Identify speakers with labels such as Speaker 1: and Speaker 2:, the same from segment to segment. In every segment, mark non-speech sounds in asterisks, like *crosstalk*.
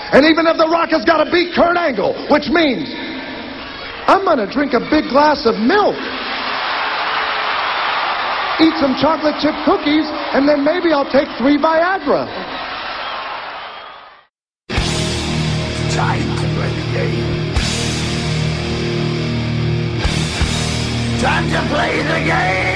Speaker 1: And even if The Rock has got to beat Kurt Angle, which means I'm going to drink a big glass of milk, eat some chocolate chip cookies, and then maybe I'll take three Viagra.
Speaker 2: Time to play the game. Time to play the game.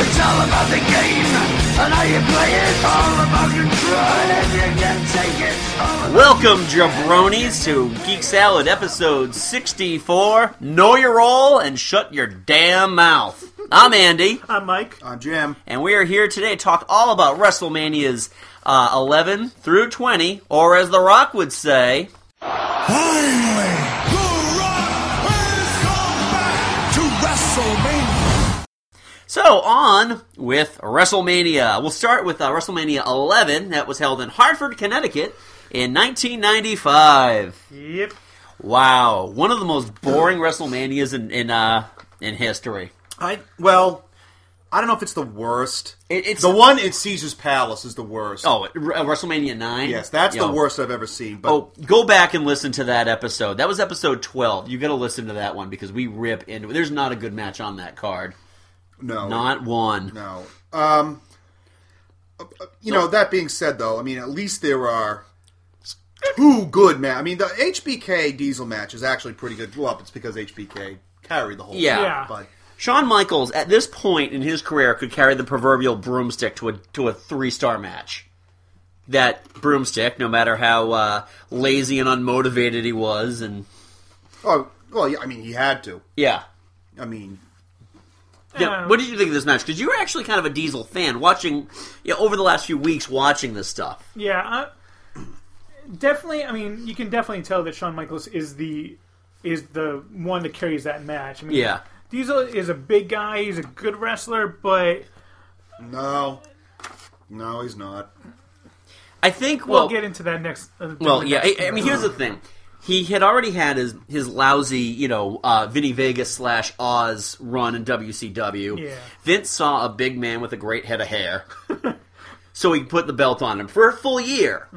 Speaker 2: It's all about the game, and how you play it. All about control, and if you can take it, it's all about
Speaker 3: Welcome, jabronis, to Geek Salad episode 64 Know Your Role and Shut Your Damn Mouth. I'm Andy,
Speaker 4: I'm Mike.
Speaker 5: I'm Jim.
Speaker 3: and we are here today to talk all about WrestleManias uh, 11 through 20, or as The Rock would say,
Speaker 5: Finally, The Rock has come back to WrestleMania.
Speaker 3: So, on with WrestleMania. We'll start with uh, WrestleMania 11 that was held in Hartford, Connecticut in 1995.
Speaker 4: Yep.
Speaker 3: Wow, one of the most boring WrestleManias in, in, uh, in history.
Speaker 5: I well, I don't know if it's the worst.
Speaker 3: It- it's-
Speaker 5: the one in Caesar's Palace is the worst.
Speaker 3: Oh, uh, WrestleMania 9?
Speaker 5: yes, that's
Speaker 3: Yo.
Speaker 5: the worst I've ever seen. But
Speaker 3: Oh, go back and listen to that episode. That was episode 12. You got to listen to that one because we rip into There's not a good match on that card.
Speaker 5: no,
Speaker 3: Not one.
Speaker 5: no.
Speaker 3: Oh.
Speaker 5: Um, uh, uh, you know that being said, though, I mean at least there are two good match. I mean the HBK Diesel match is actually pretty good. Well, it's because HBK carried the whole
Speaker 3: Yeah.
Speaker 5: thing,
Speaker 4: Yeah.
Speaker 5: but.
Speaker 3: Shawn Michaels, at this point in his career, could carry the proverbial broomstick to a, to a three star match. That broomstick, no matter how uh, lazy and unmotivated he was, and
Speaker 5: Oh well, yeah, I mean he had to.
Speaker 3: yeah.
Speaker 5: I mean,
Speaker 3: Yeah, what did you think of this match? Because you were actually kind of a Diesel fan, watching yeah, over the last few weeks, watching this stuff.
Speaker 4: Yeah. I- definitely. I mean, you can definitely tell that Shawn Michaels is the is the one that carries that match. I mean,
Speaker 3: Yeah.
Speaker 4: Diesel is a big guy. He's a good wrestler, but
Speaker 5: no, no, he's not.
Speaker 3: I think
Speaker 4: we'll,
Speaker 3: well,
Speaker 4: get into that next. Uh,
Speaker 3: Well,
Speaker 4: the
Speaker 3: yeah.
Speaker 4: next-
Speaker 3: I, I mean, here's the thing. He had already had his his lousy, you know, uh, Vinny Vegas slash Oz run in WCW.
Speaker 4: Yeah.
Speaker 3: Vince saw a big man with a great head of hair, *laughs* so he put the belt on him for a full year.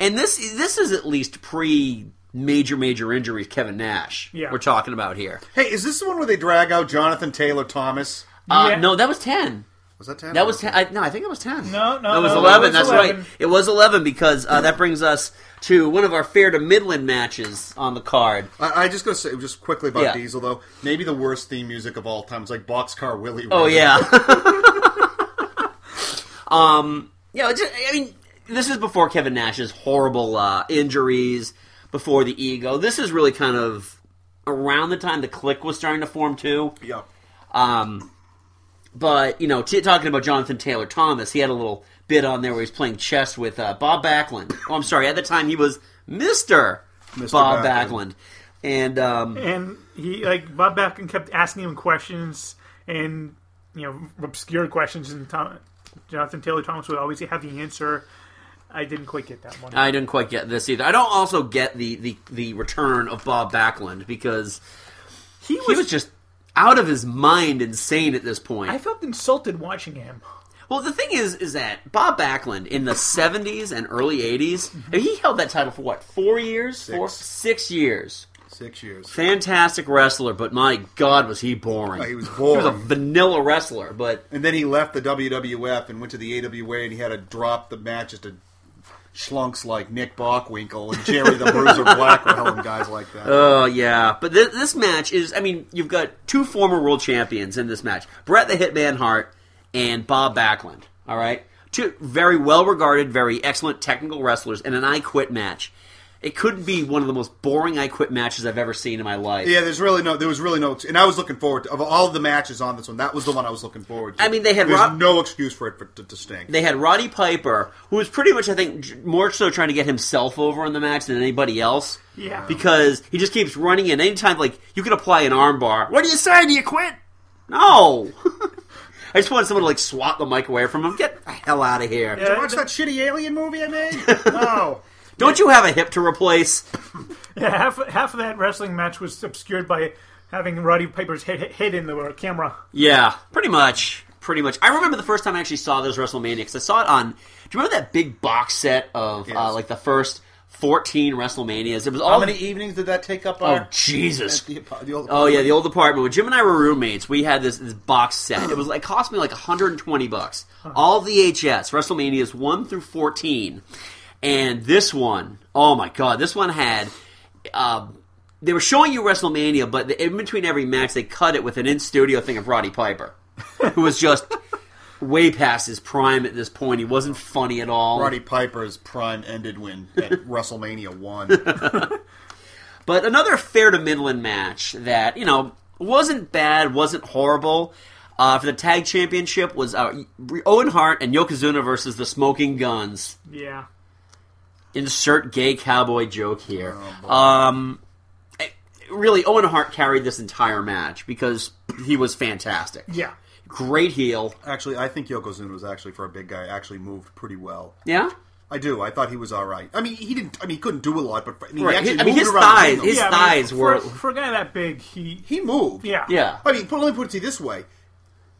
Speaker 3: And this this is at least pre major major injuries. Kevin Nash,
Speaker 4: Yeah.
Speaker 3: we're talking about here.
Speaker 5: Hey, is this the one where they drag out Jonathan Taylor Thomas?
Speaker 3: Uh,
Speaker 4: Yeah.
Speaker 3: No, that was ten.
Speaker 5: Was that ten?
Speaker 3: That was ten. I, no, I think it was ten.
Speaker 4: No, no,
Speaker 3: it was
Speaker 4: no,
Speaker 3: eleven.
Speaker 4: it
Speaker 3: That's
Speaker 4: was 11.
Speaker 3: right. It was eleven because uh, that brings us to one of our fair to Midland matches on the card.
Speaker 5: I, I just gonna say just quickly about
Speaker 3: Yeah.
Speaker 5: Diesel though. Maybe the worst theme music of all time is like Boxcar Willie.
Speaker 3: Oh
Speaker 5: right?
Speaker 3: yeah. um. *laughs* Yeah. Um, Just, I mean, this is before Kevin Nash's horrible uh, injuries, before the ego. This is really kind of around the time the click was starting to form too.
Speaker 5: yeah.
Speaker 3: Um. But you know, t- talking about Jonathan Taylor Thomas, he had a little bit on there where he's playing chess with uh, Bob Backlund. Oh, I'm sorry. At the time, he was Mister
Speaker 5: Mr.
Speaker 3: Bob Backlund,
Speaker 5: Backlund.
Speaker 3: and um,
Speaker 4: and he like Bob Backlund kept asking him questions and you know obscure questions, and Tom, Jonathan Taylor Thomas would always have the answer. I didn't quite get that one.
Speaker 3: I didn't quite get this either. I don't also get the the, the return of Bob Backlund because
Speaker 4: he was.
Speaker 3: he was just out of his mind insane at this point.
Speaker 4: I felt insulted watching him.
Speaker 3: well, the thing is is that Bob Backlund in the 70s and early 80s, I mean, he held that title for what? 4 years? Four,
Speaker 5: Mm-hmm. Six.
Speaker 3: 6 years.
Speaker 5: *laughs* Six years.
Speaker 3: Fantastic wrestler, but my god was he boring.
Speaker 5: Oh, he was
Speaker 3: He was a
Speaker 5: boring.
Speaker 3: vanilla wrestler, but
Speaker 5: And then he left the WWF and went to the AWA, and he had to drop the matches to schlunks like Nick Bockwinkel and Jerry the Bruiser Blackwell and guys like
Speaker 3: *laughs*
Speaker 5: that.
Speaker 3: Oh yeah, but this, this match is—I mean, you've got two former world champions in this match: Brett the Hitman Hart and Bob Backlund. All right, two very well-regarded, very excellent technical wrestlers in an I Quit match. It could be one of the most boring I Quit matches I've ever seen in my life.
Speaker 5: yeah, there's really no, there was really no, and I was looking forward to, of all the matches on this one. That was the one I was looking forward to.
Speaker 3: I mean, they had
Speaker 5: there's
Speaker 3: Rob-
Speaker 5: no excuse for it for, to, to stink.
Speaker 3: They had Roddy Piper, who was pretty much, I think, j- more so trying to get himself over in the match than anybody else.
Speaker 4: Yeah.
Speaker 3: Because he just keeps running in. Anytime, like, you could apply an armbar. What do you say? Do you quit? No. *laughs* I just wanted someone to, like, swat the mic away from him. Get the hell out of here.
Speaker 5: Watch that shitty alien movie I made. No.
Speaker 3: Don't you have a hip to replace?
Speaker 4: Yeah, half half of that wrestling match was obscured by having Roddy Piper's head hid in the camera.
Speaker 3: Yeah, pretty much. Pretty much. I remember the first time I actually saw this WrestleMania because I saw it on. Do you remember that big box set of uh, like the first fourteen WrestleManias? It was *laughs* all
Speaker 5: How many evenings did that take up?
Speaker 3: Oh
Speaker 5: Our,
Speaker 3: Jesus!
Speaker 5: at the apa- the old
Speaker 3: oh yeah, the old apartment. When Jim and I were roommates, we had this, this box set. It was like cost me like 120 bucks. All VHS, WrestleManias one through 14, and this one, oh my god, this one had. Um, they were showing you WrestleMania, but the, in between every match, they cut it with an in-studio thing of Roddy Piper, who was
Speaker 5: *laughs*
Speaker 3: just way past his prime at this point. He wasn't funny at all.
Speaker 5: Roddy Piper's prime ended when
Speaker 3: *laughs*
Speaker 5: at WrestleMania one.
Speaker 3: But another fair to middling match that you know wasn't bad, wasn't horrible. Uh, for the tag championship was uh, Owen Hart and Yokozuna versus the Smoking Guns.
Speaker 4: Yeah.
Speaker 3: Insert gay cowboy joke here. um, it- really, Owen Hart carried this entire match because *clears throat* he was fantastic.
Speaker 4: Yeah.
Speaker 3: Great heel.
Speaker 5: Actually, I think Yokozuna was actually for a big guy actually moved pretty well.
Speaker 3: Yeah.
Speaker 5: I do. I thought he was all right. I mean, he didn't. I mean, he couldn't do a lot, but I mean,
Speaker 3: Right.
Speaker 5: he actually
Speaker 3: I mean,
Speaker 5: moved
Speaker 3: his
Speaker 5: around the
Speaker 3: thighs-
Speaker 5: ring,
Speaker 3: his
Speaker 5: though.
Speaker 4: yeah,
Speaker 3: thighs
Speaker 4: for,
Speaker 3: were-
Speaker 4: for a guy that big, he
Speaker 5: he moved.
Speaker 4: yeah.
Speaker 3: Yeah.
Speaker 5: I mean, put, let me put it to you this way: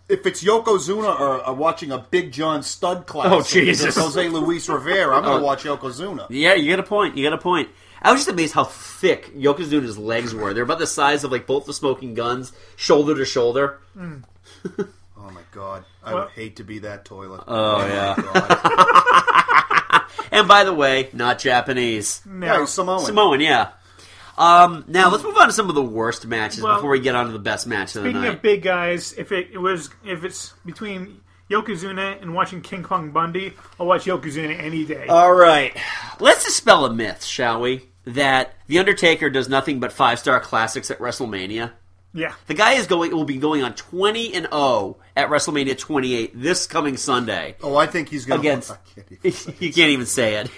Speaker 5: if it's Yokozuna or uh, watching a Big John stud class,
Speaker 3: Oh,
Speaker 5: if it's
Speaker 3: Jesus. Oh.
Speaker 5: Jose Luis Rivera, I'm going to watch Yokozuna.
Speaker 3: Yeah, you get a point. You get a point. I was just amazed how thick Yokozuna's legs were. They're about the size of like both the Smoking Guns, shoulder to shoulder.
Speaker 5: Oh my God, I
Speaker 4: Well-
Speaker 5: would hate to be that toilet. Oh, yeah. God.
Speaker 3: *laughs* And by the way, not Japanese.
Speaker 5: yeah, he
Speaker 4: Now,
Speaker 5: was Samoan.
Speaker 3: Samoan, yeah. Um, now let's move on to some of the worst matches
Speaker 4: Well,
Speaker 3: before we get on to the best match of the
Speaker 4: speaking
Speaker 3: night.
Speaker 4: of big guys, if it, it was if it's between Yokozuna and watching King Kong Bundy, I'll watch Yokozuna any day.
Speaker 3: All right, let's dispel a myth, shall we? That the Undertaker does nothing but five star classics at WrestleMania.
Speaker 4: yeah.
Speaker 3: The guy is going will be going on twenty and zero at WrestleMania twenty eight this coming Sunday.
Speaker 5: Oh, I think he's going
Speaker 3: Against-
Speaker 5: I can't even,
Speaker 3: *laughs* you can't even say it,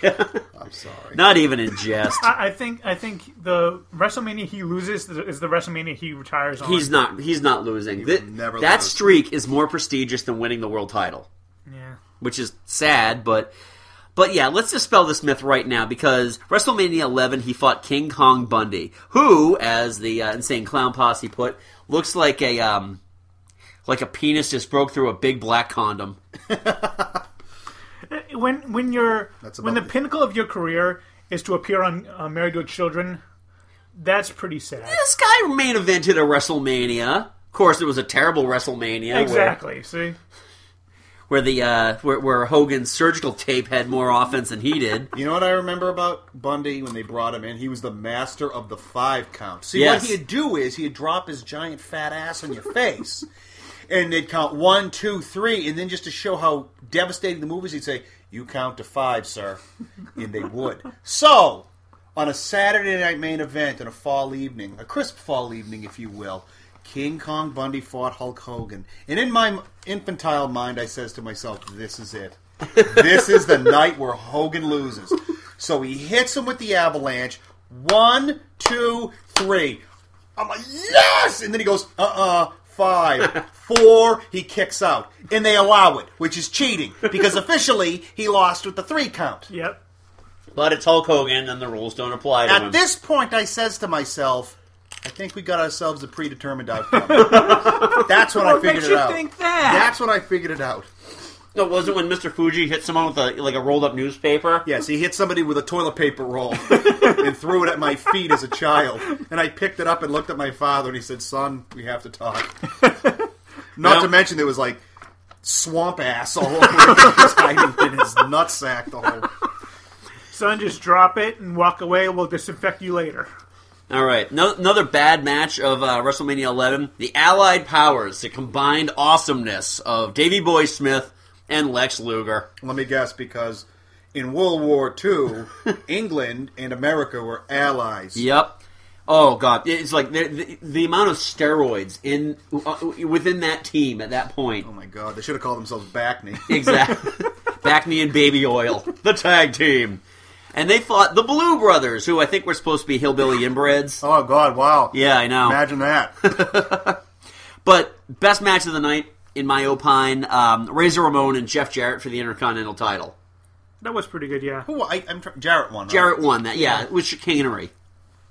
Speaker 5: I'm sorry.
Speaker 3: not even in jest.
Speaker 4: I I think I think the WrestleMania he loses is the WrestleMania he retires on.
Speaker 3: He's not. He's not losing. Th-
Speaker 5: never
Speaker 3: that
Speaker 5: lose.
Speaker 3: streak is more prestigious than winning the world title.
Speaker 4: yeah.
Speaker 3: which is sad, but but yeah, let's dispel this myth right now because WrestleMania 11 he fought King Kong Bundy, who, as the uh, insane clown posse put, looks like a um like a penis just broke through a big black condom.
Speaker 4: When when you're
Speaker 5: That's
Speaker 4: when the
Speaker 5: about it.
Speaker 4: pinnacle of your career is to appear on uh, Married with Children, that's pretty sad.
Speaker 3: This guy main evented a WrestleMania. Of course, it was a terrible WrestleMania where-
Speaker 4: Exactly. See,
Speaker 3: where, the uh, where, where Hogan's surgical tape had more offense than he did.
Speaker 5: You know what I remember about Bundy when they brought him in? He was the master of the five count. See,
Speaker 3: Yes.
Speaker 5: what he'd do is he'd drop his giant fat ass on your face, and they'd count one, two, three, and then just to show how devastating the movies, he'd say, "You count to five, sir," and they would. So, on a Saturday night main event on a fall evening, a crisp fall evening, if you will. King Kong Bundy fought Hulk Hogan. And in my infantile mind, I says to myself, this is it this is the night where Hogan loses. So he hits him with the avalanche. One, two, three. I'm like, yes! And then he goes, uh uh five, four. He kicks out. And they allow it, which is cheating because officially he lost with the three count.
Speaker 4: yep.
Speaker 3: But it's Hulk Hogan, and the rules don't apply to him.
Speaker 5: At this point, I says to myself, I think we got ourselves a predetermined *laughs* outcome. That's when I
Speaker 3: What makes
Speaker 5: figured it
Speaker 3: you
Speaker 5: out.
Speaker 3: think that?
Speaker 5: That's when I figured it out.
Speaker 3: No, was it when Mr. Fuji hit someone with a like a rolled up newspaper?
Speaker 5: Yes, he hit somebody with a toilet paper *laughs* roll and threw it at my feet as a child. And I picked it up and looked at my father and he said, Son, we have to *laughs* talk. Not
Speaker 3: Now-
Speaker 5: to mention there was like swamp ass all over him He was hiding in his nutsack the whole
Speaker 4: Son, just drop it and walk away. We'll disinfect you later.
Speaker 3: All right, no, another bad match of uh, WrestleMania 11. The allied powers, the combined awesomeness of Davey Boy Smith and Lex Luger.
Speaker 5: Let me guess, because in World War II, *laughs* England and America were allies.
Speaker 3: Yep. Oh god, it's like the, the, the amount of steroids in uh, within that team at that point.
Speaker 5: Oh my god, they should have called themselves
Speaker 3: *laughs*
Speaker 5: Backney. *laughs*
Speaker 3: Exactly. Back me in baby oil. The tag team. And they fought the Blue Brothers, who I think were supposed to be
Speaker 5: *laughs*
Speaker 3: hillbilly inbreds.
Speaker 5: Oh god, wow.
Speaker 3: Yeah, I know.
Speaker 5: Imagine that.
Speaker 3: *laughs* But best match of the night, in my opine, um, Razor Ramon and Jeff Jarrett for the Intercontinental title.
Speaker 4: That was pretty good, yeah.
Speaker 5: Who I, I'm trying, Jarrett won. right?
Speaker 3: Jarrett won that. Yeah, it was chicanery.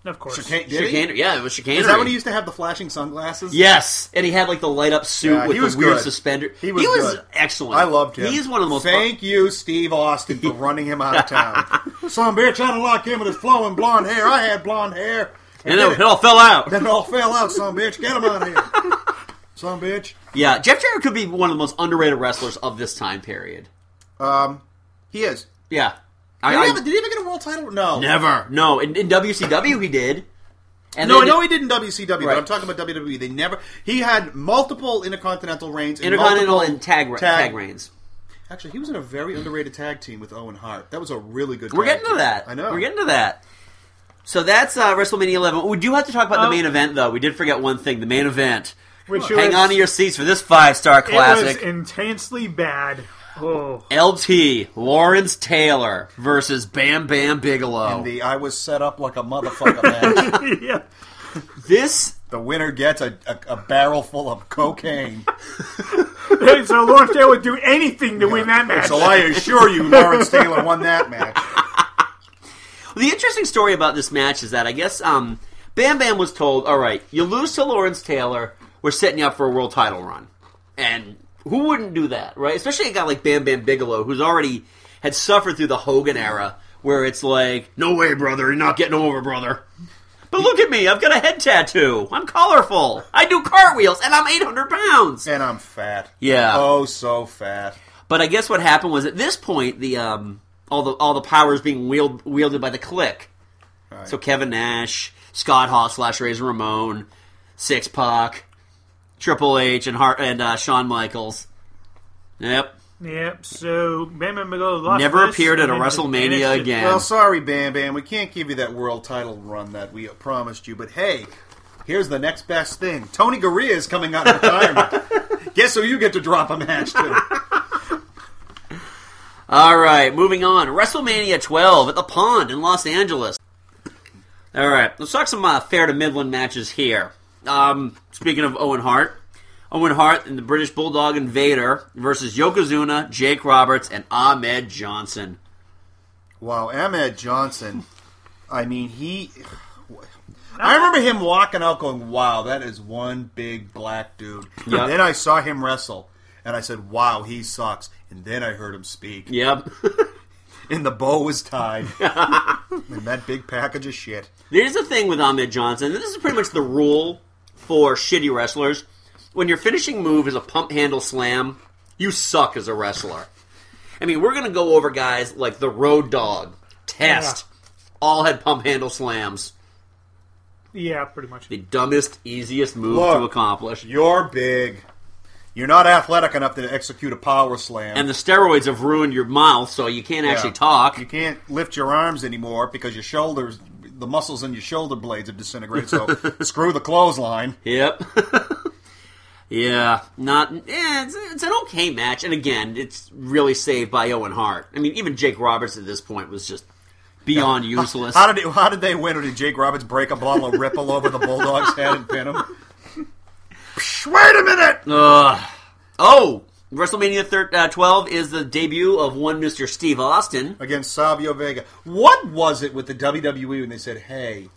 Speaker 4: Of course.
Speaker 5: Chicane- did he?
Speaker 3: Chicanery. Yeah, it was chicanery.
Speaker 5: Is that when he used to have the flashing sunglasses?
Speaker 3: Yes, and he had like the light up suit
Speaker 5: Yeah,
Speaker 3: with
Speaker 5: he
Speaker 3: the
Speaker 5: was
Speaker 3: weird
Speaker 5: good.
Speaker 3: suspender.
Speaker 5: He was good.
Speaker 3: excellent.
Speaker 5: I loved him.
Speaker 3: He is one of the most.
Speaker 5: Thank you, Steve
Speaker 3: *laughs*
Speaker 5: Austin, for running him out of town. Some bitch had to lock him with his flowing blonde hair. I had blonde hair.
Speaker 3: and it, it all fell out.
Speaker 5: Then it all fell out, some bitch. Get him out of here.
Speaker 3: *laughs*
Speaker 5: Some bitch.
Speaker 3: Yeah, Jeff Jarrett could be one of the most underrated wrestlers of this time period.
Speaker 5: Um, He is.
Speaker 3: Yeah,
Speaker 5: Did,
Speaker 3: I,
Speaker 5: he
Speaker 3: I-
Speaker 5: ever, did he ever get a world title? No.
Speaker 3: never. No, in, in WCW he did. And
Speaker 5: No, I
Speaker 3: then-
Speaker 5: know he did in WCW,
Speaker 3: Right.
Speaker 5: but I'm talking about WWE. They never. He had multiple intercontinental reigns. and
Speaker 3: Intercontinental
Speaker 5: multiple
Speaker 3: and tag ra- tag reigns.
Speaker 5: Actually, he was in a very underrated tag team with Owen Hart. That was a really good.
Speaker 3: We're
Speaker 5: tag
Speaker 3: getting to
Speaker 5: team.
Speaker 3: that.
Speaker 5: I know.
Speaker 3: We're getting to that. So that's uh, WrestleMania 11. We do have to talk about
Speaker 4: Oh.
Speaker 3: the main event, though. We did forget one thing: the main event.
Speaker 4: Which
Speaker 3: Hang
Speaker 4: was-
Speaker 3: on to your seats for this five star
Speaker 4: It was
Speaker 3: classic.
Speaker 4: intensely bad. Oh.
Speaker 3: LT Lawrence Taylor versus Bam Bam Bigelow.
Speaker 5: And the I was set up like a motherfucker match.
Speaker 4: Oh. *laughs* yeah.
Speaker 3: this
Speaker 5: the winner gets a, a, a barrel full of cocaine.
Speaker 4: so Lawrence Taylor would do anything to win that match.
Speaker 5: So I assure you, Lawrence Taylor won that match.
Speaker 3: the interesting story about this match is that I guess um, Bam Bam was told, "All right, you lose to Lawrence Taylor, we're setting you up for a world title run," and who wouldn't do that, right? Especially a guy like Bam Bam Bigelow, who's already had suffered through the Hogan era, where it's like, "No way, brother, you're not getting over, brother." But look at me, I've got a head tattoo. I'm colorful. I do cartwheels, and I'm 800 pounds.
Speaker 5: And I'm fat.
Speaker 3: Yeah.
Speaker 5: Oh, so fat.
Speaker 3: But I guess what happened was at this point the um, all the all the power is being wield, wielded by the clique.
Speaker 5: Right.
Speaker 3: So Kevin Nash, Scott Hall slash Razor Ramon, Six Pac, Triple H, and Hart and uh, Shawn Michaels. Yep,
Speaker 4: Yep. So Bam Bam Bigelow lost.
Speaker 3: never
Speaker 4: this,
Speaker 3: appeared at a
Speaker 4: and
Speaker 3: WrestleMania
Speaker 4: vanished.
Speaker 3: again.
Speaker 5: Well, sorry, Bam Bam. We can't give you that world title run that we promised you, but hey, here's the next best thing. Tony Garea is coming out
Speaker 3: *laughs*
Speaker 5: of retirement. Guess who you get to drop a match to?
Speaker 3: All right, moving on. WrestleMania 12 at the Pond in Los Angeles. All right, let's talk some uh, fair to Midland matches here. Um, speaking of Owen Hart, Owen Hart and the British Bulldog Invader versus Yokozuna, Jake Roberts, and Ahmed Johnson.
Speaker 5: Wow, Ahmed Johnson. I mean, he. I remember him walking out going, wow, that is one big black dude.
Speaker 3: Yeah.
Speaker 5: And then I saw him wrestle, and I said, wow, he sucks. And then I heard him speak,
Speaker 3: Yep.
Speaker 5: *laughs* and the bow
Speaker 3: *laughs*
Speaker 5: was tied. and that big package of shit.
Speaker 3: There's a thing with Ahmed Johnson, and this is pretty much the rule for shitty wrestlers. When your finishing move is a pump handle slam, you suck as a wrestler. I mean, we're going to go over guys like the Road Dog, Test, all had pump handle slams.
Speaker 4: Yeah, pretty much.
Speaker 3: The dumbest, easiest move
Speaker 5: Look.
Speaker 3: to accomplish.
Speaker 5: You're big. You're not athletic enough to execute a power slam.
Speaker 3: And the steroids have ruined your mouth, so you can't actually talk.
Speaker 5: You can't lift your arms anymore because your shoulders, the muscles in your shoulder blades have disintegrated.
Speaker 3: *laughs*
Speaker 5: So screw the clothesline.
Speaker 3: Yep. *laughs* yeah, not. Yeah, it's, it's an okay match, and again, it's really saved by Owen Hart. I mean, even Jake Roberts at this point was just beyond useless.
Speaker 5: How did it, how did they win? Or did Jake Roberts break a bottle of Ripple over the Bulldog's head and pin him? Psh, Wait a minute!
Speaker 3: Ugh. oh, WrestleMania thir- uh, 12 is the debut of one Mister Steve Austin.
Speaker 5: Against Savio Vega. What was it with the WWE when they said, "Hey"?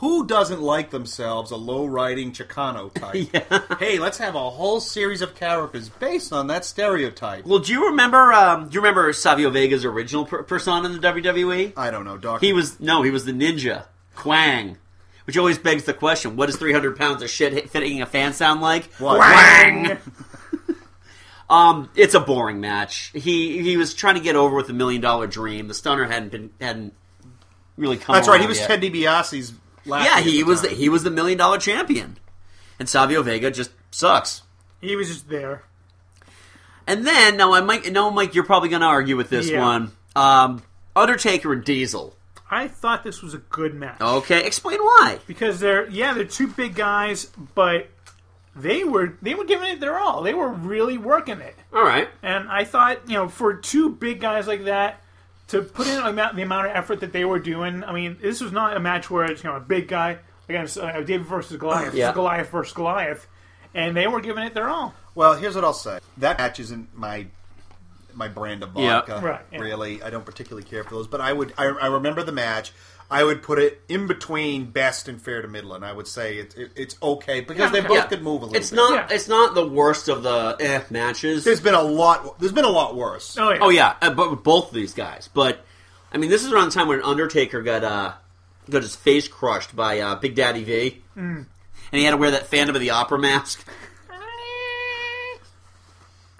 Speaker 5: Who doesn't like themselves a low riding Chicano
Speaker 3: *laughs*
Speaker 5: type? Hey, let's have a whole series of characters based on that stereotype.
Speaker 3: Well, do you remember? Um, do you remember Savio Vega's original per- persona in the E? WWE?
Speaker 5: I don't know, Doc.
Speaker 3: He was no, he was the ninja Quang, which always begs the question: What does three hundred pounds of shit hit- fitting a fan sound like?
Speaker 5: What?
Speaker 3: Quang. *laughs* um, it's a boring match. He he was trying to get over with the million dollar dream. The stunner hadn't been hadn't really come.
Speaker 5: That's right. He
Speaker 3: around
Speaker 5: was
Speaker 3: yet.
Speaker 5: Ted DiBiase's last.
Speaker 3: Yeah,
Speaker 5: at the
Speaker 3: he was the,
Speaker 5: time.
Speaker 3: he was the million dollar champion, and Savio Vega just sucks.
Speaker 4: He was just there.
Speaker 3: And then now I might no Mike, you're probably going to argue with this
Speaker 4: Yeah.
Speaker 3: one. Um, Undertaker and Diesel.
Speaker 4: I thought this was a good match
Speaker 3: Okay, explain why.
Speaker 4: because they're yeah they're two big guys, but they were they were giving it their all. They were really working it,
Speaker 3: All right.
Speaker 4: and I thought you know for two big guys like that to put in amount, the amount of effort that they were doing. I mean, this was not a match where it's you know a big guy against uh, David versus Goliath,
Speaker 3: Yeah.
Speaker 4: Goliath versus Goliath, and they were giving it their all.
Speaker 5: Well, here's what I'll say. That match isn't my my brand of
Speaker 3: Yeah.
Speaker 5: vodka.
Speaker 4: Right, yeah.
Speaker 5: Really, I don't particularly care for those, but I would. I, I remember the match. I would put it in between best and fair to middling. I would say it, it, it's okay because they both
Speaker 3: Yeah.
Speaker 5: could move a little.
Speaker 3: It's
Speaker 5: bit.
Speaker 3: not.
Speaker 4: Yeah.
Speaker 3: It's not the worst of the eh, matches.
Speaker 5: There's been a lot. There's been a lot worse.
Speaker 4: Oh yeah.
Speaker 3: Oh yeah, uh, but with both of these guys. But I mean, this is around the time when Undertaker got uh got his face crushed by uh, Big Daddy V,
Speaker 4: Hmm.
Speaker 3: and he had to wear that Phantom of the Opera
Speaker 4: *laughs*
Speaker 3: mask.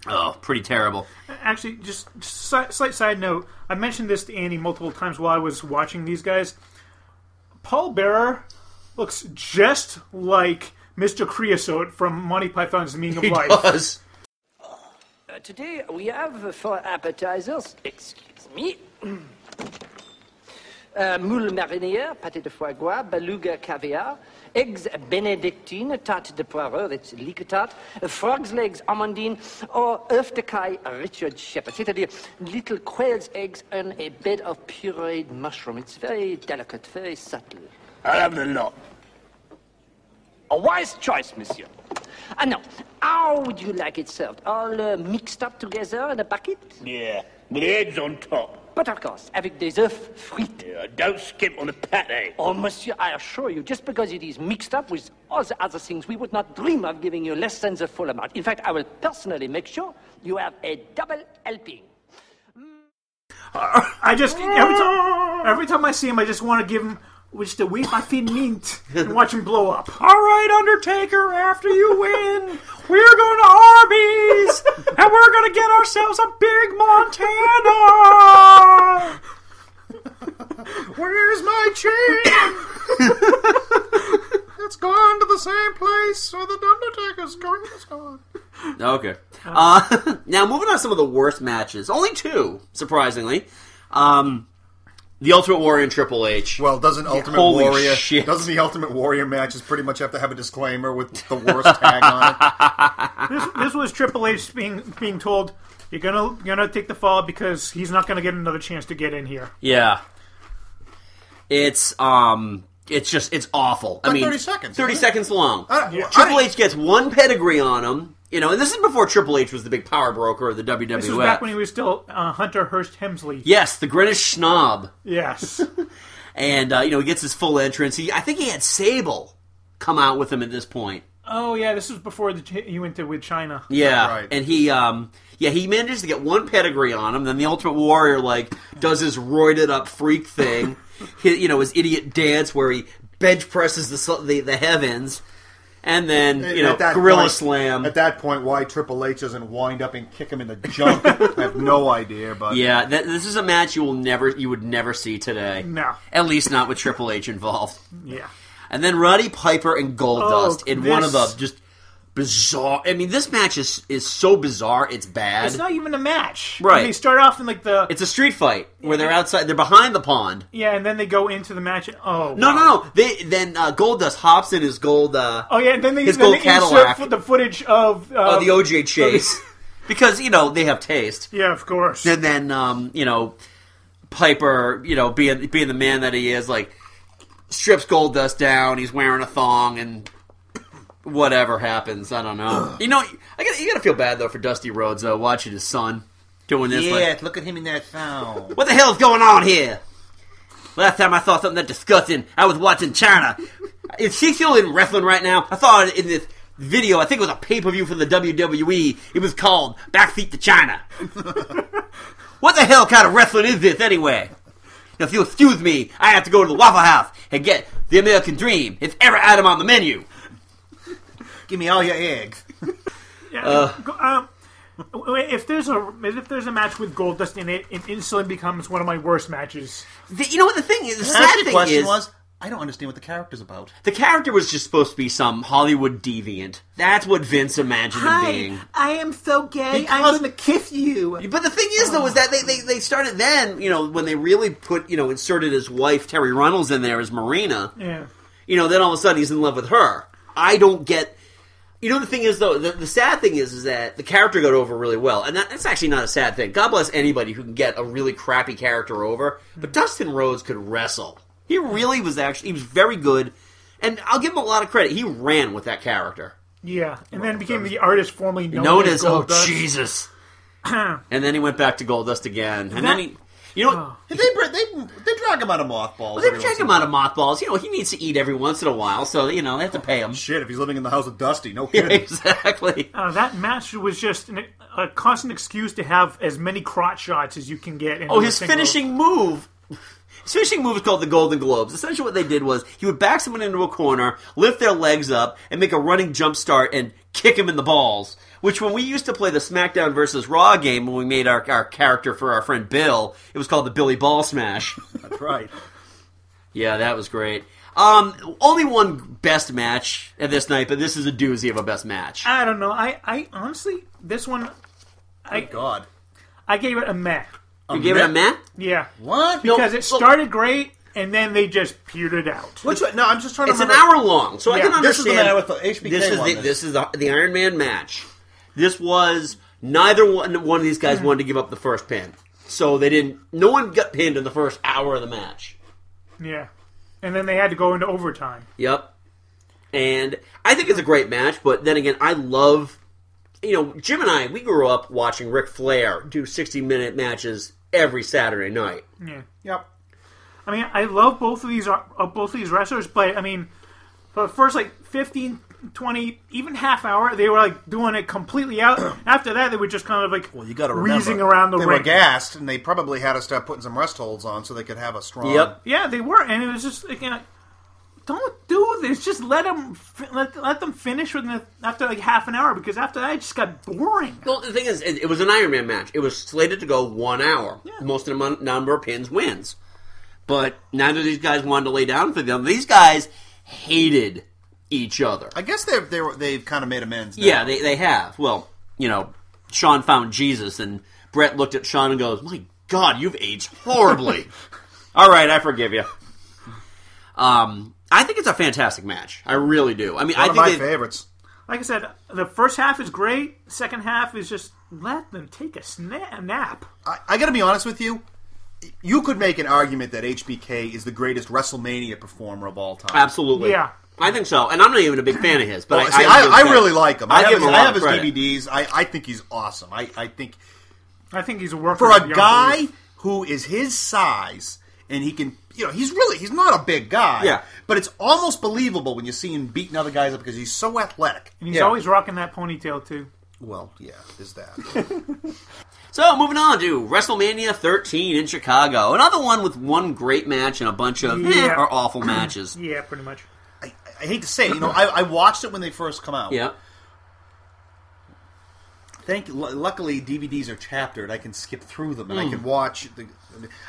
Speaker 3: Oh, pretty terrible.
Speaker 4: Actually, just si- slight side note. I mentioned this to Andy multiple times while I was watching these guys. Paul Bearer looks just like Mr. Creosote from Monty Python's Meaning of
Speaker 3: He
Speaker 4: Life.
Speaker 3: does.
Speaker 6: Uh, Today we have for appetizers, excuse me, *clears throat* uh, moule marinière, pâté de foie gras, beluga caviar, eggs benedictine, tarte de poireaux, that's leek tart, uh, frog's legs amandine, or Öftekai Richard Shepherd. C'est-à-dire little quail's eggs and a bed of pureed mushroom. It's very delicate, very subtle.
Speaker 7: I have the lot. A wise choice, monsieur.
Speaker 6: Ah no, how would you like it served? All uh, mixed up together in a bucket?
Speaker 7: Yeah, with the eggs on top.
Speaker 6: Buttercast avec des œufs frites.
Speaker 7: Yeah, don't skimp on the patty.
Speaker 6: Oh, monsieur, I assure you, just because it is mixed up with all the other things, we would not dream of giving you less than the full amount. In fact, I will personally make sure you have a double helping.
Speaker 4: I just every time every time I see him, I just want to give him just to wink my feet neat and watch him blow up. *laughs* All right, Undertaker, after you win, we're going to Arby's and we're going to get ourselves a big Montana.
Speaker 5: Where's my chain? it's gone to the same place where the Undertaker's going. It's gone.
Speaker 3: Okay.
Speaker 4: Oh.
Speaker 3: Uh, *laughs* now moving on to some of the worst matches. Only two, surprisingly. Um, the Ultimate Warrior and Triple H.
Speaker 5: Well, doesn't Ultimate
Speaker 3: holy
Speaker 5: Warrior
Speaker 3: shit.
Speaker 5: doesn't the Ultimate Warrior matches pretty much have to have a disclaimer with the worst tag on it?
Speaker 3: *laughs*
Speaker 4: This, this was Triple H being being told you're gonna gonna take the fall because he's not gonna get another chance to get in here.
Speaker 3: Yeah. It's um it's just it's awful. I
Speaker 5: Like
Speaker 3: mean
Speaker 5: 30 seconds,
Speaker 3: Thirty
Speaker 5: isn't it?
Speaker 3: seconds long.
Speaker 4: Uh,
Speaker 5: I- Yeah.
Speaker 3: Triple
Speaker 5: I-
Speaker 3: H gets one pedigree on him. You know, and this is before Triple H was the big power broker of the WWF.
Speaker 4: This was back when he was still uh, Hunter Hearst Hemsley.
Speaker 3: yes, the Greenwich snob, *laughs*
Speaker 4: Yes.
Speaker 3: and uh, you know he gets his full entrance. He, I think he had Sable come out with him at this point.
Speaker 4: oh yeah, this was before the, ch- he went to with China.
Speaker 3: Yeah,
Speaker 5: Right.
Speaker 3: and he, um, yeah, he manages to get one pedigree on him. Then the Ultimate Warrior like does his roided up freak thing, *laughs* he, you know, his idiot dance where he bench presses the su- the, the heavens, and then you know,
Speaker 5: At that
Speaker 3: gorilla
Speaker 5: point-
Speaker 3: slam.
Speaker 5: At that point, why Triple H doesn't wind up and kick him in the junk? *laughs* I have no idea, but uh,
Speaker 3: yeah, th- this is a match you will never, you would never see today.
Speaker 4: No.
Speaker 3: at least not with Triple H involved.
Speaker 4: Yeah. Oh,
Speaker 3: And then Roddy Piper and Goldust in one of the
Speaker 4: this-
Speaker 3: just bizarre. I mean, this match is is so bizarre, it's bad.
Speaker 4: It's not uh, even a match.
Speaker 3: Right.
Speaker 4: They start off in like the
Speaker 3: It's a street fight where they're outside, they're behind the pond.
Speaker 4: yeah, and then they go into the match. Oh
Speaker 3: No, no,
Speaker 4: wow.
Speaker 3: no. They, then uh, Goldust hops in his gold, uh,
Speaker 4: Oh yeah, and then they,
Speaker 3: His
Speaker 4: then
Speaker 3: gold
Speaker 4: they insert
Speaker 3: Cadillac.
Speaker 4: fo- the footage of uh,
Speaker 3: uh, the OJ chase *laughs* because you know they have taste.
Speaker 4: Yeah, of course.
Speaker 3: And then um, you know Piper, you know being being the man that he is, like strips Goldust down. He's wearing a thong and. Whatever happens, I don't *clears throat* know. you know, I gotta, you gotta feel bad though for Dusty Rhodes though, watching his son doing this. like,
Speaker 5: look at him in that phone.
Speaker 3: *laughs* What the hell's going on here? Last time I saw something that disgusting, I was watching China. Is she still in wrestling right now? I saw it in this video. I think it was a pay per view for the WWE. It was called Backseat to China. what the hell kind of wrestling is this anyway? Now, if you'll excuse me, I have to go to the Waffle House and get the American Dream. It's every item on the menu.
Speaker 5: Give me all your eggs.
Speaker 4: Yeah,
Speaker 3: uh.
Speaker 4: go- um, w- if there's a if there's a match with Goldust in it, it instantly becomes one of my worst matches.
Speaker 3: The- you know what the thing is? The sad thing is,
Speaker 5: I don't understand what the character's about.
Speaker 3: the character was just supposed to be some Hollywood deviant. That's what Vince imagined him being.
Speaker 4: I am so gay.
Speaker 3: Because- gonna
Speaker 4: kiss you.
Speaker 3: But the thing is, though, is that they, they, they started then, you know, when they really put, you know, inserted his wife, Terry Runnels, in there as Marina,
Speaker 4: Yeah,
Speaker 3: you know, then all of a sudden he's in love with her. I don't get. You know, the thing is, though, the, the sad thing is, is that the character got over really well. And that, that's actually not a sad thing. God bless anybody who can get a really crappy character over. But Dustin Rhodes could wrestle. He really was actually, he was very good. And I'll give him a lot of credit. He ran with that character.
Speaker 4: yeah, and then became the artist formerly known,
Speaker 3: Known
Speaker 4: as
Speaker 3: as, oh,
Speaker 4: *clears throat* Goldust.
Speaker 3: Jesus. and then he went back to Goldust again. And then
Speaker 4: That-
Speaker 3: he, *laughs* you know,
Speaker 5: They, they, they drag him out of mothballs.
Speaker 3: they
Speaker 5: every
Speaker 3: check
Speaker 5: once in
Speaker 3: him
Speaker 5: a while.
Speaker 3: out of mothballs. You know, he needs to eat every once in a while, so you know they have to pay him.
Speaker 5: Shit, if he's living in the house with
Speaker 3: *laughs*
Speaker 5: Dusty, no
Speaker 3: Yeah,
Speaker 5: kidding.
Speaker 3: exactly.
Speaker 4: Uh, that match was just an, a constant excuse to have as many crotch shots as you can get. into
Speaker 3: Oh,
Speaker 4: a
Speaker 3: his
Speaker 4: single-
Speaker 3: finishing move. His finishing move is called the Golden Globes. Essentially, what they did was he would back someone into a corner, lift their legs up, and make a running jump start and kick him in the balls. Which, when we used to play the SmackDown versus Raw game, when we made our, our character for our friend Bill, it was called the Billy Ball Smash.
Speaker 5: That's right.
Speaker 3: yeah, that was great. Um, only one best match at this night, but this is a doozy of a best match.
Speaker 4: I don't know. I, I honestly, this one,
Speaker 5: Thank God.
Speaker 4: I gave it a meh.
Speaker 3: you gave it a meh?
Speaker 4: Yeah.
Speaker 5: What?
Speaker 4: Because it started great and then they just petered out.
Speaker 5: Which one? No, I'm just trying to
Speaker 3: It's an
Speaker 5: remember.
Speaker 3: hour long, so I
Speaker 4: Yeah,
Speaker 3: can understand.
Speaker 5: this is the matter with the HBK
Speaker 3: This is
Speaker 5: one,
Speaker 3: the,
Speaker 5: then.
Speaker 3: this is the, the Iron Man match. This was neither one one of these
Speaker 5: Hmm.
Speaker 3: guys wanted to give up the first pin, so they didn't. No one got pinned in the first hour of the match.
Speaker 4: Yeah. And then they had to go into overtime.
Speaker 3: Yep. And I think it's a great match, but then again, I love. You know, Jim and I, we grew up watching Ric Flair do 60 minute matches every Saturday night.
Speaker 4: Yeah.
Speaker 5: Yep.
Speaker 4: I mean, I love both of these uh, both of these wrestlers, but I mean, for the first like 15, 20, even half hour, they were like doing it
Speaker 5: *clears throat*
Speaker 4: completely out. After that, they were just kind of like
Speaker 5: Well, you got to
Speaker 4: wheezing around the
Speaker 5: They
Speaker 4: ring.
Speaker 5: were gassed, and they probably had to start putting some rest holds on so they could have a strong.
Speaker 3: Yep.
Speaker 4: Um, Yeah, they were, and it was just again, like, don't do this. Just let them let, let them finish within the, after like half an hour because after that it just got boring.
Speaker 3: Well, the thing is, it, it was an Iron Man match. It was slated to go one hour. Most of the mon- number of pins wins. But neither of these guys wanted to lay down for them. These guys hated each other.
Speaker 5: I guess they've they were, they've kind of made amends. Now.
Speaker 3: Yeah, they, they have. Well, you know, Sean found Jesus, and Brett looked at Sean and goes, My God, you've aged horribly. *laughs* All right, I forgive you. Um, I think it's a fantastic match. I really do. I mean, I
Speaker 5: One of
Speaker 3: think
Speaker 5: my
Speaker 3: they-
Speaker 5: favorites.
Speaker 4: Like I said, the first half is great. Second half is just let them take a sna- nap.
Speaker 5: I, I got to be honest with you. You could make an argument that HBK is the greatest WrestleMania performer of all time.
Speaker 3: absolutely.
Speaker 4: Yeah.
Speaker 3: I think so, and I'm not even a big fan of his, but
Speaker 5: Well,
Speaker 3: I,
Speaker 5: Oh, see,
Speaker 3: I,
Speaker 5: I,
Speaker 3: give
Speaker 5: I,
Speaker 3: him
Speaker 5: really
Speaker 3: credit.
Speaker 5: like him.
Speaker 3: I
Speaker 5: I,
Speaker 3: give
Speaker 5: have
Speaker 3: him
Speaker 5: his,
Speaker 3: a
Speaker 5: I
Speaker 3: lot
Speaker 5: have
Speaker 3: of
Speaker 5: his
Speaker 3: credit.
Speaker 5: DVDs. I, I think he's awesome. I, I think
Speaker 4: I think he's a worker
Speaker 5: for a
Speaker 4: beyond
Speaker 5: guy
Speaker 4: belief.
Speaker 5: who is his size and he can you know he's really he's not a big guy
Speaker 3: Yeah.
Speaker 5: but it's almost believable when you see him beating other guys up because he's so athletic
Speaker 4: And he's
Speaker 3: Yeah.
Speaker 4: always rocking that ponytail too.
Speaker 5: well yeah there's that
Speaker 3: So moving on to WrestleMania 13 in Chicago, another one with one great match and a bunch of eh,
Speaker 4: Yeah.
Speaker 3: or awful
Speaker 5: *clears throat*
Speaker 3: matches.
Speaker 4: Yeah, pretty much.
Speaker 5: I, I hate to say it, you know I, I watched it when they first come out
Speaker 3: Yeah,
Speaker 5: thank l- luckily DVDs are chaptered I can skip through them and
Speaker 3: Hmm.
Speaker 5: I can watch the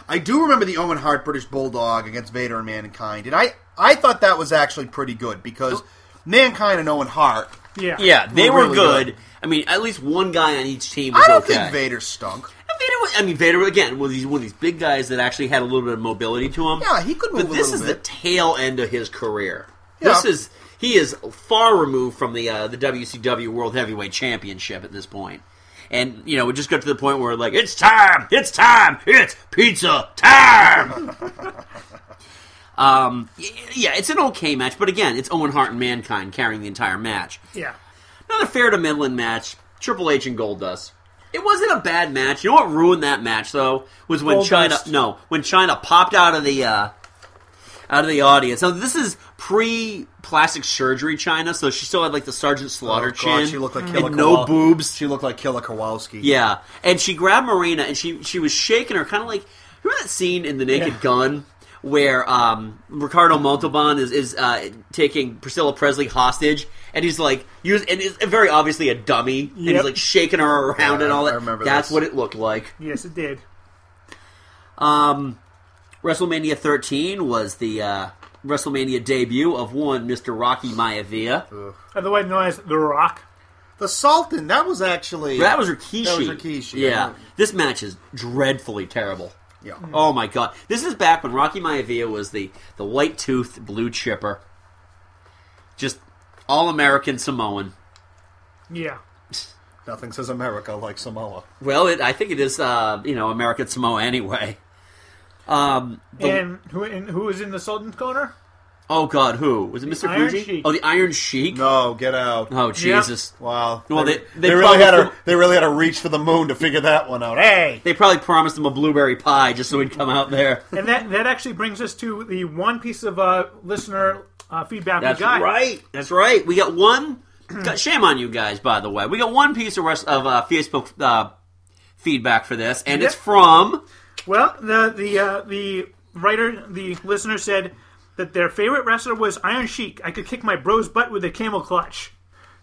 Speaker 5: I do remember the Owen Hart British Bulldog against Vader and Mankind and I I thought that was actually pretty good because Mankind and Owen Hart
Speaker 4: Yeah,
Speaker 3: yeah, they
Speaker 5: We're
Speaker 3: were
Speaker 5: really
Speaker 3: good.
Speaker 5: good.
Speaker 3: I mean, at least one guy on each team was
Speaker 5: I don't
Speaker 3: okay.
Speaker 5: think Vader stunk
Speaker 3: Vader was, I mean, Vader again was these, one of these big guys that actually had a little bit of mobility to him.
Speaker 5: Yeah, he could move
Speaker 3: But
Speaker 5: a
Speaker 3: this
Speaker 5: little
Speaker 3: is
Speaker 5: bit.
Speaker 3: the tail end of his career.
Speaker 5: Yeah.
Speaker 3: This is he is far removed from the uh, the WCW World Heavyweight Championship at this point. And you know, it just got to the point where like it's time, it's time, it's pizza
Speaker 5: *laughs*
Speaker 3: time. um, y- yeah, it's an okay match, but again, it's Owen Hart and Mankind carrying the entire match.
Speaker 4: yeah.
Speaker 3: Another fair to Midland match. Triple H and Goldust. It wasn't a bad match. You know what ruined that match though was when
Speaker 4: Goldust.
Speaker 3: China no when China popped out of the uh, out of the audience. Now this is pre plastic surgery China, so she still had like the Sergeant Slaughter
Speaker 5: Oh, God,
Speaker 3: chin.
Speaker 5: She looked like Killer
Speaker 3: and no
Speaker 5: Kowa-
Speaker 3: boobs.
Speaker 5: She looked like Killer Kowalski.
Speaker 3: Yeah, and she grabbed Marina and she she was shaking her, kind of like remember that scene in The Naked Gun where um, Ricardo Montalban is is uh, taking Priscilla Presley hostage, and he's like use and is very obviously a dummy, and he's
Speaker 4: Yep.
Speaker 3: like shaking her around
Speaker 5: Yeah,
Speaker 3: and all
Speaker 5: I
Speaker 3: that.
Speaker 5: remember
Speaker 3: That's
Speaker 5: this.
Speaker 3: what it looked like. Um,
Speaker 4: Yes, it did.
Speaker 3: WrestleMania 13 was the uh, WrestleMania debut of one Mr. Rocky Maivia.
Speaker 4: Otherwise known as The Rock.
Speaker 5: The Sultan, that was actually.
Speaker 3: That was Rikishi.
Speaker 5: That was Rikishi.
Speaker 3: Yeah. This match is dreadfully terrible.
Speaker 5: Yeah.
Speaker 4: Mm-hmm.
Speaker 3: Oh my god. This is back when Rocky Maivia was the the white toothed blue chipper. Just all American Samoan.
Speaker 4: Yeah.
Speaker 5: Nothing says America like Samoa.
Speaker 3: Well, it, I think it is uh, you know, American Samoa anyway. Um the-
Speaker 4: And who and who was in the Sultan's corner?
Speaker 3: Oh God, who was it? Mr.
Speaker 4: Iron
Speaker 3: Fuji?
Speaker 4: Sheik.
Speaker 3: Oh, the Iron Sheik.
Speaker 5: No, get out.
Speaker 3: Oh Jesus!
Speaker 5: Wow.
Speaker 3: Well, they- they
Speaker 5: really had
Speaker 3: probably-
Speaker 5: to they really had to reach for the moon to figure that one out. Hey.
Speaker 3: They probably promised him a blueberry pie just so he'd come out there.
Speaker 4: And that that actually brings us to the one piece of uh, listener uh, feedback
Speaker 3: That's
Speaker 4: we got.
Speaker 3: right. That's right. We got one. got- shame on you guys, by the way. We got one piece of rest of uh, Facebook uh, feedback for this, and it's
Speaker 4: Yep.
Speaker 3: from
Speaker 4: Well, the the uh, the writer, the listener said that their favorite wrestler was Iron Sheik. I could kick my bro's butt with a camel clutch.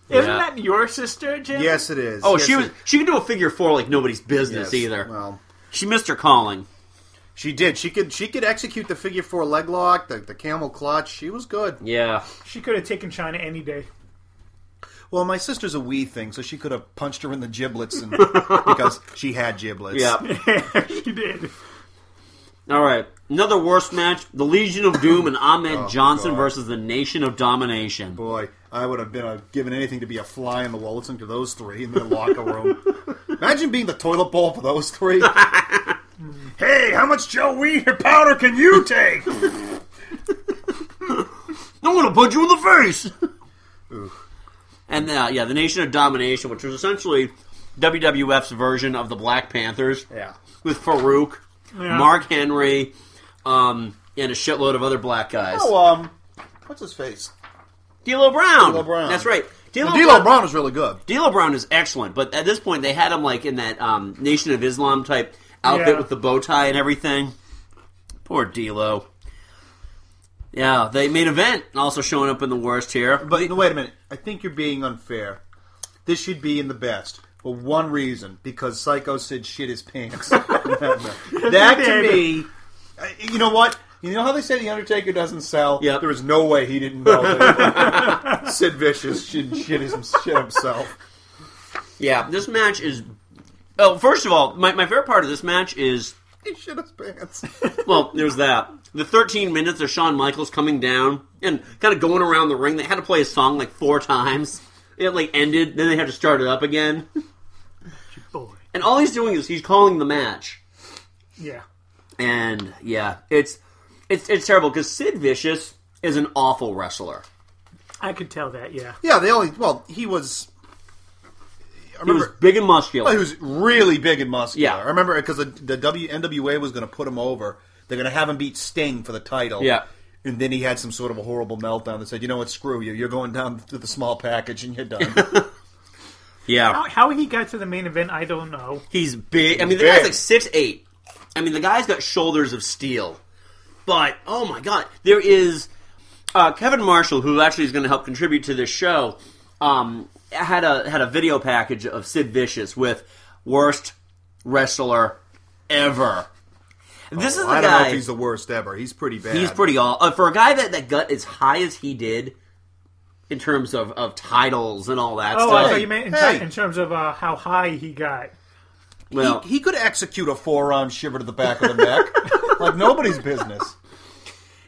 Speaker 4: Isn't
Speaker 3: Yeah.
Speaker 4: that your sister, Jim?
Speaker 5: Yes, it is.
Speaker 3: oh
Speaker 5: Yes,
Speaker 3: she
Speaker 5: it-
Speaker 3: was she can do a figure four like nobody's business
Speaker 5: yes.
Speaker 3: either.
Speaker 5: Well,
Speaker 3: She missed her calling.
Speaker 5: she did. She could. She could execute the figure four leg lock, the, the camel clutch. She was good.
Speaker 3: Yeah.
Speaker 4: She could have taken China any day.
Speaker 5: Well, my sister's a wee thing, so she could have punched her in the giblets,
Speaker 3: *laughs*
Speaker 5: and because she had giblets.
Speaker 3: Yeah.
Speaker 5: *laughs*
Speaker 4: she did.
Speaker 3: All right. Another worst match: the Legion of Doom
Speaker 5: *clears throat*
Speaker 3: and Ahmed Johnson
Speaker 5: Oh, God.
Speaker 3: versus the Nation of Domination.
Speaker 5: Boy, I would have been a, given anything to be a fly in the wall listening to those three in the locker room. Imagine being the toilet bowl for
Speaker 3: *laughs*
Speaker 5: those three. hey, how much Joe Weed or powder can
Speaker 3: *laughs*
Speaker 5: you take?
Speaker 3: I'm gonna punch you in the face. and uh, yeah, the Nation of Domination, which was essentially WWF's version of the Black Panthers.
Speaker 5: Yeah.
Speaker 3: with Farouk,
Speaker 4: Yeah.
Speaker 3: Mark Henry, um, and a shitload of other black guys.
Speaker 5: Oh, um, what's his face?
Speaker 3: D'Lo Brown.
Speaker 5: D'Lo Brown.
Speaker 3: That's right. D'Lo,
Speaker 5: D'Lo Brown is really good.
Speaker 3: D'Lo Brown is excellent, but at this point they had him like in that um, Nation of Islam type outfit
Speaker 4: Yeah.
Speaker 3: with the bow tie and everything. Poor D'Lo. Yeah, they main event also showing up in the worst here.
Speaker 5: But no, wait a minute. I think you're being unfair. This should be in the best for one reason because Psycho Sid shit his pants. that to me, I- you know what? You know how they say the Undertaker doesn't sell.
Speaker 3: Yep.
Speaker 5: there is no way he didn't know that Sid Vicious should shit, his, shit himself.
Speaker 3: Yeah, this match is. Oh, first of all, my, my favorite part of this match is
Speaker 5: He shit his pants.
Speaker 3: *laughs* well, there's that. The 13 minutes of Shawn Michaels coming down and kind of going around the ring. They had to play a song like four times. It like ended, then they had to start it up again.
Speaker 4: Boy.
Speaker 3: And all he's doing is he's calling the match.
Speaker 4: Yeah.
Speaker 3: And yeah, it's it's it's terrible because Sid Vicious is an awful wrestler.
Speaker 4: I could tell that, yeah.
Speaker 5: yeah, they only. Well, he was. I
Speaker 3: He was
Speaker 5: remember.
Speaker 3: big and muscular.
Speaker 5: Well, he was really big and muscular.
Speaker 3: Yeah.
Speaker 5: I remember because the, the w, NWA was going to put him over. They're going to have him beat Sting for the title.
Speaker 3: Yeah.
Speaker 5: And then he had some sort of a horrible meltdown that said, "You know what? Screw you. You're going down to the small package, and you're done."
Speaker 3: yeah,
Speaker 4: How, how he got to the main event, I don't know.
Speaker 3: he's big. I mean, the
Speaker 5: Big.
Speaker 3: guy's like six eight. I mean, the guy's got shoulders of steel. But oh my god, there is uh, Kevin Marshall, who actually is going to help contribute to this show. Um, had a had a video package of Sid Vicious with worst wrestler ever. *laughs* This is the
Speaker 5: Oh, I don't know
Speaker 3: guy.
Speaker 5: if he's the worst ever. He's pretty bad.
Speaker 3: He's pretty all uh, for a guy that that got as high as he did in terms of, of titles and all that
Speaker 4: Oh, I
Speaker 3: stuff.
Speaker 4: thought you meant in,
Speaker 5: hey.
Speaker 4: in terms of uh, how high he got.
Speaker 3: well,
Speaker 5: He could execute a forearm shiver to the back of
Speaker 3: *laughs*
Speaker 5: the neck like nobody's business.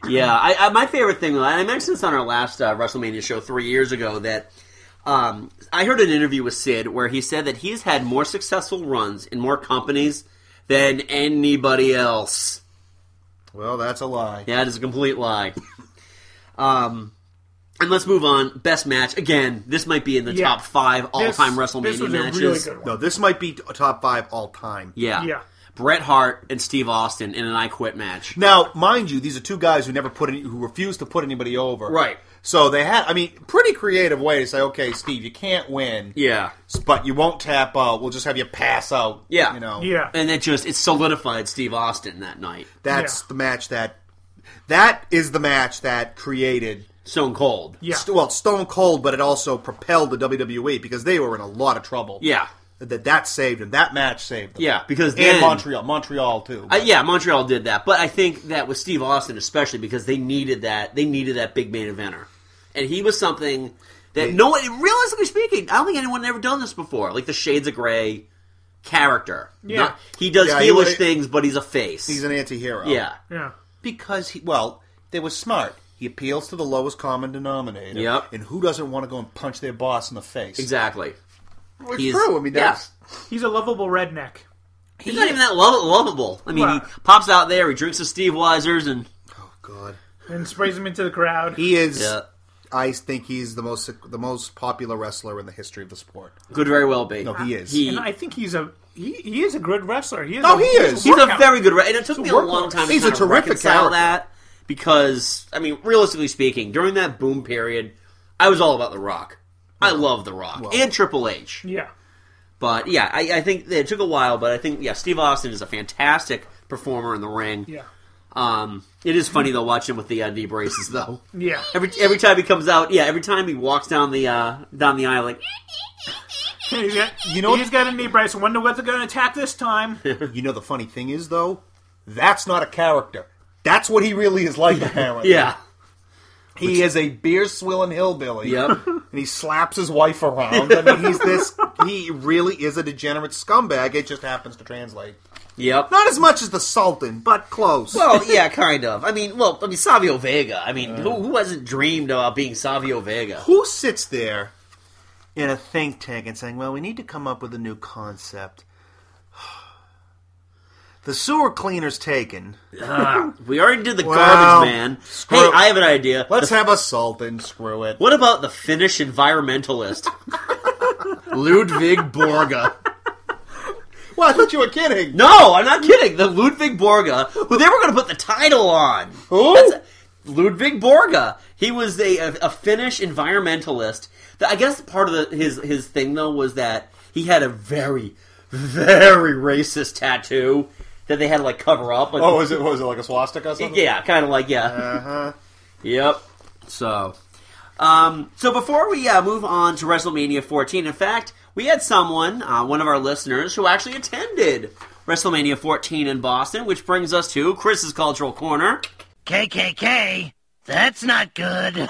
Speaker 3: yeah, I, I, my favorite thing, and I mentioned this on our last uh, WrestleMania show three years ago, that um, I heard an interview with Sid where he said that he's had more successful runs in more companies than anybody else.
Speaker 5: Well, that's a lie.
Speaker 3: That is a complete lie. um, and let's move on. Best match again. This might be in the
Speaker 4: Yeah.
Speaker 3: top five
Speaker 4: This-
Speaker 3: all-time WrestleMania
Speaker 4: this was
Speaker 3: matches.
Speaker 4: A really good one.
Speaker 5: No, this might be top five all time.
Speaker 3: Yeah.
Speaker 4: Yeah.
Speaker 3: Bret Hart and Steve Austin in an I Quit match.
Speaker 5: Now, mind you, these are two guys who never put any, who refused to put anybody over.
Speaker 3: Right.
Speaker 5: So they had, I mean, pretty creative way to say, okay, Steve, you can't win,
Speaker 3: Yeah.
Speaker 5: but you won't tap out. We'll just have you pass out.
Speaker 3: Yeah.
Speaker 5: You know.
Speaker 4: Yeah.
Speaker 3: And it just, it solidified Steve Austin that night.
Speaker 5: That's
Speaker 4: Yeah.
Speaker 5: the match that. That is the match that created.
Speaker 3: Stone Cold.
Speaker 4: yeah.
Speaker 5: St- well, Stone Cold, but it also propelled the WWE because they were in a lot of trouble.
Speaker 3: Yeah.
Speaker 5: That that saved them. That match saved them.
Speaker 3: Yeah, because
Speaker 5: and
Speaker 3: then-
Speaker 5: Montreal, Montreal too.
Speaker 3: Uh, yeah, Montreal did that. But I think that with Steve Austin especially because they needed that, they needed that big main eventer. And he was something that no one, realistically speaking, I don't think anyone had ever done this before. Like the Shades of Grey character.
Speaker 4: Yeah.
Speaker 3: he does
Speaker 5: Yeah, he
Speaker 3: heelish
Speaker 5: was-
Speaker 3: things, but he's a face.
Speaker 5: He's an anti-hero.
Speaker 3: yeah.
Speaker 4: yeah.
Speaker 5: Because he, well, they were smart. He appeals to the lowest common denominator.
Speaker 3: Yep.
Speaker 5: And who doesn't want to go and punch their boss in the face?
Speaker 3: Exactly.
Speaker 5: Well, it's
Speaker 3: He's-
Speaker 5: true. I mean,
Speaker 3: yeah.
Speaker 5: that's
Speaker 4: He's a lovable redneck.
Speaker 3: He's not even that lo- lovable. I mean,
Speaker 4: Well-
Speaker 3: he pops out there, he drinks his Steve Weisers, and
Speaker 5: oh god.
Speaker 4: and sprays him into the crowd.
Speaker 5: He is.
Speaker 3: Yeah.
Speaker 5: I think he's the most the most popular wrestler in the history of the sport.
Speaker 3: Could very well be.
Speaker 5: No, he is.
Speaker 3: He,
Speaker 4: and I think he's a he, he is a good wrestler. He is
Speaker 5: No,
Speaker 4: a,
Speaker 5: Oh, he is.
Speaker 3: he's a
Speaker 4: workout.
Speaker 3: very good. re- And it took me a
Speaker 5: workhorse.
Speaker 3: long time to
Speaker 5: He's
Speaker 3: kind
Speaker 5: a
Speaker 3: of
Speaker 5: terrific
Speaker 3: reconcile
Speaker 5: character.
Speaker 3: that because I mean, realistically speaking, during that boom period, I was all about The Rock. I love The Rock and Triple H.
Speaker 4: yeah.
Speaker 3: But yeah, I, I think that it took a while, but I think yeah, Steve Austin is a fantastic performer in the ring.
Speaker 4: Yeah.
Speaker 3: Um, it is funny though watching him with the uh, knee braces though.
Speaker 4: Yeah.
Speaker 3: Every every time he comes out, yeah, every time he walks down the uh, down the aisle, like
Speaker 4: He's got,
Speaker 5: You know-
Speaker 4: he's got a knee brace. Wonder what they're going to attack this time.
Speaker 3: *laughs*
Speaker 5: You know the funny thing is though, that's not a character. That's what he really
Speaker 3: *laughs*
Speaker 5: is like. Apparently,
Speaker 3: yeah,
Speaker 5: he is a beer swilling hillbilly.
Speaker 3: yep,
Speaker 5: and he slaps his wife around. I mean, he's this. He really is a degenerate scumbag. It just happens to translate.
Speaker 3: yep.
Speaker 5: Not as much as the Sultan, but close.
Speaker 3: Well, yeah, kind of. I mean, well, I mean Savio Vega. I mean, who, who hasn't dreamed about being Savio Vega?
Speaker 5: Who sits there?
Speaker 8: in a think tank and saying, well, we need to come up with a new
Speaker 5: *sighs*
Speaker 8: concept. The sewer cleaner's taken.
Speaker 3: Ah,
Speaker 5: *laughs*
Speaker 3: We already did the
Speaker 5: Well,
Speaker 3: garbage man.
Speaker 5: screw
Speaker 3: Hey,
Speaker 5: it.
Speaker 3: I have an idea.
Speaker 5: Let's
Speaker 3: The-
Speaker 5: have a Sultan. Screw it.
Speaker 3: what about the Finnish
Speaker 5: *laughs*
Speaker 3: environmentalist Ludvig *laughs* Borga?
Speaker 5: Well, I thought you were kidding.
Speaker 3: No, I'm not kidding. The Ludwig Borga, who they were going to put the title on.
Speaker 5: Who?
Speaker 3: That's- Ludwig Borga. He was a, a, a Finnish environmentalist. The- I guess part of the, his his thing though was that he had a very very racist tattoo that they had to like cover up. Like,
Speaker 5: Oh, is it? Was it like a swastika? Or something? Uh-huh.
Speaker 3: yeah, kind of like yeah. Yep. So, um, so before we uh, move on to WrestleMania 14, in fact, we had someone, uh, one of our listeners, who actually attended WrestleMania 14 in Boston, which brings us to Chris's cultural corner.
Speaker 9: KKK? That's not good.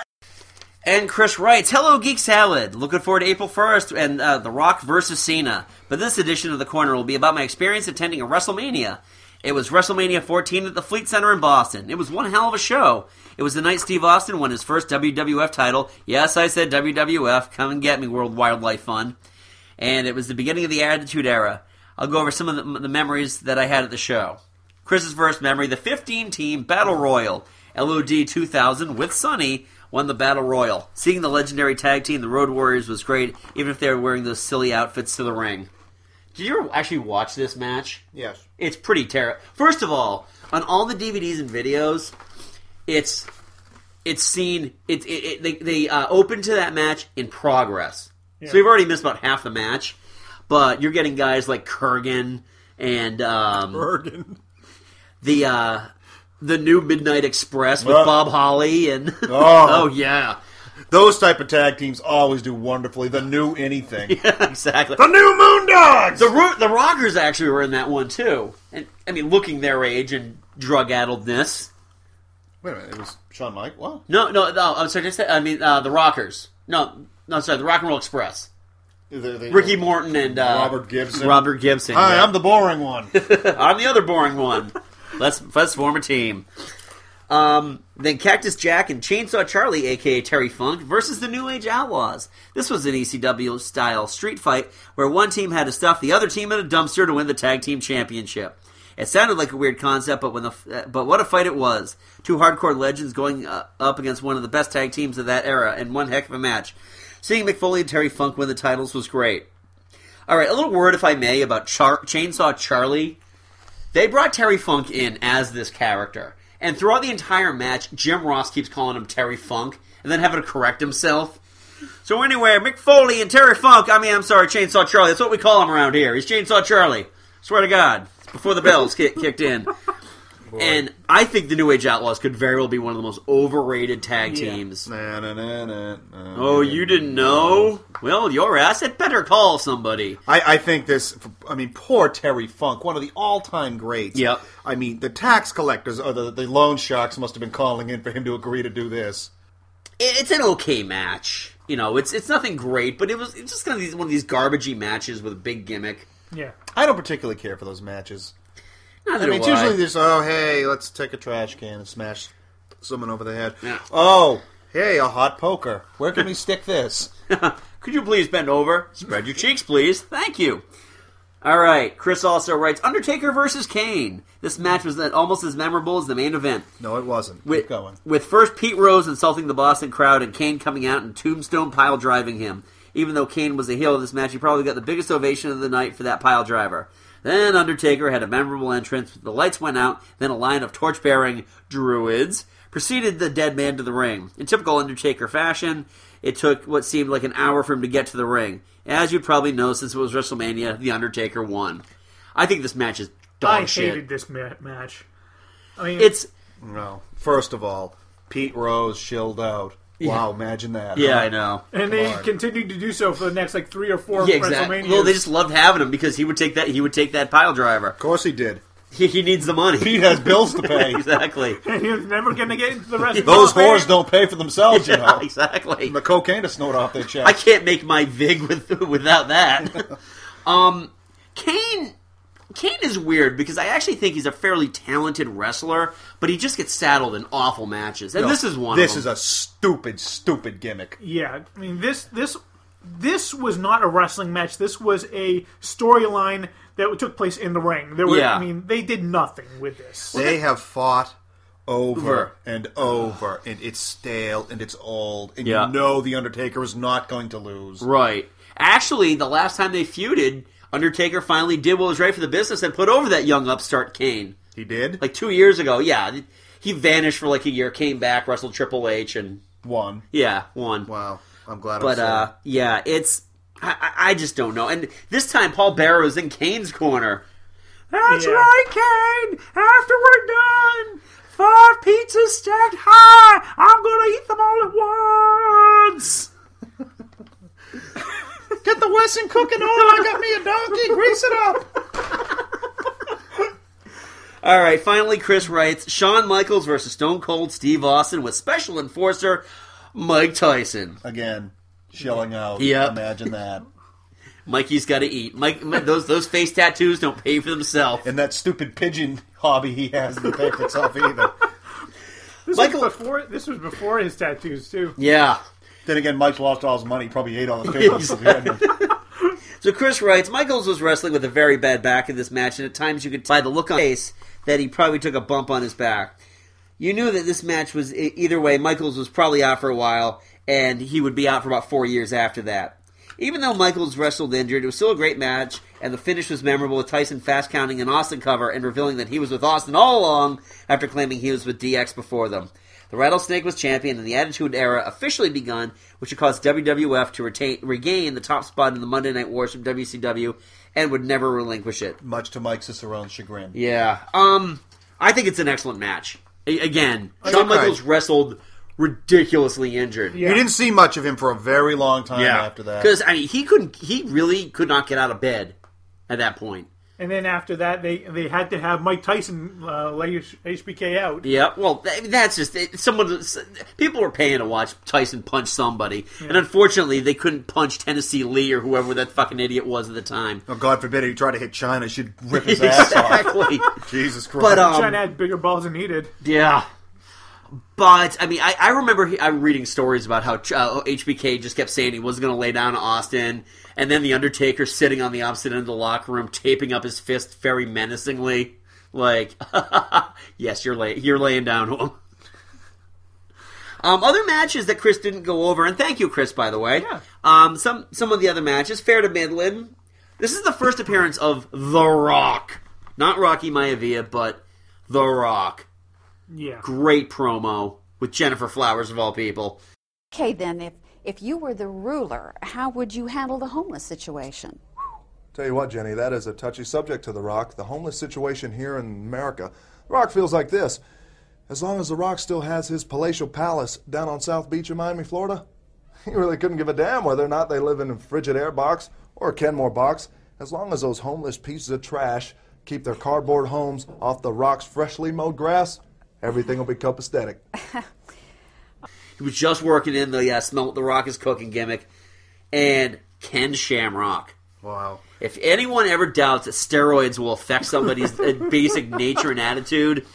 Speaker 3: And Chris writes, "Hello, Geek Salad. Looking forward to April 1st and uh, The Rock versus Cena. But this edition of the corner will be about my experience attending a WrestleMania. It was WrestleMania 14 at the Fleet Center in Boston. It was one hell of a show. It was the night Steve Austin won his first WWF title. Yes, I said WWF. Come and get me, World Wildlife Fund. And it was the beginning of the Attitude Era. I'll go over some of the, the memories that I had at the show. Chris's first memory, the 15 team Battle Royal. LOD 2000 with Sonny won the Battle Royal. Seeing the legendary tag team, the Road Warriors, was great, even if they were wearing those silly outfits to the ring. Did you ever actually watch this match? *laughs*
Speaker 5: Yes.
Speaker 3: It's pretty terrible. First of all, on all the DVDs and videos, it's it's seen it, it, it they, they uh, open to that match in progress. So you've already missed about half the match, but you're getting guys like Kurgan and um,
Speaker 5: Bergen.
Speaker 3: the uh, the new Midnight Express with
Speaker 5: Uh.
Speaker 3: Bob Holly and
Speaker 5: Oh.
Speaker 3: oh yeah
Speaker 5: Those type of tag teams always do wonderfully. The new anything.
Speaker 3: *laughs* exactly
Speaker 5: The new Moon Dogs.
Speaker 3: The Ro- the Rockers actually were in that one too, and I mean, looking their age and drug-addledness.
Speaker 5: Wait a minute. It was Shawn Mike. What?
Speaker 3: No, no, no. I'm sorry. Just, I mean, uh, the Rockers. No, no. Sorry, the Rock and Roll Express.
Speaker 5: The- the-
Speaker 3: Ricky Morton and uh,
Speaker 5: Robert Gibson.
Speaker 3: Robert Gibson.
Speaker 5: Hi,
Speaker 3: yeah.
Speaker 5: I'm the boring one.
Speaker 3: *laughs* I'm the other boring one. Let's let's form a team. Um, then Cactus Jack and Chainsaw Charlie, aka Terry Funk, versus the New Age Outlaws. This was an ECW style street fight where one team had to stuff the other team in a dumpster to win the tag team championship. It sounded like a weird concept, but when the uh, but what a fight it was! Two hardcore legends going uh, up against one of the best tag teams of that era, and one heck of a match. Seeing McFoley and Terry Funk win the titles was great. All right, a little word, if I may, about Char- Chainsaw Charlie they brought Terry Funk in as this character. And throughout the entire match, Jim Ross keeps calling him Terry Funk and then having to correct himself. So anyway, Mick Foley and Terry Funk, I mean, I'm sorry, Chainsaw Charlie, that's what we call him around here. He's Chainsaw Charlie. Swear to God. It's before the bells ki- kicked
Speaker 5: *laughs*
Speaker 3: in. And I think the New Age Outlaws could very well be one of the most overrated tag teams.
Speaker 5: Na, na, na, na, na.
Speaker 3: Oh, you didn't know? Well, your ass had better call somebody.
Speaker 5: I, I think this. I mean, poor Terry Funk, one of the all-time greats.
Speaker 3: Yep.
Speaker 5: I mean, the tax collectors or the, the loan sharks must have been calling in for him to agree to do this.
Speaker 3: it- it's an okay match. You know, it's it's nothing great, but it was it's just kind of these, one of these garbagey matches with a big gimmick.
Speaker 4: yeah.
Speaker 5: I don't particularly care for those matches.
Speaker 3: Neither
Speaker 5: I mean, it's
Speaker 3: do I.
Speaker 5: usually there's oh hey, let's take a trash can and smash someone over the head.
Speaker 3: Yeah.
Speaker 5: Oh hey, a hot poker. Where
Speaker 3: *laughs*
Speaker 5: can we stick this?
Speaker 3: Could you please bend over? Spread your cheeks, please. Thank you. All right. Chris also writes Undertaker versus Kane. This match was uh, almost as memorable as the main event.
Speaker 5: No, it wasn't.
Speaker 3: With,
Speaker 5: Keep going.
Speaker 3: with first Pete Rose insulting the Boston crowd and Kane coming out and tombstone pile driving him. Even though Kane was a heel of this match, he probably got the biggest ovation of the night for that pile driver. Then Undertaker had a memorable entrance. The lights went out. Then a line of torch bearing druids preceded the dead man to the ring. In typical Undertaker fashion, it took what seemed like an hour for him to get to the ring. As you probably know, since it was WrestleMania, The Undertaker won. I think this match is dog
Speaker 4: I
Speaker 3: shit.
Speaker 4: hated this ma- match. I mean,
Speaker 3: It's
Speaker 5: No. First of all, Pete Rose shilled out. Wow, imagine that.
Speaker 3: yeah, I know.
Speaker 4: and they
Speaker 5: on.
Speaker 4: continued to do so for the next like three or four
Speaker 3: Yeah,
Speaker 4: WrestleManias.
Speaker 3: exactly. Well, they just loved having him because he would take that. He would take that pile driver.
Speaker 5: Of course he did.
Speaker 3: He, he needs the money.
Speaker 5: Pete has
Speaker 3: *laughs*
Speaker 5: bills to pay.
Speaker 3: exactly.
Speaker 4: *laughs* and he was never going to
Speaker 5: *laughs*
Speaker 4: get into the rest.
Speaker 5: Those whores don't pay for
Speaker 3: *laughs*
Speaker 5: themselves, you know.
Speaker 3: exactly.
Speaker 5: The cocaine is snowed off their
Speaker 3: I
Speaker 5: chest.
Speaker 3: can't make my vig with *laughs* without
Speaker 5: *laughs*
Speaker 3: that. um, Kane. Kane is weird because I actually think he's a fairly talented wrestler, but he just gets saddled in awful matches, and this is one.
Speaker 5: This
Speaker 3: of
Speaker 5: is
Speaker 3: them.
Speaker 5: a stupid, stupid gimmick.
Speaker 4: *laughs* Yeah, I mean this this this was not a wrestling match. This was a storyline that took place in the ring. There were,
Speaker 3: Yeah.
Speaker 4: I mean, they did nothing with *laughs* this.
Speaker 5: They have fought over
Speaker 3: Over.
Speaker 5: and over, and it's stale and it's old, and
Speaker 3: Yeah.
Speaker 5: you know the Undertaker is not going to lose.
Speaker 3: right. Actually, the last time they feuded, Undertaker finally did what was right for the business and put over that young upstart Kane.
Speaker 5: He did
Speaker 3: like two years ago. Yeah, he vanished for like a year, came back, wrestled Triple H, and
Speaker 5: one.
Speaker 3: yeah, won.
Speaker 5: Wow, I'm glad.
Speaker 3: but
Speaker 5: I'm
Speaker 3: uh, yeah, it's I, I I just don't know. And this time, Paul Barrow's in Kane's corner. That's
Speaker 4: Yeah.
Speaker 3: right, Kane. After we're done, five pizzas stacked high. I'm gonna eat them all at once.
Speaker 5: *laughs* get the Wesson cooking on. I got me a donkey. Grease it up.
Speaker 3: All right, finally, Chris writes Shawn Michaels versus Stone Cold Steve Austin with special enforcer Mike Tyson.
Speaker 5: Again, shilling out.
Speaker 3: Yep.
Speaker 5: Imagine that.
Speaker 3: *laughs* Mikey's got to eat. Mike, those those face tattoos don't pay for themselves.
Speaker 5: And that stupid pigeon hobby he has doesn't pay for itself either.
Speaker 4: This
Speaker 3: Michael-
Speaker 4: was before this was before his tattoos too.
Speaker 3: Yeah.
Speaker 5: Then again, Mike's lost all his money. Probably ate
Speaker 3: *laughs*
Speaker 5: all the papers.
Speaker 3: *laughs* So Chris writes, Michaels was wrestling with a very bad back in this match, and at times you could tell by the look on his face that he probably took a bump on his back. You knew that this match was e- either way. Michaels was probably out for a while, and he would be out for about four years after that. Even though Michaels wrestled injured, it was still a great match, and the finish was memorable with Tyson fast counting an Austin cover and revealing that he was with Austin all along after claiming he was with DX before them. The Rattlesnake was champion, and the Attitude Era officially begun, which would cause WWF to retain, regain the top spot in the Monday Night Wars from WCW and would never relinquish it.
Speaker 5: Much to Mike Cicerone's chagrin.
Speaker 3: Yeah. Um, I think it's an excellent match. A- again, Shawn
Speaker 5: think I-
Speaker 3: Michaels wrestled ridiculously injured.
Speaker 5: You didn't see much of him for a very long time after that.
Speaker 3: Because I mean, he couldn't. He really could not get out of bed at that point.
Speaker 4: And then after that, they they had to have Mike Tyson uh, lay H- HBK out.
Speaker 3: Yeah. Well, th- that's just it, someone. s- People were paying to watch Tyson punch somebody, and unfortunately, they couldn't punch Tennessee Lee or whoever that fucking idiot was at the time.
Speaker 5: Oh, God forbid he tried to hit China, she'd
Speaker 3: *laughs*
Speaker 5: rip his ass off.
Speaker 3: exactly.
Speaker 5: Jesus Christ.
Speaker 3: But um,
Speaker 4: China had bigger balls than he did.
Speaker 3: Yeah. But I mean, I, I remember he, I'm reading stories about how uh, HBK just kept saying he wasn't going to lay down to Austin, and then the Undertaker sitting on the opposite end of the locker room, taping up his fist very menacingly, like, *laughs* "Yes, you're lay- you're laying down." home." Um, other matches that Chris didn't go over, and thank you, Chris, by the way.
Speaker 4: Yeah.
Speaker 3: Um, some some of the other matches, fair to Midland. This is the first appearance of The Rock, not Rocky Maivia, but The Rock
Speaker 4: Yeah,
Speaker 3: great promo with Jennifer Flowers of all people.
Speaker 10: Okay, then, if, if you were the ruler, how would you handle the homeless situation?
Speaker 11: Tell you what, Jenny, that is a touchy subject to The Rock, the homeless situation here in America. The Rock feels like this. As long as The Rock still has his palatial palace down on South Beach in Miami, Florida, *laughs* he really couldn't give a damn whether or not they live in a frigid air box or a Kenmore box, as long as those homeless pieces of trash keep their cardboard homes off The Rock's freshly mowed grass, everything will be copacetic.
Speaker 3: He was just working in the uh, smell what the rock is cooking gimmick, and Ken Shamrock.
Speaker 5: wow.
Speaker 3: If anyone ever doubts that steroids will affect
Speaker 5: *laughs*
Speaker 3: somebody's uh, basic nature and attitude,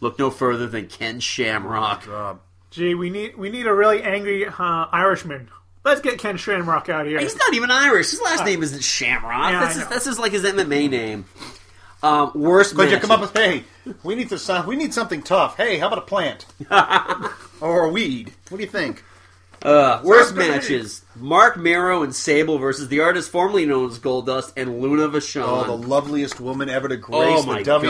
Speaker 3: look no further than Ken Shamrock.
Speaker 4: gee, we need we need a really angry uh, Irishman. Let's get Ken Shamrock out here.
Speaker 3: He's not even Irish. His last name isn't Shamrock.
Speaker 4: Yeah,
Speaker 3: that's,
Speaker 4: I
Speaker 3: his,
Speaker 4: know.
Speaker 3: that's his, like his MMA name. Um, worst
Speaker 5: Could you
Speaker 3: match.
Speaker 5: come up with hey? We need to sound, we need something tough. Hey, how about
Speaker 3: *laughs*
Speaker 5: a plant or a weed? What do you think?
Speaker 3: Uh, worst
Speaker 5: Sounds good.
Speaker 3: matches: Mark Marrow and Sable versus the artist formerly known as Goldust and Luna Vachon.
Speaker 5: Oh, the loveliest woman ever to grace
Speaker 3: Oh,
Speaker 5: the
Speaker 3: my
Speaker 5: WWE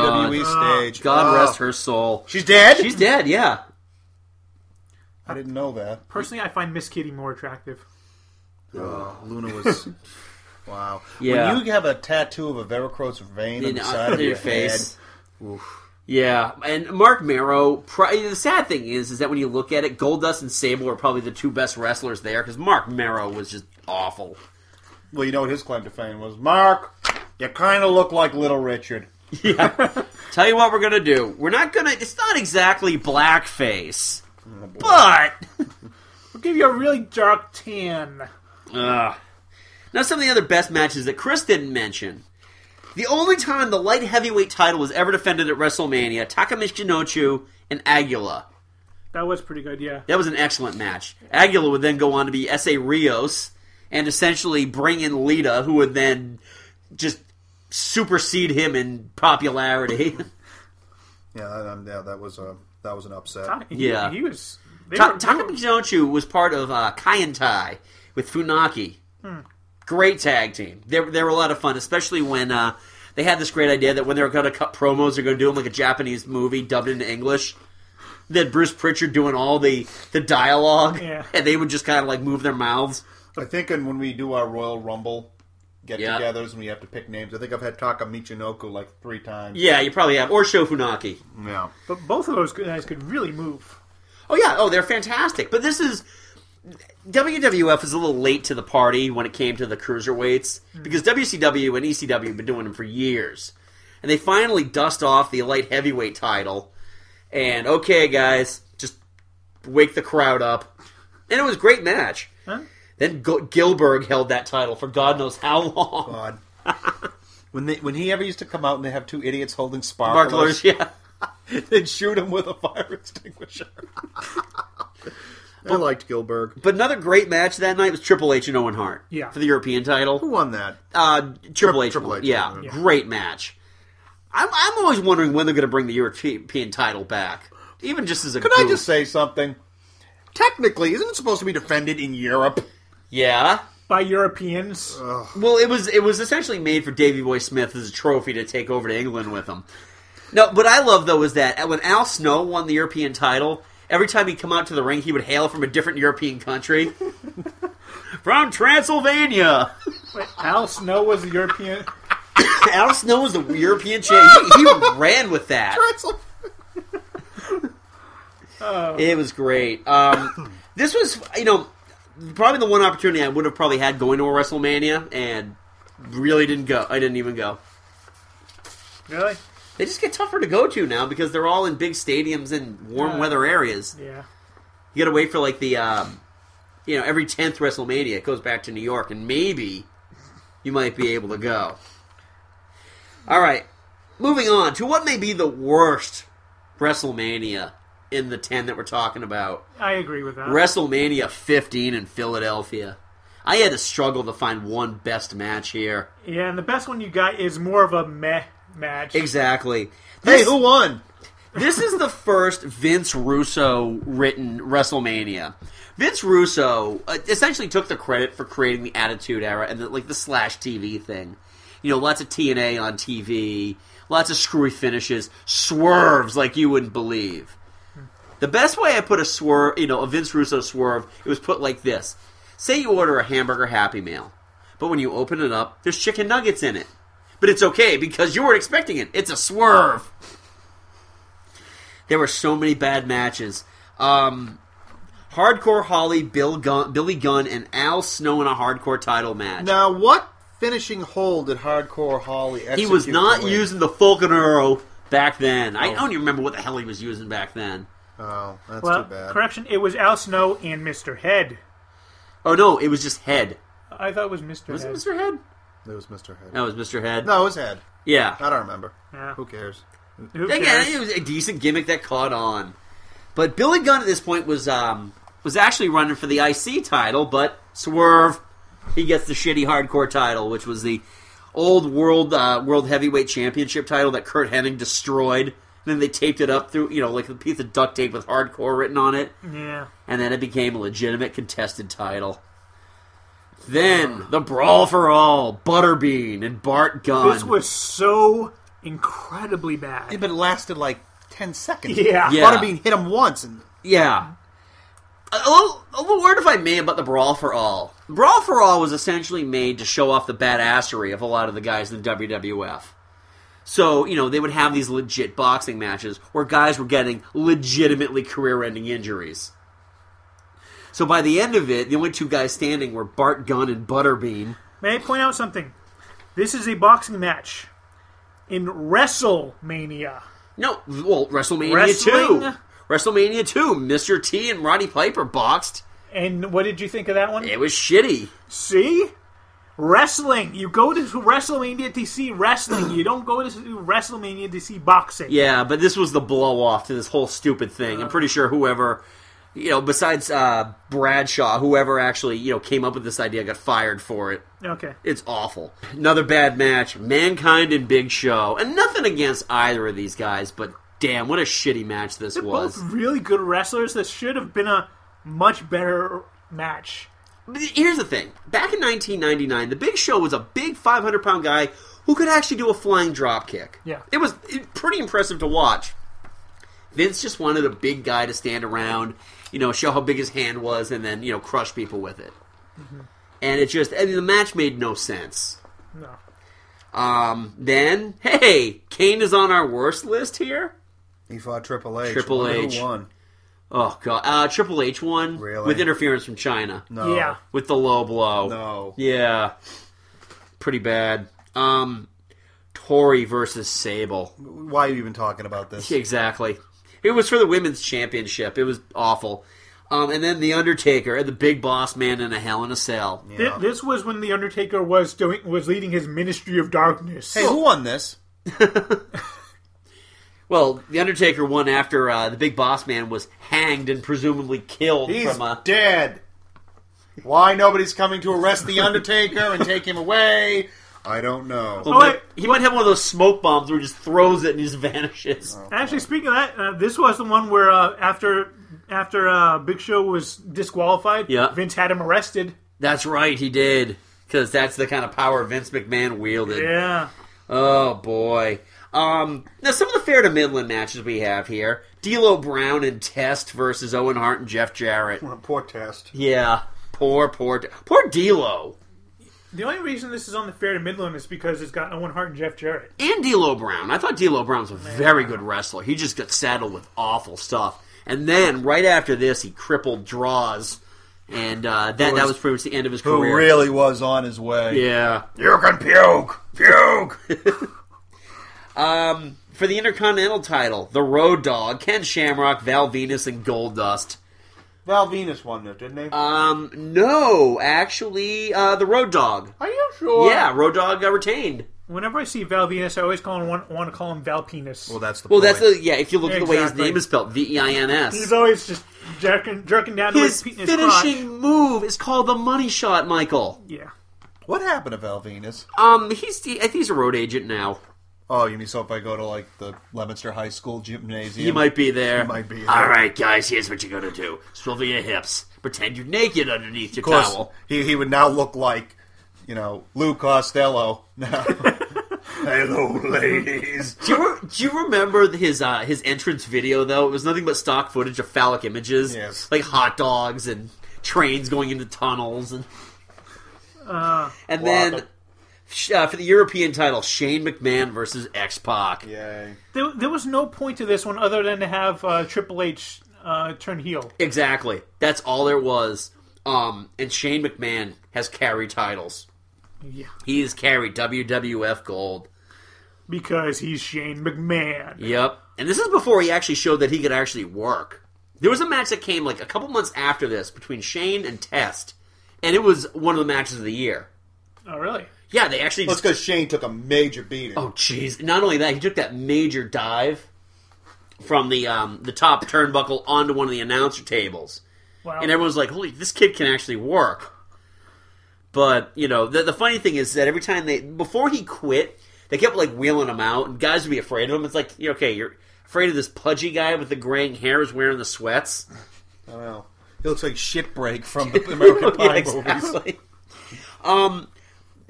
Speaker 3: God. Ah,
Speaker 5: stage.
Speaker 3: God
Speaker 5: Oh.
Speaker 3: rest her soul.
Speaker 5: She's dead.
Speaker 3: She's dead. Yeah.
Speaker 5: I didn't know that.
Speaker 4: Personally, I find Miss Kitty more attractive.
Speaker 5: Oh, Luna
Speaker 3: *laughs*
Speaker 5: was. wow.
Speaker 3: Yeah.
Speaker 5: When you have a tattoo of a varicose vein on
Speaker 3: In- uh,
Speaker 5: the side
Speaker 3: in
Speaker 5: of your,
Speaker 3: your face.
Speaker 5: head, oof.
Speaker 3: Yeah, and Mark Marrow. Probably, the sad thing is, is that when you look at it, Goldust and Sable are probably the two best wrestlers there because Mark Marrow was just awful.
Speaker 5: Well, you know what his claim to fame was? Mark, you kind of look like Little Richard.
Speaker 3: Tell you what, we're gonna do. We're not gonna. It's not exactly blackface,
Speaker 5: Oh,
Speaker 3: but
Speaker 4: We'll give you a really dark tan.
Speaker 3: Ugh. Now, some of the other best matches that Chris didn't mention. The only time the light heavyweight title was ever defended at WrestleMania, Takamichi Nochu and Aguila.
Speaker 4: That was pretty good, yeah.
Speaker 3: That was an excellent match. Aguila would then go on to be S.A. Rios and essentially bring in Lita, who would then just supersede him in popularity. *laughs*
Speaker 5: Yeah, that, um, yeah, that was a that was an upset.
Speaker 4: He-
Speaker 3: Yeah.
Speaker 4: He was. They
Speaker 3: Ta-
Speaker 4: were,
Speaker 3: Takamichi Nochu was part of uh, Kaientai with Funaki.
Speaker 4: Hmm.
Speaker 3: great tag team. They, they were a lot of fun, especially when uh, they had this great idea that when they were going to cut promos, they're going to do them like a Japanese movie dubbed into English. Then Bruce Pritchard doing all the, the dialogue,
Speaker 5: Yeah.
Speaker 3: and they would just kind of like move their mouths.
Speaker 5: I think in- when we do our Royal Rumble
Speaker 3: Yeah.
Speaker 5: get-togethers and we have to pick names, I think I've had Taka Michinoku like three times.
Speaker 3: Yeah, you probably have. Or Shofunaki.
Speaker 5: Yeah.
Speaker 4: But both of those guys could really move.
Speaker 3: Oh, yeah. Oh, they're fantastic. But this is. WWF is a little late to the party when it came to the cruiserweights
Speaker 5: Hmm.
Speaker 3: because WCW and ECW have been doing them for years. And they finally dust off the light heavyweight title. And okay, guys, just wake the crowd up. And it was a great match.
Speaker 4: Huh?
Speaker 3: Then Go- Gilbert held that title for God knows how long.
Speaker 5: God. *laughs* When they, when he ever used to come out and they have two idiots holding sparklers,
Speaker 3: Sparklers, yeah.
Speaker 5: *laughs* they'd shoot him with a fire extinguisher. I liked Gilbert.
Speaker 3: But another great match that night was Triple H and Owen Hart.
Speaker 5: Yeah.
Speaker 3: For the European title. Who
Speaker 5: won that?
Speaker 3: Uh, Triple H.
Speaker 5: Triple
Speaker 3: won.
Speaker 5: H,
Speaker 3: Yeah,
Speaker 5: yeah.
Speaker 3: Great match. I'm, I'm always wondering when they're going to bring the European title back. Even just as a
Speaker 5: Could I
Speaker 3: goof.
Speaker 5: just say something? Technically, isn't it supposed to be defended in Europe?
Speaker 3: Yeah.
Speaker 4: By Europeans.
Speaker 3: Well, it was it was essentially made for Davy Boy Smith as a trophy to take over to England with him. No, what I love though is that when Al Snow won the European title, every time he'd come out to the ring, he would hail from a different European country. from Transylvania.
Speaker 4: Wait, Al Snow was a European.
Speaker 3: *coughs* Al Snow was the European champion. He, he ran with that.
Speaker 4: Oh.
Speaker 3: It was great. Um, this was, you know, probably the one opportunity I would have probably had going to a WrestleMania, and really didn't go. I didn't even go.
Speaker 4: Really?
Speaker 3: They just get tougher to go to now because they're all in big stadiums and warm
Speaker 4: Yeah.
Speaker 3: weather areas.
Speaker 4: Yeah.
Speaker 3: You got to wait for like the, um, you know, every tenth WrestleMania it goes back to New York, and maybe you might be able to go. All right, moving on to what may be the worst WrestleMania in the ten that we're talking about.
Speaker 4: I agree with that.
Speaker 3: WrestleMania 15 in Philadelphia. I had to struggle to find one best match here.
Speaker 4: yeah, and the best one you got is more of a meh match.
Speaker 3: Exactly.
Speaker 4: Hey,
Speaker 5: who won?
Speaker 3: This is the first Vince Russo written WrestleMania. Vince Russo uh, essentially took the credit for creating the Attitude Era and the, like the slash TV thing. You know, lots of TNA on TV, lots of screwy finishes, swerves like you wouldn't believe. The best way I put a swerve, you know, a Vince Russo swerve, it was put like this. Say you order a hamburger Happy Meal, but when you open it up, there's chicken nuggets in it. But it's okay because you weren't expecting it. It's a swerve. There were so many bad matches. Um, Hardcore Holly, Bill Gun- Billy Gunn, and Al Snow in a hardcore title match.
Speaker 5: Now, what finishing hold did Hardcore Holly execute?
Speaker 3: he was not
Speaker 5: to win?
Speaker 3: using the Fulcanero back then. I
Speaker 5: Oh.
Speaker 3: don't even remember what the hell he was using back then.
Speaker 5: Oh, that's
Speaker 4: well, correction, it was Al Snow and Mr. Head.
Speaker 3: Oh no, it was just Head.
Speaker 4: I thought it was Mr.
Speaker 3: Was it
Speaker 4: Head.
Speaker 3: Mr. Head?
Speaker 5: It was Mr. Head.
Speaker 3: That was Mr. Head.
Speaker 5: No, it was Head.
Speaker 3: Yeah.
Speaker 5: I don't remember.
Speaker 4: Yeah.
Speaker 5: Who cares?
Speaker 3: Again, it was a decent gimmick that caught on. But Billy Gunn at this point was um, was actually running for the IC title, but Swerve. He gets the shitty hardcore title, which was the old world uh, world heavyweight championship title that Kurt Hennig destroyed. And then they taped it up through, you know, like a piece of duct tape with hardcore written on it.
Speaker 4: Yeah.
Speaker 3: And then it became a legitimate contested title. Then the brawl for all, Butterbean and Bart Gunn.
Speaker 4: This was so incredibly bad.
Speaker 5: It but it lasted like ten seconds.
Speaker 4: Yeah.
Speaker 3: Yeah.
Speaker 5: Butterbean hit him once, and
Speaker 3: Yeah. A a little, a little word if I may about the Brawl for All. Brawl for All was essentially made to show off the badassery of a lot of the guys in the WWF. So, you know, they would have these legit boxing matches where guys were getting legitimately career ending injuries. So by the end of it, the only two guys standing were Bart Gunn and Butterbean.
Speaker 4: May I point out something? This is a boxing match in WrestleMania.
Speaker 3: No, well, WrestleMania
Speaker 4: Wrestling?
Speaker 3: 2. WrestleMania 2, Mr. T and Roddy Piper boxed.
Speaker 4: And what did you think of that one?
Speaker 3: It was shitty.
Speaker 4: See? Wrestling. You go to WrestleMania to see wrestling. you don't go to WrestleMania to see boxing.
Speaker 3: Yeah, but this was the blow off to this whole stupid thing. I'm pretty sure whoever, you know, besides uh, Bradshaw, whoever actually, you know, came up with this idea got fired for it.
Speaker 4: Okay.
Speaker 3: It's awful. Another bad match. Mankind and Big Show. And nothing against either of these guys, but damn, what a shitty match this was.
Speaker 4: Both really good wrestlers. This should have been a much better match.
Speaker 3: But Here's the thing. Back in 1999, the Big Show was a big 500 pound guy who could actually do a flying drop kick.
Speaker 4: Yeah.
Speaker 3: It was pretty impressive to watch. Vince just wanted a big guy to stand around, you know, show how big his hand was, and then, you know, crush people with it. Mm-hmm. And it just, and the match made no sense.
Speaker 4: No.
Speaker 3: Um, then, hey, Kane is on our worst list here.
Speaker 5: he fought Triple H.
Speaker 3: Triple
Speaker 5: Wonder
Speaker 3: H.
Speaker 5: who won.
Speaker 3: Oh, God. Uh, Triple H won
Speaker 5: Really?
Speaker 3: with interference from China.
Speaker 5: No.
Speaker 4: Yeah.
Speaker 3: with the low blow.
Speaker 5: No.
Speaker 3: Yeah. Pretty bad. Um Tory versus Sable.
Speaker 5: Why are you even talking about this?
Speaker 3: *laughs* Exactly. It was for the women's championship. It was awful. Um, and then the Undertaker and the Big Boss Man in a Hell in a Cell.
Speaker 4: Thi- this was when the Undertaker was doing was leading his Ministry of Darkness.
Speaker 5: Hey, who won this?
Speaker 3: Well, the Undertaker won after uh, the Big Boss Man was hanged and presumably killed
Speaker 5: He's
Speaker 3: from a.
Speaker 5: dead. Why nobody's coming to arrest the Undertaker and take him away? I don't know.
Speaker 3: Well,
Speaker 4: wait.
Speaker 3: he might have one of those smoke bombs where he just throws it and he just *laughs* vanishes.
Speaker 5: Oh.
Speaker 4: Actually, speaking of that, uh, this was the one where uh, after after uh, Big Show was disqualified,
Speaker 3: Yeah.
Speaker 4: Vince had him arrested.
Speaker 3: That's right, he did. Because that's the kind of power Vince McMahon wielded.
Speaker 4: Yeah,
Speaker 3: Oh boy. Um, now some of the fair to Midland matches we have here: D'Lo Brown and Test versus Owen Hart and Jeff Jarrett.
Speaker 5: Poor test.
Speaker 3: Yeah, poor, poor, poor D'Lo
Speaker 4: the only reason this is on the fair to Midland is because it's got Owen Hart and Jeff Jarrett.
Speaker 3: and D'Lo Brown. I thought D'Lo Brown's a very good wrestler. He just got saddled with awful stuff, and then right after this, he crippled draws, and uh, that that was pretty much the end of his
Speaker 5: Who
Speaker 3: career.
Speaker 5: really was on his way.
Speaker 3: Yeah.
Speaker 5: You can puke. Puke.
Speaker 3: Um, For the Intercontinental title, the Road Dog, Ken Shamrock, Val Venus, and Goldust.
Speaker 5: Val Venus won this, didn't he?
Speaker 3: Um, no, actually, uh, the Road Dog.
Speaker 5: Are you sure?
Speaker 3: Yeah, Road Dog got retained.
Speaker 4: Whenever I see Val Venus, I always call him, want, want to call him Val Penis.
Speaker 5: Well, that's the
Speaker 3: Well,
Speaker 5: point.
Speaker 3: that's the yeah. If you look at the way his
Speaker 4: Exactly.
Speaker 3: name is spelled, V E I N
Speaker 4: He's
Speaker 3: S.
Speaker 4: always just jerking, jerking down to his,
Speaker 3: His
Speaker 4: pe- his crotch.
Speaker 3: finishing move is called the money shot, Michael.
Speaker 4: Yeah,
Speaker 5: What happened to Val Venus?
Speaker 3: Um, he's the, I think he's a road agent now.
Speaker 5: Oh, you mean so if I go to like the Leominster High School gymnasium?
Speaker 3: He might be there.
Speaker 5: He might be there.
Speaker 3: All right, guys. Here's what you're gonna do: swivel your hips, pretend you're naked underneath your
Speaker 5: Of course,
Speaker 3: towel.
Speaker 5: he, he would now look like, you know, Lou Costello. *laughs* Now. Hello, ladies.
Speaker 3: Do you, re- do you remember his uh, his entrance video though? It was nothing but stock footage of phallic images,
Speaker 5: Yes.
Speaker 3: like hot dogs and trains going into tunnels, and
Speaker 4: Uh,
Speaker 3: and then
Speaker 5: Wow.
Speaker 3: sh- uh, for the European title, Shane McMahon versus X Pac.
Speaker 5: Yay.
Speaker 4: there, there was no point to this one other than to have uh, Triple H uh, turn heel.
Speaker 3: Exactly, that's all there was. Um, and Shane McMahon has carry titles.
Speaker 4: Yeah,
Speaker 3: He has carried WWF gold.
Speaker 4: because he's Shane McMahon.
Speaker 3: Yep. And this is before he actually showed that he could actually work. There was a match that came like a couple months after this between Shane and Test, and it was one of the matches of the year.
Speaker 4: Oh, really?
Speaker 3: Yeah, they actually
Speaker 5: That's
Speaker 3: just.
Speaker 5: because Shane took a major beating.
Speaker 3: Oh, jeez. Not only that, he took that major dive from the um, the top turnbuckle onto one of the announcer tables,
Speaker 4: Wow.
Speaker 3: and everyone's like, "Holy, this kid can actually work." But you know, the, the funny thing is that every time they before he quit, they kept like wheeling him out, and guys would be afraid of him. It's like, you're- okay, you're afraid of this pudgy guy with the graying hair who's wearing the sweats.
Speaker 5: I don't know. He looks like shit
Speaker 3: *laughs*
Speaker 5: break from the American Pie movies.
Speaker 3: exactly. Um,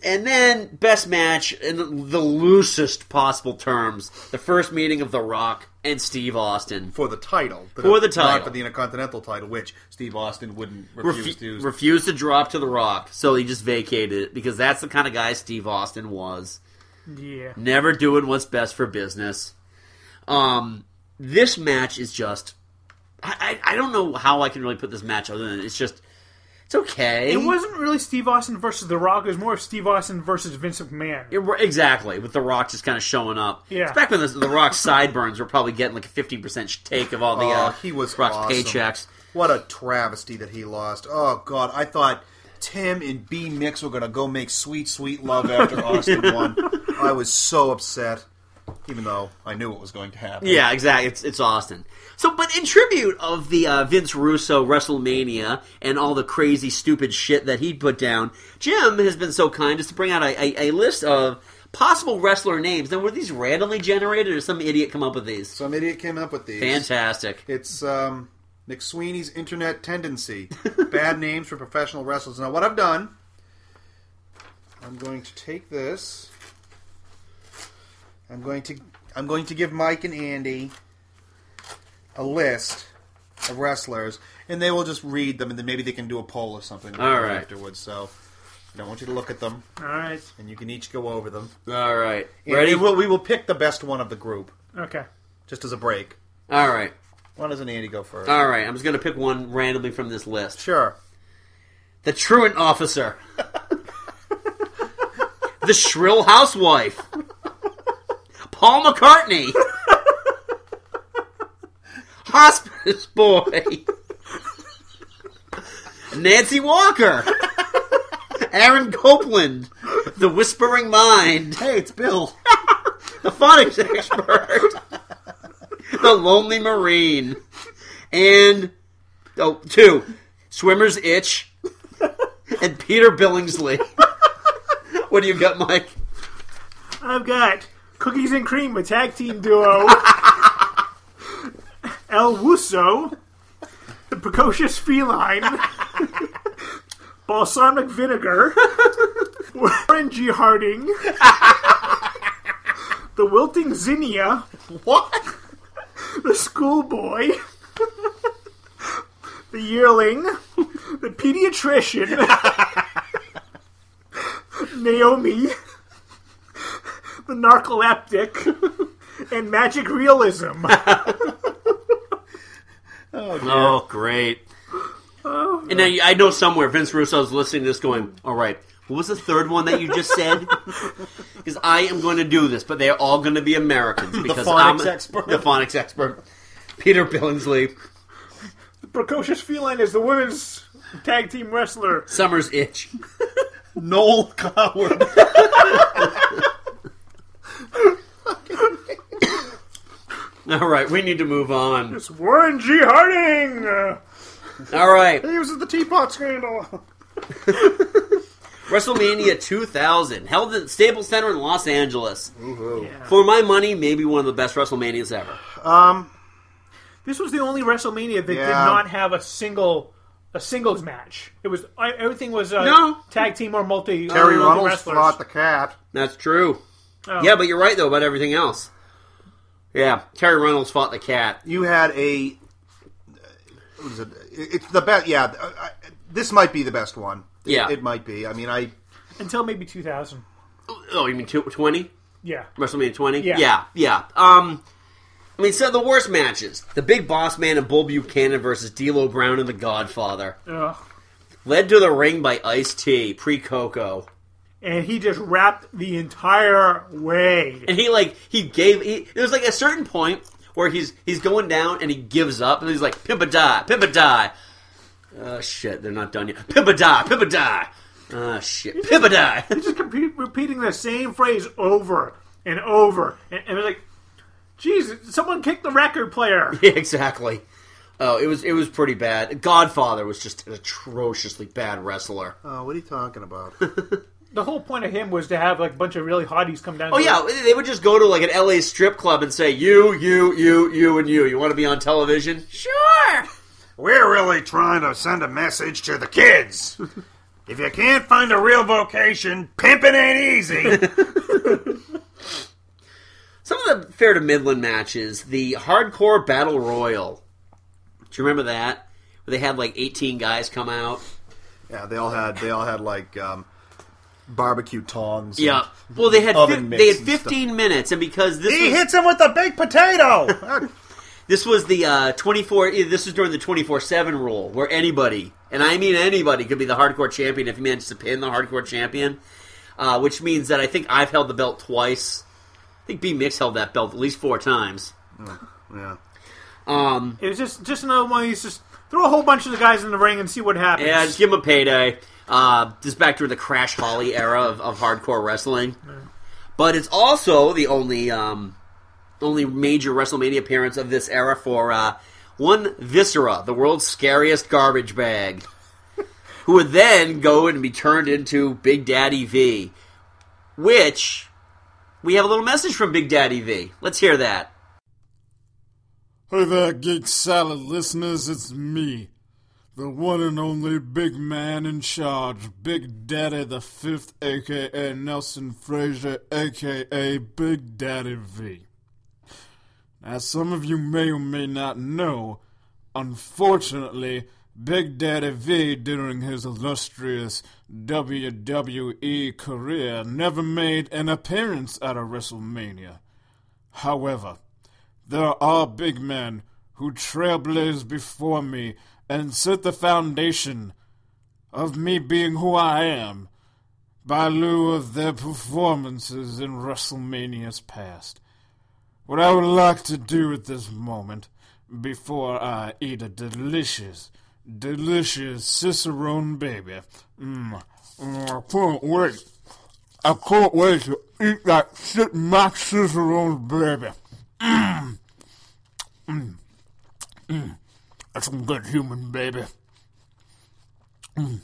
Speaker 3: and then best match in the loosest possible terms: the first meeting of The Rock and Steve Austin
Speaker 5: for the title. But
Speaker 3: for the
Speaker 5: Not for
Speaker 3: title.
Speaker 5: the Intercontinental title, which Steve Austin wouldn't refuse
Speaker 3: Refu-
Speaker 5: to.
Speaker 3: refused to drop to The Rock, so he just vacated it because that's the kind of guy Steve Austin was.
Speaker 4: Yeah.
Speaker 3: Never doing what's best for business. Um, this match is just. I, I, I don't know how I can really put this match other than it's just. It's okay.
Speaker 4: It wasn't really Steve Austin versus The Rock. It was more of Steve Austin versus Vince McMahon.
Speaker 3: It- exactly, with The Rock just kind of showing up.
Speaker 4: Yeah.
Speaker 3: It's back when the, the Rock's sideburns were probably getting like a 15% take of all the
Speaker 5: Oh,
Speaker 3: uh,
Speaker 5: he was
Speaker 3: Rock's
Speaker 5: awesome.
Speaker 3: paychecks.
Speaker 5: What a travesty that he lost. Oh God, I thought Tim and B Mix were gonna go make sweet, sweet
Speaker 3: *laughs*
Speaker 5: love after Austin won. I was so upset, even though I knew it was going to happen.
Speaker 3: Yeah, exactly. It's, it's Austin. So, but in tribute of the uh, Vince Russo WrestleMania and all the crazy, stupid shit that he put down, Jim has been so kind as to bring out a, a, a list of possible wrestler names. Now, were these randomly generated, or did some idiot come up with these?
Speaker 5: Some idiot came up with these.
Speaker 3: Fantastic.
Speaker 5: It's um, McSweeney's
Speaker 3: *laughs*
Speaker 5: internet tendency. Bad names for professional wrestlers. Now, what I've done, I'm going to take this. I'm going to I'm going to give Mike and Andy a list of wrestlers, and they will just read them, and then maybe they can do a poll or something
Speaker 3: All right.
Speaker 5: afterwards. So. I don't want you to look at them.
Speaker 4: All right.
Speaker 5: And you can each go over them.
Speaker 3: All right. Ready?
Speaker 5: Ready? We'll, we will pick the best one of the group,
Speaker 4: Okay.
Speaker 5: just as a break.
Speaker 3: All right.
Speaker 5: Why doesn't Andy go first?
Speaker 3: All right. I'm just going to pick one randomly from this list.
Speaker 5: Sure.
Speaker 3: The truant officer.
Speaker 5: *laughs*
Speaker 3: the shrill housewife. Paul
Speaker 5: *laughs*
Speaker 3: McCartney. Hospice boy. Nancy Walker. Aaron Copeland. The whispering mind.
Speaker 5: Hey, it's Bill.
Speaker 3: *laughs* the phonics expert. the lonely marine. And oh, two. Swimmer's *laughs* itch. And Peter Billingsley. *laughs* what do you got, Mike?
Speaker 4: I've got Cookies and Cream, a tag team duo. El Wusso, the
Speaker 5: *laughs*
Speaker 4: precocious feline, balsamic vinegar, Warren G. Harding, the wilting zinnia,
Speaker 5: what?
Speaker 4: The schoolboy, the yearling, the pediatrician, Naomi, the narcoleptic, and magic realism.
Speaker 5: *laughs* Oh,
Speaker 3: Oh, great.
Speaker 4: Oh,
Speaker 3: and now you- I know somewhere Vince Russo's listening to this going, all right, what was the third one that you just
Speaker 4: *laughs*
Speaker 3: said? Because I am going to do this, but they're all going to be Americans. Because
Speaker 5: phonics
Speaker 3: I'm
Speaker 5: expert.
Speaker 3: The phonics expert. Peter Billingsley.
Speaker 4: Precocious Feline is the women's tag team wrestler.
Speaker 3: Summer's itch.
Speaker 5: Noel Coward.
Speaker 3: All right, we need to move on.
Speaker 4: It's Warren G. Harding. Uh,
Speaker 3: All right,
Speaker 4: He was at the teapot scandal.
Speaker 3: WrestleMania 2000, held at Staples Center in Los Angeles. For my money, maybe one of the best WrestleManias ever.
Speaker 5: um,
Speaker 4: This was the only WrestleMania that did
Speaker 5: Yeah.
Speaker 4: not have a single a singles match. It was I- everything was uh,
Speaker 3: No.
Speaker 4: tag team or multi
Speaker 5: Terry
Speaker 4: multi
Speaker 5: Runnels
Speaker 4: wrestlers.
Speaker 5: fought the cat.
Speaker 3: That's true.
Speaker 4: Oh.
Speaker 3: Yeah, but you're right though about everything else. Yeah, Terry Reynolds fought the cat.
Speaker 5: You had a. What was it? It's the best. Yeah, I, I- this might be the best one. It-
Speaker 3: Yeah.
Speaker 5: it, might be. I mean, I
Speaker 4: until maybe 2000.
Speaker 3: Oh, you mean twenty?
Speaker 4: Yeah,
Speaker 3: WrestleMania 20?
Speaker 4: Yeah.
Speaker 3: Yeah. yeah. Um, I mean, so the worst matches. The Big Boss Man and Bull Buchanan versus D'Lo Brown and The Godfather.
Speaker 4: Ugh.
Speaker 3: Led to the ring by Ice-T, pre-Coco.
Speaker 4: and he just rapped the entire way.
Speaker 3: and he like he gave he, it was like a certain point where he's he's going down and he gives up and he's like pimp a die pimp a die oh shit they're not done yet pimp a die pimp a die oh shit pimp a die *laughs*
Speaker 4: He's just compe- repeating the same phrase over and over, and, and it's like, "Jeez, someone kicked the record player."
Speaker 3: Yeah, exactly Oh, it was it was pretty bad. Godfather was just an atrociously bad wrestler.
Speaker 8: Oh, what are you talking about?
Speaker 4: *laughs* The whole point of him was to have like a bunch of really hotties come down.
Speaker 3: Oh
Speaker 4: to
Speaker 3: yeah,
Speaker 4: *laughs*
Speaker 3: they would just go to like an LA strip club and say, "You, you, you, you, and you. You want to be on television?" Sure.
Speaker 12: We're really trying to send a message to
Speaker 3: *laughs*
Speaker 12: the kids. If you can't find a real vocation, pimping ain't
Speaker 3: *laughs*
Speaker 12: easy.
Speaker 3: Some of the fair to Midland matches, the hardcore battle royal. Do you remember that? Where they had like eighteen guys come out.
Speaker 5: Yeah, they all had they all had like um, barbecue tongs. and
Speaker 3: Yeah. Well, they had fif-
Speaker 5: oven mitts
Speaker 3: they had
Speaker 5: and stuff.
Speaker 3: 15 minutes, and because this
Speaker 12: he
Speaker 3: was,
Speaker 12: hits him with a
Speaker 3: *laughs*
Speaker 12: baked potato.
Speaker 3: this was the uh, 24. eh, This was during the 24 seven rule, where anybody, and I mean anybody, could be the hardcore champion if you managed to pin the hardcore champion. Uh, which means that I think I've held the belt twice. I think B Mix held that belt at least four times.
Speaker 5: Yeah.
Speaker 3: Um,
Speaker 4: It was just just another one. of these just throw a whole bunch of the guys in the ring and see what happens.
Speaker 3: yeah, just give him a payday. Uh, this is back during the Crash Holly era of, of hardcore wrestling. But it's also the only um, only major WrestleMania appearance of this era for uh, one Viscera, the world's scariest garbage bag, who would then go and be turned into Big Daddy V, which we have a little message from Big Daddy V. Let's hear that.
Speaker 13: Hey there, Geek Salad listeners, it's me, the one and only big man in charge, Big Daddy the Fifth, aka Nelson Frazier, aka Big Daddy V. As some of you may or may not know, unfortunately, Big Daddy V, during his illustrious WWE career, never made an appearance at a WrestleMania. However, there are big men who trailblaze before me and set the foundation of me being who I am by lieu of their performances in WrestleMania's past. What I would like to do at this moment, before I eat a delicious, delicious Cicerone baby, mm, mm, I can't wait. I can't wait to eat that shit, my Cicerone baby. Mm. Mm. Mm. That's some good human, baby. Mm.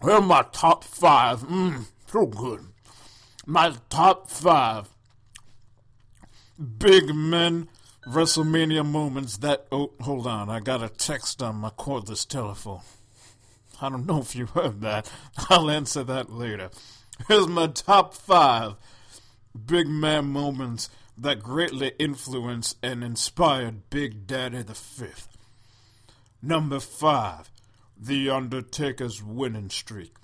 Speaker 13: Here are my top five. Mm. So good. My top five big men WrestleMania moments that. Oh, hold on. I got a text on my cordless telephone. I don't know if you heard that. I'll answer that later. Here's my top five big man moments that greatly influenced and inspired Big Daddy the Fifth. Number five, The Undertaker's winning streak.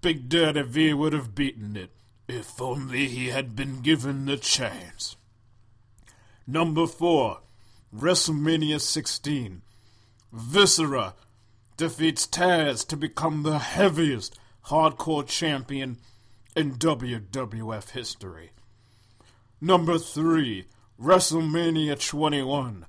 Speaker 13: Big Daddy V would have beaten it if only he had been given the chance. Number four, WrestleMania 16. Viscera defeats Taz to become the heaviest hardcore champion in WWF history. Number three, WrestleMania 21.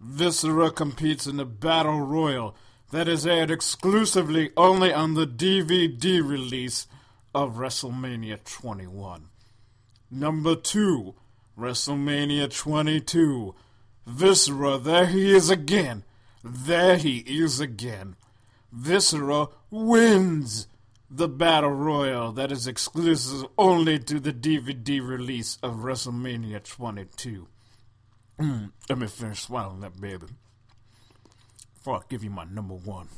Speaker 13: Viscera competes in a battle royal that is aired exclusively only on the DVD release of WrestleMania 21. Number two, WrestleMania 22. Viscera, there he is again. There he is again. Viscera wins the Battle Royal that is exclusive only to the DVD release of WrestleMania 22. Mm, let me finish swallowing that baby. Before I give you my number one.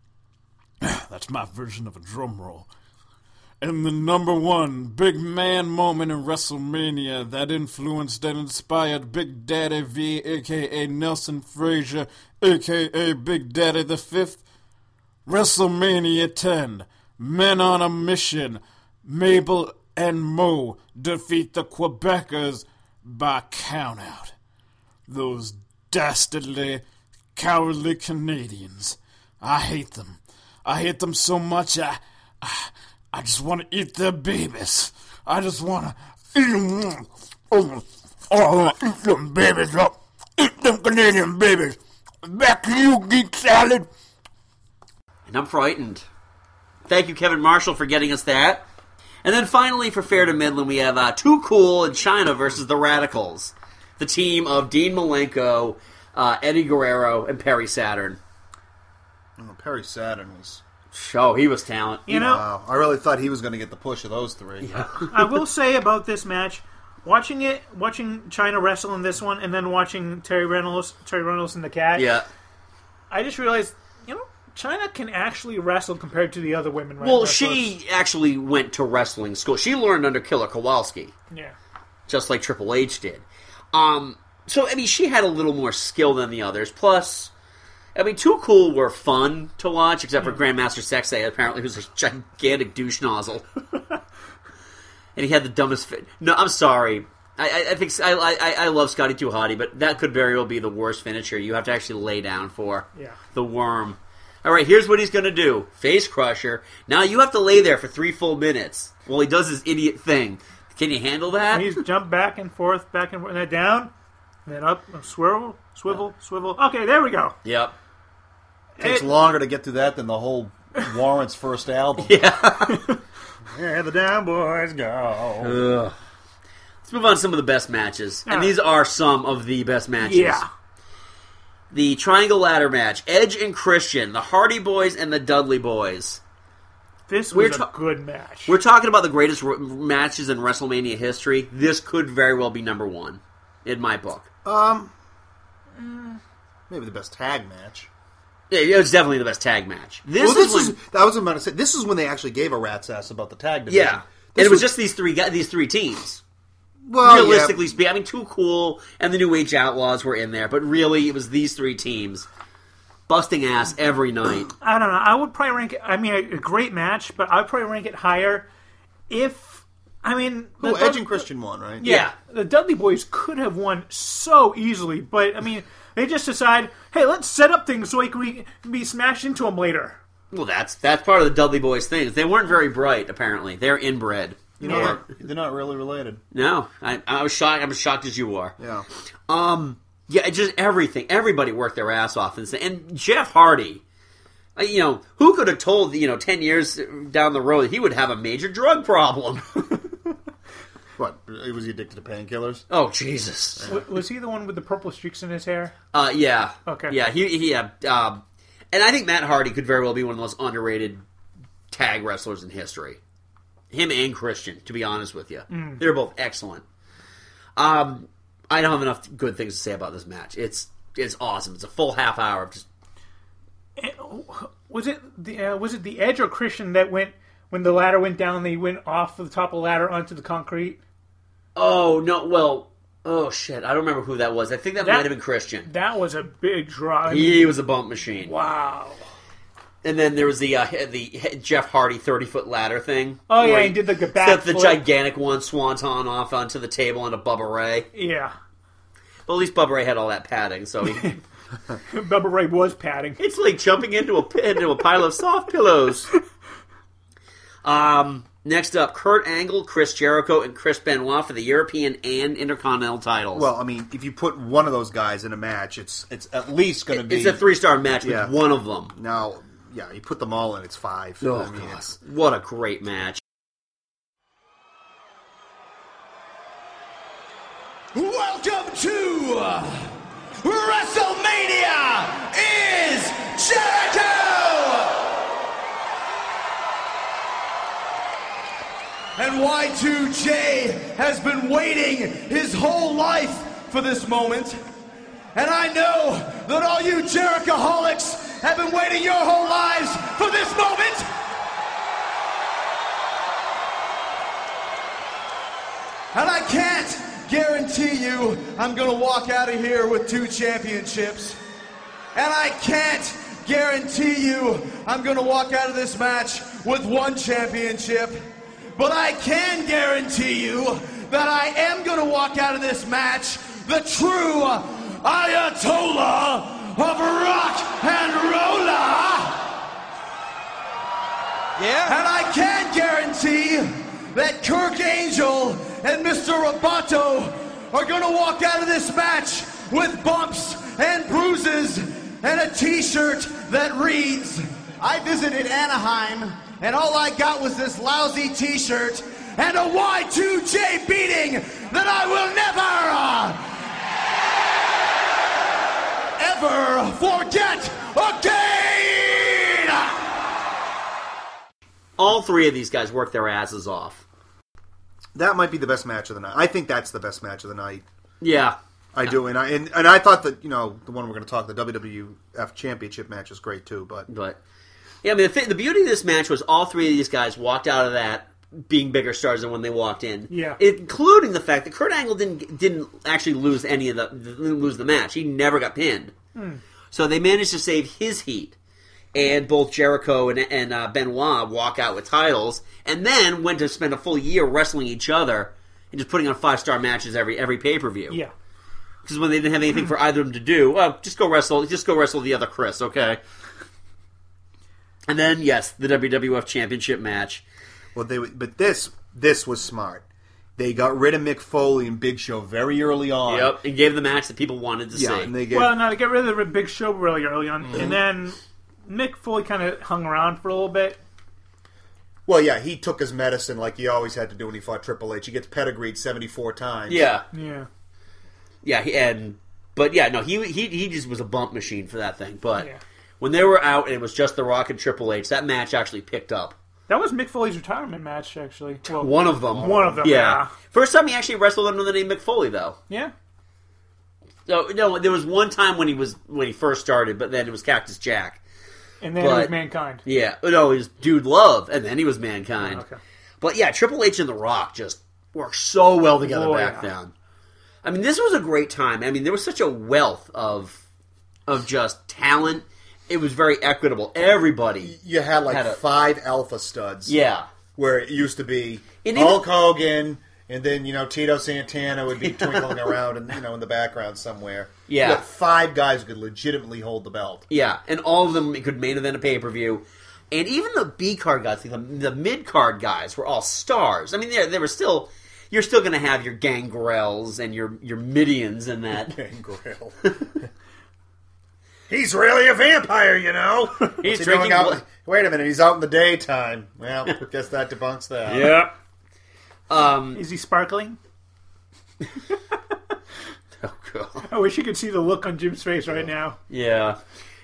Speaker 13: *clears throat* That's my version of a drum roll. And the number one big man moment in WrestleMania that influenced and inspired Big Daddy V, aka Nelson Frazier, aka Big Daddy the Fifth, WrestleMania 10, Men on a Mission, Mabel and Mo defeat the Quebecers by countout. Those dastardly, cowardly Canadians. I hate them. I hate them so much, I, I, I just want to eat their babies. I just want to eat them. Oh, oh, eat them babies up. Eat them Canadian babies. Back to you, geek salad.
Speaker 3: and I'm frightened. Thank you, Kevin Marshall, for getting us that. And then finally, for Fair to Midland, we have uh, Too Cool and China versus the Radicals the team of Dean Malenko, uh, Eddie Guerrero, and Perry Saturn.
Speaker 5: Oh, Perry Saturn was.
Speaker 3: Oh, he was talent.
Speaker 4: You know-
Speaker 5: Wow. I really thought he was going to get the push of those three.
Speaker 4: I will say about this match, watching it, watching China wrestle in this one, and then watching Terry Reynolds, Terry Reynolds and the Cat.
Speaker 3: Yeah.
Speaker 4: I just realized, you know, China can actually wrestle compared to the other women.
Speaker 3: Well,
Speaker 4: wrestlers.
Speaker 3: she actually went to wrestling school. She learned under Killer Kowalski,
Speaker 4: Yeah.
Speaker 3: just like Triple H did. Um, so, I mean, she had a little more skill than the others. Plus, I mean, Too Cool were fun to watch, except for Grandmaster Sexay, apparently, who's a gigantic douche nozzle. and he had the dumbest fit. No, I'm sorry. I, I, I think I, I, I love Scotty Too Hottie, but that could very well be the worst finisher you have to actually lay down for.
Speaker 4: Yeah.
Speaker 3: The worm. All right, here's what he's going to do Face Crusher. Now you have to lay there for three full minutes while he does his idiot thing. Can you handle that?
Speaker 4: He's jumped back and forth, back and forth, and then down, and then up, and swivel, swivel, swivel. Okay, there we go.
Speaker 3: *laughs* Yep.
Speaker 5: Takes
Speaker 4: It-
Speaker 5: longer to get through that than the whole Warren's
Speaker 3: *laughs*
Speaker 5: first album. Yeah.
Speaker 4: Yeah, the down boys go.
Speaker 3: Ugh. Let's move on to some of the best matches.
Speaker 4: All
Speaker 3: And
Speaker 4: right.
Speaker 3: these are some of the best matches.
Speaker 4: Yeah.
Speaker 3: The Triangle Ladder match Edge and Christian, the Hardy Boys and the Dudley Boys.
Speaker 4: This was
Speaker 3: We're
Speaker 4: a
Speaker 3: ta-
Speaker 4: good match.
Speaker 3: We're talking about the greatest r- matches in WrestleMania history. This could very well be number one in my book.
Speaker 5: um, Mm. maybe the best tag match.
Speaker 3: Yeah, it was definitely the best tag match. This,
Speaker 5: well, this
Speaker 3: is,
Speaker 5: is,
Speaker 3: when-
Speaker 5: I was about to say this is when they actually gave a rat's ass about the tag division.
Speaker 3: yeah,
Speaker 5: This
Speaker 3: and it was, just these three guys, these three teams.
Speaker 5: Well, yeah.
Speaker 3: realistically speaking, I mean, Too Cool and the New Age Outlaws were in there, but really, it was these three teams busting ass every night.
Speaker 4: I don't know. I would probably rank it. I mean, a, a great match, but I'd probably rank it higher if. I mean,
Speaker 5: Who, Edge
Speaker 4: Dud-
Speaker 5: and Christian won, right?
Speaker 4: Yeah, the Dudley Boys could have won so easily, but I mean, they just decide, hey, let's set up things so we can be smashed into them later.
Speaker 3: Well, that's that's part of the Dudley Boys thing. is They weren't very bright, apparently. They're inbred.
Speaker 5: You know,
Speaker 3: Yeah.
Speaker 5: they're, they're not really related.
Speaker 3: No, I, I was shocked. I'm as shocked as you are.
Speaker 5: Yeah.
Speaker 3: Um. Yeah. it Just everything. Everybody worked their ass off, and and Jeff Hardy. uh, You know who could have told you know ten years down the road he would have a major drug problem. *laughs*
Speaker 5: What? Was he addicted to painkillers?
Speaker 3: Oh Jesus!
Speaker 4: W- was he the one with the purple streaks in his hair?
Speaker 3: Uh, yeah.
Speaker 4: Okay.
Speaker 3: Yeah, he, he yeah, um, and I think Matt Hardy could very well be one of the most underrated tag wrestlers in history. Him and Christian, to be honest with you,
Speaker 2: Mm.
Speaker 3: they're both excellent. Um, I don't have enough good things to say about this match. It's it's awesome. It's a full half hour of just
Speaker 4: Eh, Was it the uh, was it the Edge or Christian that went when the ladder went down? They went off the top of the ladder onto the concrete.
Speaker 3: oh no, well, oh shit, I don't remember who that was. I think that,
Speaker 4: That-
Speaker 3: might have been Christian.
Speaker 4: That was a big draw.
Speaker 3: He was a bump machine.
Speaker 4: Wow.
Speaker 3: And then there was the uh, the Jeff Hardy thirty foot ladder thing.
Speaker 4: Oh, yeah,
Speaker 3: where
Speaker 4: he did the back
Speaker 3: stepped the
Speaker 4: flip.
Speaker 3: gigantic one swanton off onto the table into Bubba Ray.
Speaker 4: Yeah, *laughs*
Speaker 3: Well, at least Bubba Ray had all that padding, so he,
Speaker 4: Bubba Ray was padding.
Speaker 3: it's like jumping into a pi- into a pile of soft pillows. Um, next up, Kurt Angle, Chris Jericho, and Chris Benoit for the European and Intercontinental titles.
Speaker 5: Well, I mean, if you put one of those guys in a match, it's it's at least going to be
Speaker 3: it's a three star match
Speaker 5: Yeah.
Speaker 3: with one of them.
Speaker 5: Now, yeah, you put them all in, it's five.
Speaker 3: Oh,
Speaker 5: I mean,
Speaker 3: God.
Speaker 5: it's-
Speaker 3: What a great match!
Speaker 2: Welcome to WrestleMania is Jericho! And Y2J has been waiting his whole life for this moment. And I know that all you Jerichoholics have been waiting your whole lives for this moment. And I can't guarantee you I'm going to walk out of here with two championships. And I can't guarantee you I'm going to walk out of this match with one championship. But I can guarantee you that I am going to walk out of this match the true Ayatollah of rock and rolla. Yeah. And I can guarantee that Kirk Angel and Mr. Roboto are going to walk out of this match with bumps and bruises and a t shirt that reads I visited Anaheim and all I got was this lousy t shirt and a Y2J beating that I will never uh, never uh, forget again!
Speaker 3: All three of these guys work their asses off.
Speaker 5: That might be the best match of the night. I think that's the best match of the night.
Speaker 3: Yeah.
Speaker 5: I do, and I and, and I thought that you know the one we're going to talk the WWF Championship match is great too, but
Speaker 3: but Yeah, I mean, the, thi- the beauty of this match was all three of these guys walked out of that being bigger stars than when they walked in.
Speaker 4: Yeah.
Speaker 3: including the fact that Kurt Angle didn't didn't actually lose any of the didn't lose the match. He never got pinned,
Speaker 4: Hmm.
Speaker 3: so they managed to save his heat. And both Jericho and, and uh, Benoit walk out with titles, and then went to spend a full year wrestling each other and just putting on five star matches every every pay per view.
Speaker 4: Yeah.
Speaker 3: because when they didn't have anything for either of them to do, well, just go wrestle, just go wrestle the other Chris, okay? And then yes, the WWF Championship match.
Speaker 5: Well, they but this this was smart. They got rid of Mick Foley and Big Show very early on.
Speaker 3: Yep, and gave the match that people wanted to
Speaker 5: Yeah,
Speaker 3: see.
Speaker 5: and they gave-
Speaker 4: Well, no, they got rid of the big show really early on,
Speaker 3: Mm-hmm.
Speaker 5: Mhm.
Speaker 4: and then Mick Foley kind of hung around for a little bit.
Speaker 5: Well, yeah, he took his medicine like he always had to do when he fought Triple H. He gets pedigreed seventy four times.
Speaker 3: Yeah.
Speaker 4: Yeah.
Speaker 3: Yeah, he- and but yeah, no, he he he just was a bump machine for that thing. But when they were out and it was just The Rock and Triple H, that match actually picked up.
Speaker 4: That was Mick Foley's retirement match, actually. Well,
Speaker 3: One of them.
Speaker 4: One of them.
Speaker 3: Yeah.
Speaker 4: Yeah.
Speaker 3: First time he actually wrestled under the name McFoley, though.
Speaker 4: Yeah.
Speaker 3: So no, there was one time when he was when he first started, but then it was Cactus Jack.
Speaker 4: And then it was
Speaker 3: But-
Speaker 4: Mankind.
Speaker 3: Yeah, Oh, no, he was Dude Love, and then he was Mankind.
Speaker 4: Okay.
Speaker 3: But yeah, Triple H and The Rock just worked so well together
Speaker 4: Oh,
Speaker 3: back
Speaker 4: yeah.
Speaker 3: then. I mean, this was a great time. I mean, there was such a wealth of of just talent. It was very equitable. Everybody
Speaker 5: You had like
Speaker 3: Had a-
Speaker 5: five alpha studs.
Speaker 3: Yeah.
Speaker 5: Where it used to be
Speaker 3: And even-
Speaker 5: Hulk Hogan and then, you know, Tito Santana
Speaker 3: *laughs*
Speaker 5: would be twinkling around and you know, in the background somewhere.
Speaker 3: Yeah.
Speaker 5: You got five guys who could legitimately hold the belt.
Speaker 3: Yeah, and all of them could main event a pay per view, and even the B card guys, the, the mid card guys, were all stars. I mean, they they were still. You're still going to have your Gangrels and your your Midians and
Speaker 1: *laughs*
Speaker 3: that
Speaker 5: Gangrel.
Speaker 12: He's really a vampire,
Speaker 3: *laughs*
Speaker 12: you know.
Speaker 5: What's he doing out- Wait a minute, he's out in the daytime. Well, I guess that debunks that.
Speaker 4: Yeah.
Speaker 3: Um,
Speaker 4: Is he sparkling? *laughs*
Speaker 3: oh god!
Speaker 4: I wish you could see the look on Jim's face right now.
Speaker 3: Yeah.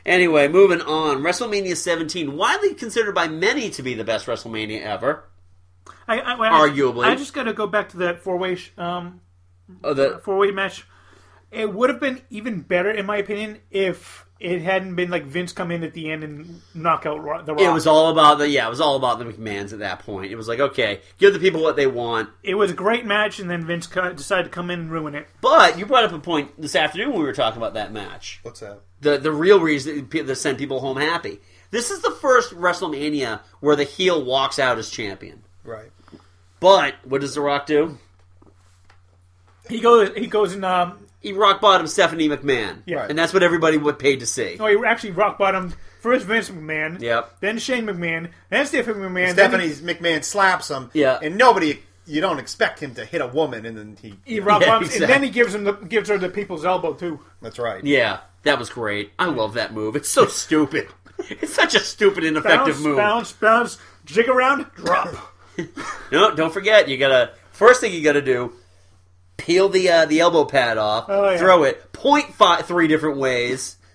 Speaker 3: Anyway, moving on. WrestleMania 17, widely considered by many to be the best WrestleMania ever.
Speaker 4: I, I, well,
Speaker 3: Arguably.
Speaker 4: I just got to go back to that four way um,
Speaker 3: Oh, the-
Speaker 4: four way match. It would have been even better, in my opinion, if it hadn't been like Vince come in at the end and knock out Ro- the Rock.
Speaker 3: It was all about the yeah, it was all about the McMahons at that point. It was like, okay, give the people what they want.
Speaker 4: It was a great match, and then Vince co- decided to come in and ruin it.
Speaker 3: But you brought up a point this afternoon when we were talking about that match.
Speaker 5: What's that?
Speaker 3: The the real reason that that sent people home happy. This is the first WrestleMania where the heel walks out as champion. *laughs*
Speaker 5: Right.
Speaker 3: But what does The Rock do?
Speaker 4: He goes. He goes and um.
Speaker 3: He rock bottom Stephanie McMahon.
Speaker 4: Yeah. Right.
Speaker 3: And that's what everybody would pay to see.
Speaker 4: No, he actually rock bottomed first Vince McMahon,
Speaker 3: Yep.
Speaker 4: then Shane McMahon, then Stephanie McMahon.
Speaker 5: Stephanie
Speaker 4: then
Speaker 5: McMahon slaps him.
Speaker 3: Yeah.
Speaker 5: And nobody, you don't expect him to hit a woman, and then he.
Speaker 4: he, he rock
Speaker 3: Yeah,
Speaker 4: bottoms, and then
Speaker 3: exactly.
Speaker 4: he gives him the gives her the people's elbow too.
Speaker 5: That's right.
Speaker 3: Yeah, that was great. I love that move. It's
Speaker 5: *laughs*
Speaker 3: so stupid. It's such a stupid, ineffective
Speaker 4: bounce,
Speaker 3: move.
Speaker 4: bounce, bounce, jig around, drop.
Speaker 5: *coughs*
Speaker 3: No, don't forget. You gotta first thing you gotta do: peel the uh, the elbow pad off,
Speaker 4: Oh, yeah.
Speaker 3: throw it point five three different ways. *laughs*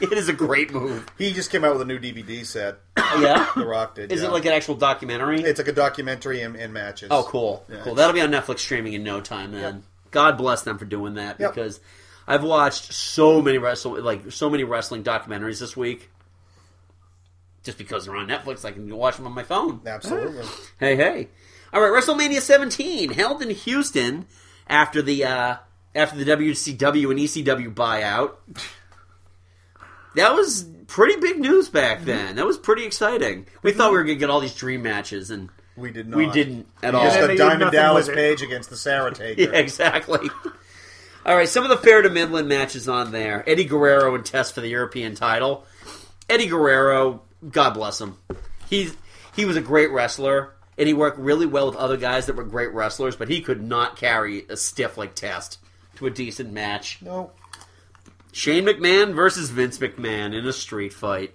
Speaker 3: It is a great move.
Speaker 5: He just came out with a new DVD set.
Speaker 3: Yeah?
Speaker 5: The Rock did.
Speaker 3: Is it
Speaker 5: yeah.
Speaker 3: like an actual documentary?
Speaker 5: It's like a documentary and, and matches.
Speaker 3: Oh, cool,
Speaker 5: Yeah.
Speaker 3: cool. That'll be on Netflix streaming in no time. Then God bless them for doing that
Speaker 5: Yep.
Speaker 3: because I've watched so many wrestle like so many wrestling documentaries this week. Just because they're on Netflix, I can watch them on my phone.
Speaker 5: Absolutely.
Speaker 3: Hey, hey. All right, WrestleMania 17 held in Houston after the uh, after the WCW and ECW buyout. That was pretty big news
Speaker 5: Mm-hmm.
Speaker 3: back then. That was pretty exciting. We thought we were going to get all these dream matches, and
Speaker 5: We did
Speaker 3: We
Speaker 5: not.
Speaker 3: didn't at
Speaker 5: You
Speaker 3: all.
Speaker 5: Just a Diamond Dallas Page against
Speaker 3: *laughs*
Speaker 5: the Sarah
Speaker 3: Yeah,
Speaker 5: Taker.
Speaker 3: exactly. *laughs* All right, some of the fair to Midland matches on there. Eddie Guerrero and Test for the European title. Eddie Guerrero, God bless him. He's he was a great wrestler and he worked really well with other guys that were great wrestlers, but he could not carry a stiff like Test to a decent match.
Speaker 5: No.
Speaker 3: Shane McMahon versus Vince McMahon in a street fight.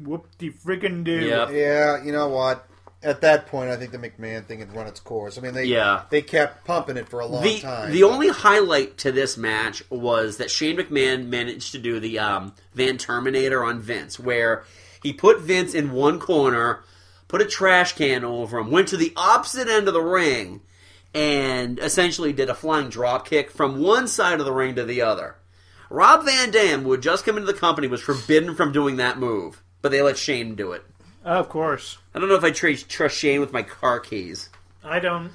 Speaker 4: Whoop de friggin' do.
Speaker 3: Yep.
Speaker 5: Yeah, you know what? at that point, I think the McMahon thing had run its course. I mean, they
Speaker 3: Yeah.
Speaker 5: they kept pumping it for a long
Speaker 3: the
Speaker 5: time.
Speaker 3: the only highlight to this match was that Shane McMahon managed to do the um, Van Terminator on Vince, where he put Vince in one corner, put a trash can over him, went to the opposite end of the ring, and essentially did a flying drop kick from one side of the ring to the other. Rob Van Dam, who had just come into the company, was forbidden from doing that move, but they let Shane do it.
Speaker 4: Of course.
Speaker 3: I don't know if I tra- trust Shane with my car keys.
Speaker 4: I don't.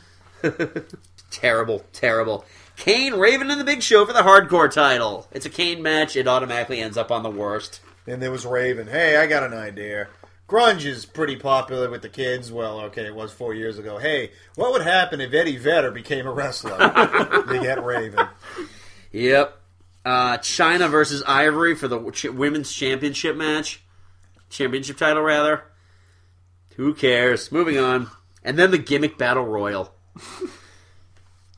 Speaker 3: Terrible, terrible. Kane, Raven, and the Big Show for the hardcore title. It's a Kane match. It automatically ends up on the worst.
Speaker 5: And there was Raven. Hey, I got an idea. Grunge is pretty popular with the kids. Well, okay, it was four years ago. Hey, what would happen if Eddie Vedder became
Speaker 3: *laughs*
Speaker 5: a wrestler? they get Raven.
Speaker 3: Yep. Uh, China versus Ivory for the w- ch- women's championship match. Championship title, rather. Who cares? Moving on. And then the gimmick battle royal. *laughs*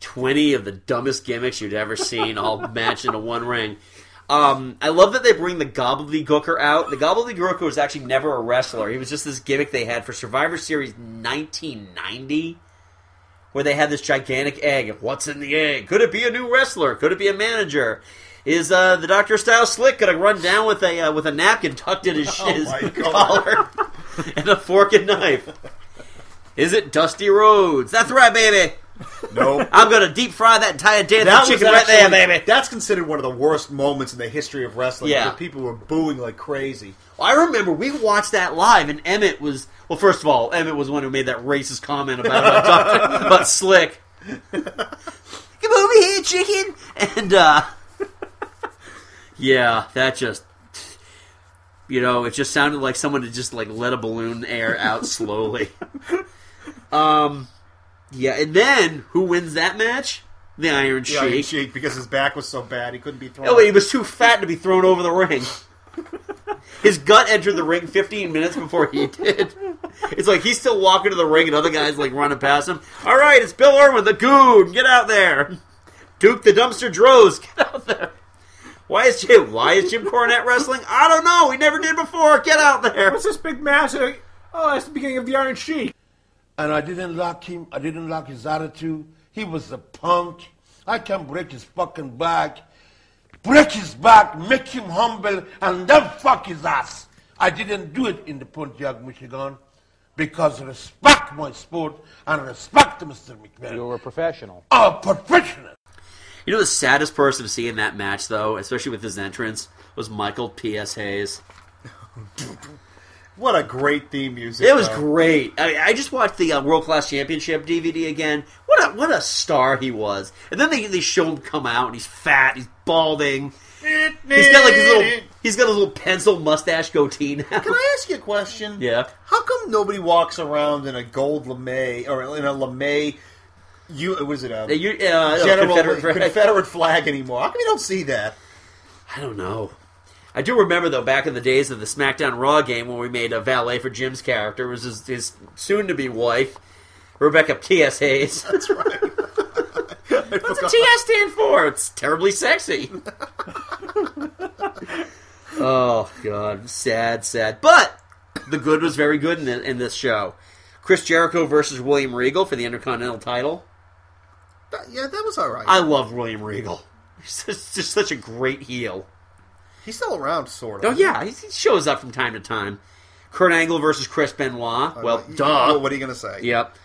Speaker 3: 20 of the dumbest gimmicks you'd ever seen all matched into one ring. Um, I love that they bring the Gobbledygooker out. The Gobbledygooker was actually never a wrestler. He was just this gimmick they had for Survivor Series 1990, where they had this gigantic egg. What's in the egg? Could it be a new wrestler? Could it be a manager? Is uh, the Doctor Style Slick gonna run down with a uh, with a napkin tucked in his, his *laughs* collar and a fork and knife? Is it Dusty Rhodes? That's right, baby.
Speaker 5: No.
Speaker 3: *laughs* I'm gonna deep fry that entire dancing chicken right there, baby.
Speaker 5: That's considered one of the worst moments in the history of wrestling.
Speaker 3: Yeah.
Speaker 5: because people were booing like crazy.
Speaker 3: Well, I remember we watched that live, and Emmett was well. First of all, Emmett was the one who made that racist comment about about, *laughs* about Slick. Come over here, chicken. And uh, yeah, that just you know, it just sounded like someone had just like let a balloon air *laughs* out slowly. um, yeah, and then who wins that match? The Iron
Speaker 5: Yeah,
Speaker 3: Sheik.
Speaker 5: Iron Sheik, because his back was so bad he couldn't be thrown.
Speaker 3: Oh, wait, he was too fat to be thrown over the ring. His gut entered the ring 15 minutes before he did. It's like he's still walking to the ring and other guys like running past him. All right, it's Bill Irwin, the goon. Get out there. Duke the dumpster Droz. Get out there. Why is Jim? Why is Jim Cornette wrestling? I don't know. He never did before. Get out there.
Speaker 4: What's this big match? Oh, that's the beginning of the Iron Sheik.
Speaker 14: And I didn't like him. I didn't like his attitude. He was a punk. I can break his fucking back. Break his back, make him humble, and then fuck his ass. I didn't do it in the Pontiac, Michigan, because respect my sport and respect Mr. McMahon. You're a professional. A professional.
Speaker 3: You know the saddest person to see in that match, though, especially with his entrance, was Michael P.S. Hayes.
Speaker 5: What a great theme music!
Speaker 3: It was
Speaker 5: though.
Speaker 3: great. I, I just watched the uh, World Class Championship DVD again. What a what a star he was! And then they, they show him come out, and he's fat, he's balding, he's got like his *laughs* little he's got a little pencil mustache goatee now.
Speaker 5: Can I ask you a question?
Speaker 3: *laughs* Yeah.
Speaker 5: How come nobody walks around in a gold lame or in a lame? You was it a
Speaker 3: Uh, you- uh, no,
Speaker 5: general
Speaker 3: Confederate flag.
Speaker 5: Confederate flag anymore? How come you don't see that?
Speaker 3: I don't know. I do remember though back in the days of the SmackDown Raw game when we made a valet for Jim's character it was his, his soon to be wife Rebecca T.S. Hayes. That's right. *laughs* What's a T.S. stand for? It's terribly sexy. *laughs* oh god, sad, sad. But the good was very good in, thi- in this show. Chris Jericho versus William Regal for the Intercontinental title.
Speaker 5: That- yeah, that was all right.
Speaker 3: I love William Regal. He's just, just such a great heel.
Speaker 5: He's still around, sort
Speaker 3: Oh
Speaker 5: of.
Speaker 3: yeah, he he shows up from time to time. Kurt Angle versus Chris Benoit. Well, duh.
Speaker 5: Uh, Well, what are you gonna say?
Speaker 3: Yep.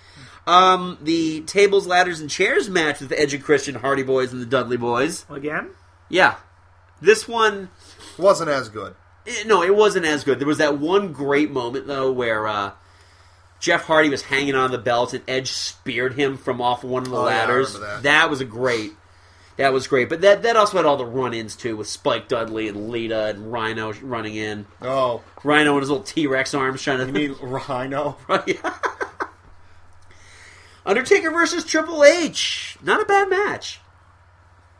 Speaker 3: Um, the tables, ladders, and chairs match with the Edge and Christian, Hardy Boys, and the Dudley Boys.
Speaker 4: Again?
Speaker 3: Yeah. This one
Speaker 5: wasn't as good.
Speaker 3: no, it wasn't as good. There was that one great moment though where uh, Jeff Hardy was hanging on the belt and Edge speared him from off one of the
Speaker 5: Oh, yeah, I
Speaker 3: ladders.
Speaker 5: remember that.
Speaker 3: was a great. That was great, but that that also had all the run-ins too with Spike Dudley and Lita and Rhino running in.
Speaker 5: Oh,
Speaker 3: Rhino and his little T Rex arms trying to. You
Speaker 5: mean
Speaker 3: *laughs*
Speaker 5: Rhino?
Speaker 3: Undertaker versus Triple H. Not a bad match.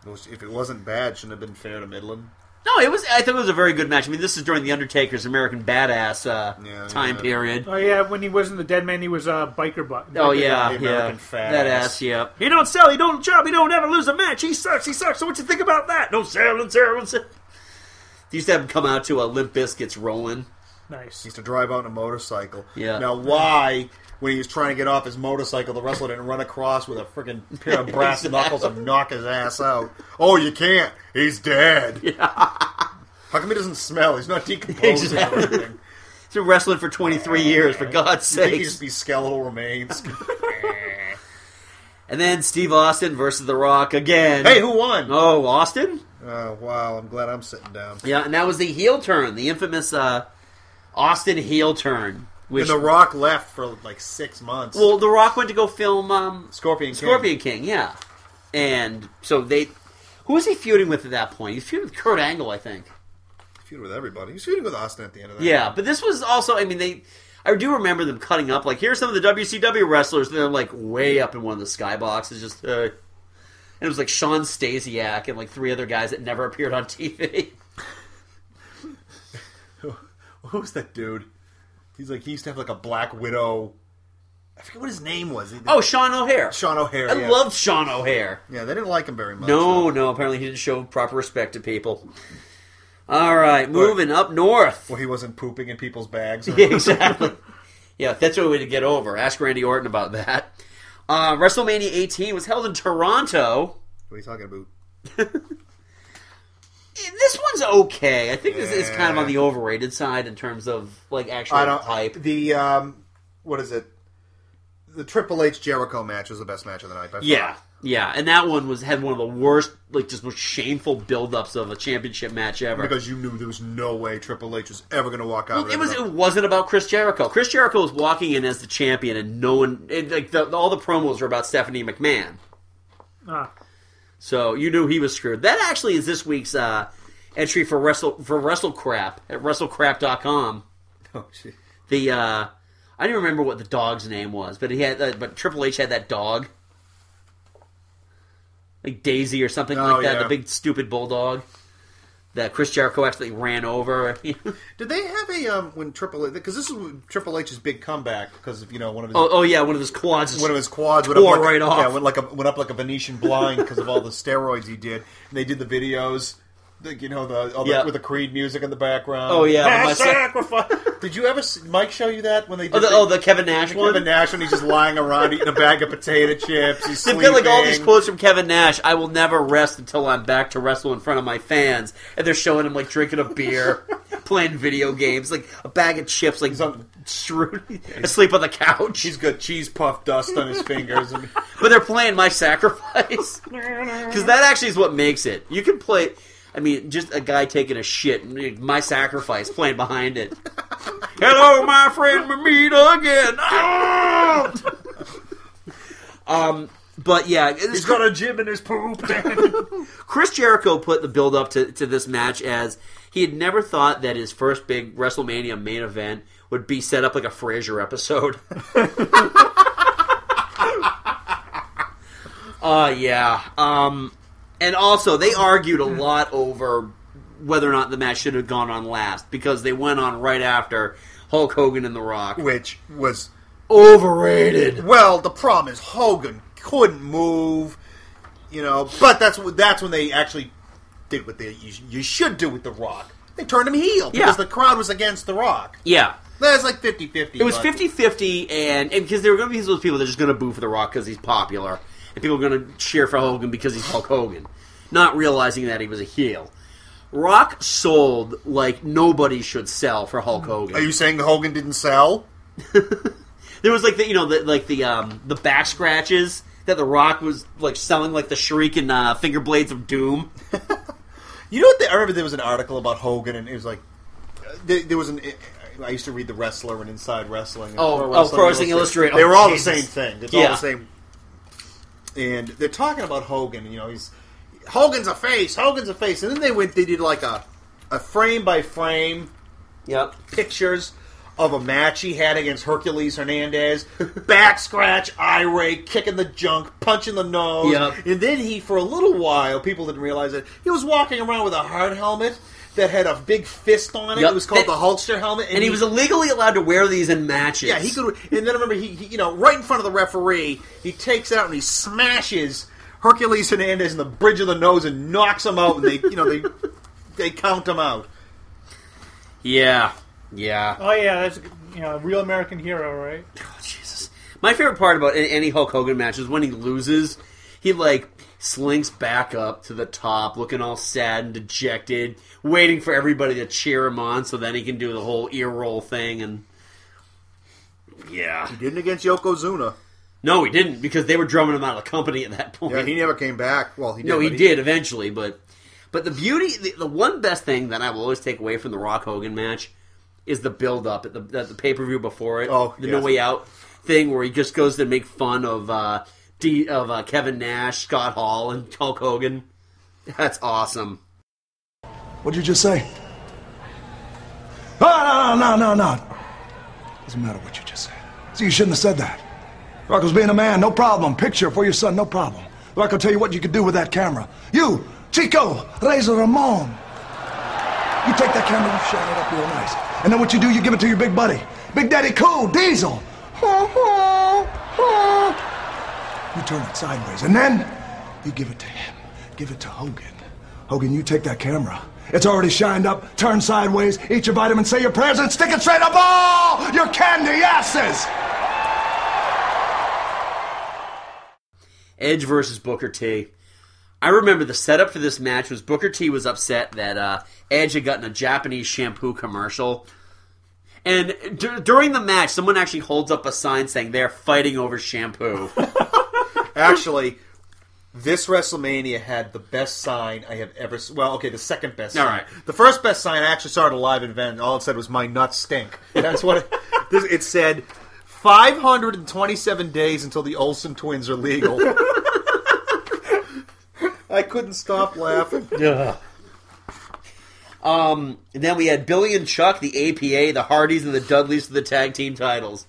Speaker 5: It was- If it wasn't bad, shouldn't have been fair to Midland.
Speaker 3: No, it was. I thought it was a very good match. I mean, this is during the Undertaker's American Badass uh, time
Speaker 4: yeah.
Speaker 3: period.
Speaker 4: Oh, yeah, when he wasn't the dead man, he was a uh, biker butt.
Speaker 3: Oh
Speaker 4: biker
Speaker 3: yeah,
Speaker 4: guy.
Speaker 3: yeah, that ass. Yeah,
Speaker 4: He don't sell, he don't job, he don't ever lose a match. He sucks, he sucks. So what you
Speaker 12: *laughs*
Speaker 4: think about that?
Speaker 3: no sell and sell and sell. They used to have him come out to a Limp Biscuits rolling.
Speaker 4: Nice.
Speaker 5: He used to drive out on a motorcycle.
Speaker 3: Yeah.
Speaker 5: Now, why, when he was trying to get off his motorcycle, the wrestler didn't run across with a freaking pair
Speaker 3: *laughs*
Speaker 5: of brass knuckles and knock his ass out? Oh, you can't. He's dead. How come he doesn't smell? He's not decomposing. or
Speaker 3: Exactly.
Speaker 5: anything.
Speaker 3: He's been wrestling for 23 years, for God's
Speaker 5: You think
Speaker 3: sake.
Speaker 5: He'd just be skeletal remains.
Speaker 3: *laughs*
Speaker 5: *laughs*
Speaker 3: And then Steve Austin versus The Rock again.
Speaker 5: Hey, who won?
Speaker 3: Oh, Austin?
Speaker 5: oh, wow. I'm glad I'm sitting down.
Speaker 3: Yeah, and that was the heel turn, the infamous uh, Austin heel turn. Which
Speaker 5: and The Rock left for like six months.
Speaker 3: Well, The Rock went to go film um,
Speaker 5: Scorpion King.
Speaker 3: Scorpion King, yeah. And so they. Who was he feuding with at that point? He's feuding with Kurt Angle, I think.
Speaker 5: feuded with everybody. He's feuding with Austin at the end of that.
Speaker 3: Yeah, but this was also, I mean, they. I do remember them cutting up, like, here's some of the WCW wrestlers, and they're, like, way up in one of the skyboxes, just, uh. And it was, like, Sean Stasiak and, like, three other guys that never appeared on TV.
Speaker 5: Who's that dude? He's like he used to have like a Black Widow. I forget what his name was. He-
Speaker 3: *laughs* Oh, Sean O'Hare.
Speaker 5: Sean O'Hare.
Speaker 3: I
Speaker 5: yeah.
Speaker 3: loved Sean O'Hare.
Speaker 5: Yeah, they didn't like him very much.
Speaker 3: No, no, apparently he didn't show proper respect to people. All right, moving up north.
Speaker 5: Well, he wasn't pooping in
Speaker 3: *laughs*
Speaker 5: people's bags.
Speaker 3: Yeah, exactly. Yeah, that's a way to get over. Ask Randy Orton about that. Uh, WrestleMania 18 was held in Toronto. Eh,
Speaker 5: What are you talking about?
Speaker 3: This one's okay. I think this is kind of on the overrated side in terms of like actual
Speaker 5: I don't.
Speaker 3: hype.
Speaker 5: The um, what is it? The Triple H Jericho match was the best match of the night. By far.
Speaker 3: Yeah, yeah, and that one was had one of the worst, like just most shameful buildups of a championship match ever.
Speaker 5: because you knew there was no way Triple H was ever going to walk out.
Speaker 3: Well,
Speaker 5: of
Speaker 3: it was.
Speaker 5: with
Speaker 3: It wasn't about Chris Jericho. Chris Jericho was walking in as the champion, and no one, it, like the, all the promos were about Stephanie McMahon.
Speaker 4: Ah.
Speaker 3: So you knew he was screwed. That actually is this week's uh, entry for wrestle for wrestle crap at wrestlecrap.com.
Speaker 5: Oh shit!
Speaker 3: The uh, I don't remember what the dog's name was, but he had uh, but Triple H had that dog, like Daisy or something
Speaker 5: Oh,
Speaker 3: like that.
Speaker 5: yeah.
Speaker 3: The big stupid bulldog that Chris Jericho actually ran over. *laughs*
Speaker 5: Did they have a um when Triple H because this is when Triple H's big comeback because of, you know one of his
Speaker 3: Oh, oh yeah, one of those quads.
Speaker 5: one of his quads went up
Speaker 3: tore
Speaker 5: like,
Speaker 3: right off.
Speaker 5: Yeah, went like a, went up like a Venetian blind because of all the steroids he did. And they did the videos, like you know the, all the
Speaker 3: Yeah.
Speaker 5: with the Creed music in the background.
Speaker 3: Oh, yeah,
Speaker 5: Mass
Speaker 3: my son-
Speaker 5: sacrifice. *laughs* did you ever see, Mike show you that when they did
Speaker 3: Oh, the, oh, the Kevin Nash one.
Speaker 5: Kevin Nash when he's just lying around eating a bag of potato chips. He's
Speaker 3: They've got like all these
Speaker 5: sleeping.
Speaker 3: quotes from Kevin Nash. I will never rest until I'm back to wrestle in front of my fans, and they're showing him like drinking a
Speaker 5: *laughs*
Speaker 3: beer, playing video games, like a bag of chips, like *laughs* shrewd, asleep on the couch.
Speaker 5: He's got cheese puff dust on his fingers. *laughs* and-
Speaker 3: *laughs* but they're playing my sacrifice because that actually is what makes it. You can play. I mean, just a guy taking a shit, my sacrifice playing behind it. Hello, my friend, we meet
Speaker 12: *laughs*
Speaker 3: again. Ah! um, but yeah,
Speaker 12: He's got a jib in his poop.
Speaker 3: *laughs* Chris Jericho put the build up to, to this match as he had never thought that his first big WrestleMania main event would be set up like a Frasier episode. *laughs* uh yeah. Um and also they argued a lot over whether or not the match should have gone on last because they went on right after Hulk Hogan and The Rock.
Speaker 5: Which was
Speaker 3: overrated.
Speaker 5: Well, the problem is Hogan couldn't move, you know. But that's wh- that's when they actually did what they you, you should do with The Rock. They turned him heel
Speaker 3: Yeah.
Speaker 5: because the crowd was against The Rock.
Speaker 3: Yeah.
Speaker 5: That's like 50-50.
Speaker 3: It was
Speaker 5: but-
Speaker 3: 50 50, and because there were going to be those people that are just going to boo for The Rock because he's popular, and people are going to cheer for Hogan because he's Hulk Hogan, not realizing that he was a heel. Rock sold like nobody should sell for Hulk Hogan.
Speaker 5: Mm. Are you saying Hogan didn't sell?
Speaker 3: *laughs* there was like the you know the, like the um, the back scratches that The Rock was like selling like the Shriek and uh, Finger Blades of Doom.
Speaker 5: *laughs* You know what? They, I remember there was an article about Hogan, and it was like uh, there, there was an. I used to read The Wrestler and Inside Wrestling. And
Speaker 3: Oh,
Speaker 5: Pro
Speaker 3: oh,
Speaker 5: Wrestling
Speaker 3: Pro Wrestling Illustrated.
Speaker 5: They were all
Speaker 3: Oh,
Speaker 5: the
Speaker 3: Jesus.
Speaker 5: same thing. It's all
Speaker 3: Yeah.
Speaker 5: the same. And they're talking about Hogan. You know, he's Hogan's a face. Hogan's a face. And then they went. They did like a a frame by frame.
Speaker 3: Yep.
Speaker 5: Pictures of a match he had against Hercules Hernandez. *laughs* Back scratch, eye rake, kicking the junk, punching the nose.
Speaker 3: Yep.
Speaker 5: And then he, for a little while, people didn't realize it. He was walking around with a hard helmet that had a big fist on it.
Speaker 3: Yep.
Speaker 5: It was
Speaker 3: That-
Speaker 5: called the Hulkster helmet,
Speaker 3: And he was illegally allowed to wear these in matches.
Speaker 5: Yeah, he could. And then I remember he, he, you know, right in front of the referee, he takes it out and he smashes Hercules Hernandez in the bridge of the nose and *laughs* knocks him out. And they, you know, they they count him out.
Speaker 3: Yeah. Yeah.
Speaker 4: Oh yeah, that's you know a real American hero, right?
Speaker 3: My favorite part about a- any Hulk Hogan match is when he loses, he like slinks back up to the top, looking all sad and dejected, waiting for everybody to cheer him on, so then he can do the whole ear roll thing. And yeah, he
Speaker 5: didn't against Yokozuna.
Speaker 3: No, he didn't because they were drumming him out of the company at that point.
Speaker 5: Yeah, he never came back. Well, he did,
Speaker 3: no, he
Speaker 5: but he-
Speaker 3: did eventually, but but the beauty, the, the one best thing that I will always take away from the Rock Hogan match is the build up at the, at the pay per view before it.
Speaker 5: Oh,
Speaker 3: the
Speaker 5: yes.
Speaker 3: No Way Out thing where he just goes to make fun of uh, D, of uh, Kevin Nash, Scott Hall, and Hulk Hogan. That's awesome.
Speaker 11: What'd you just say? Oh, no, no, no, no, no. Doesn't matter what you just said. See, you shouldn't have said that. Rocco's being a man, no problem. Picture for your son, no problem. Rocco, tell you what you could do with that camera. You, Chico, Razor Ramon. You take that camera, you shine it up real nice. And then what you do, you give it to your big buddy. Big Daddy Cool, Diesel. You turn it sideways, and then you give it to him. Give it to Hogan. Hogan, you take that camera. It's already shined up. Turn sideways, eat your vitamin, say your prayers, and stick it straight up all your candy asses.
Speaker 3: Edge versus Booker T. I remember the setup for this match was Booker T was upset that uh, Edge had gotten a Japanese shampoo commercial. And d- during the match, someone actually holds up a sign saying they're fighting over shampoo.
Speaker 5: Actually, this WrestleMania had the best sign I have ever. s- Well, okay, the second best.
Speaker 3: All
Speaker 5: sign.
Speaker 3: right.
Speaker 5: The first best sign I actually saw at a live event. and All it said was "My nuts stink." That's what it, *laughs* this, it said. Five hundred and twenty-seven days until the Olsen twins are legal. *laughs* I couldn't stop laughing.
Speaker 3: Yeah. Um, and then we had Billy and Chuck, the APA, the Hardys, and the Dudleys for the tag team titles.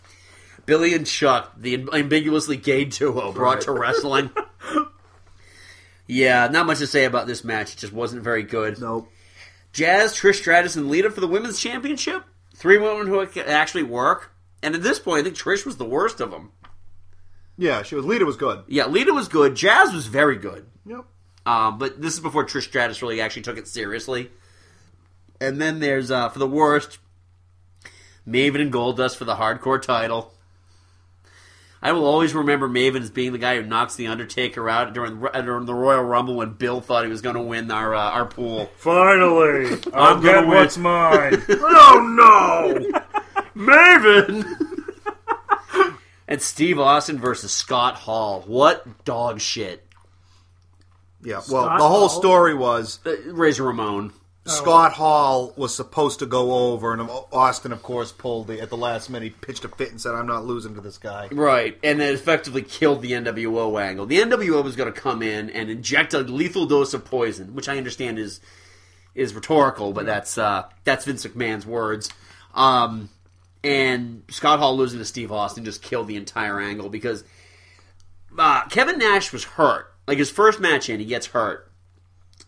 Speaker 3: Billy and Chuck, the ambiguously gay duo, brought to
Speaker 8: Right.
Speaker 3: wrestling. yeah, not much to say about this match. It just wasn't very good.
Speaker 5: Nope.
Speaker 3: Jazz, Trish Stratus, and Lita for the women's championship. Three women who could actually work. And at this point, I think Trish was the worst of them.
Speaker 5: Yeah, she was. Lita was good.
Speaker 3: Yeah, Lita was good. Jazz was very good.
Speaker 5: Yep.
Speaker 3: Um, but this is before Trish Stratus really actually took it seriously. And then there's uh, for the worst, Maven and Goldust for the hardcore title. I will always remember Maven as being the guy who knocks the Undertaker out during uh, during the Royal Rumble when Bill thought he was going to win our uh, our pool. *laughs*
Speaker 12: Finally, I'll
Speaker 3: I'm gonna
Speaker 12: get
Speaker 3: win. *laughs*
Speaker 12: what's mine. oh no, Maven!
Speaker 3: And Steve Austin versus Scott Hall. What dog shit!
Speaker 5: Yeah, well, the whole story was
Speaker 3: uh, Razor Ramon.
Speaker 5: Scott Hall was supposed to go over, and Austin, of course, pulled the, at the last minute. He pitched a fit and said, "I'm not losing to this guy."
Speaker 3: Right, and it effectively killed the NWO angle. The NWO was going to come in and inject a lethal dose of poison, which I understand is is rhetorical, but that's uh, that's Vince McMahon's words. Um, and Scott Hall losing to Steve Austin just killed the entire angle because uh, Kevin Nash was hurt. Like his first match in, he gets hurt.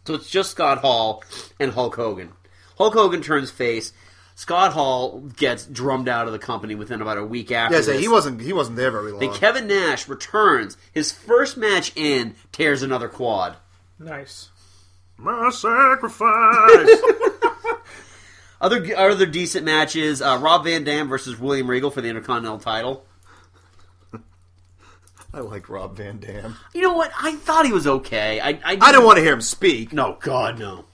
Speaker 3: So it's just Scott Hall and Hulk Hogan. Hulk Hogan turns face. Scott Hall gets drummed out of the company within about a week after.
Speaker 5: Yeah, so he
Speaker 3: this.
Speaker 5: wasn't he wasn't there very long.
Speaker 3: Then Kevin Nash returns. His first match in tears another quad.
Speaker 4: Nice.
Speaker 3: *laughs*
Speaker 12: My sacrifice.
Speaker 3: Other other decent matches: uh, Rob Van Dam versus William Regal for the Intercontinental title.
Speaker 5: I like Rob Van Dam.
Speaker 3: You know what? I thought he was okay. I I didn't,
Speaker 5: I don't want to hear him speak.
Speaker 3: No, God, no.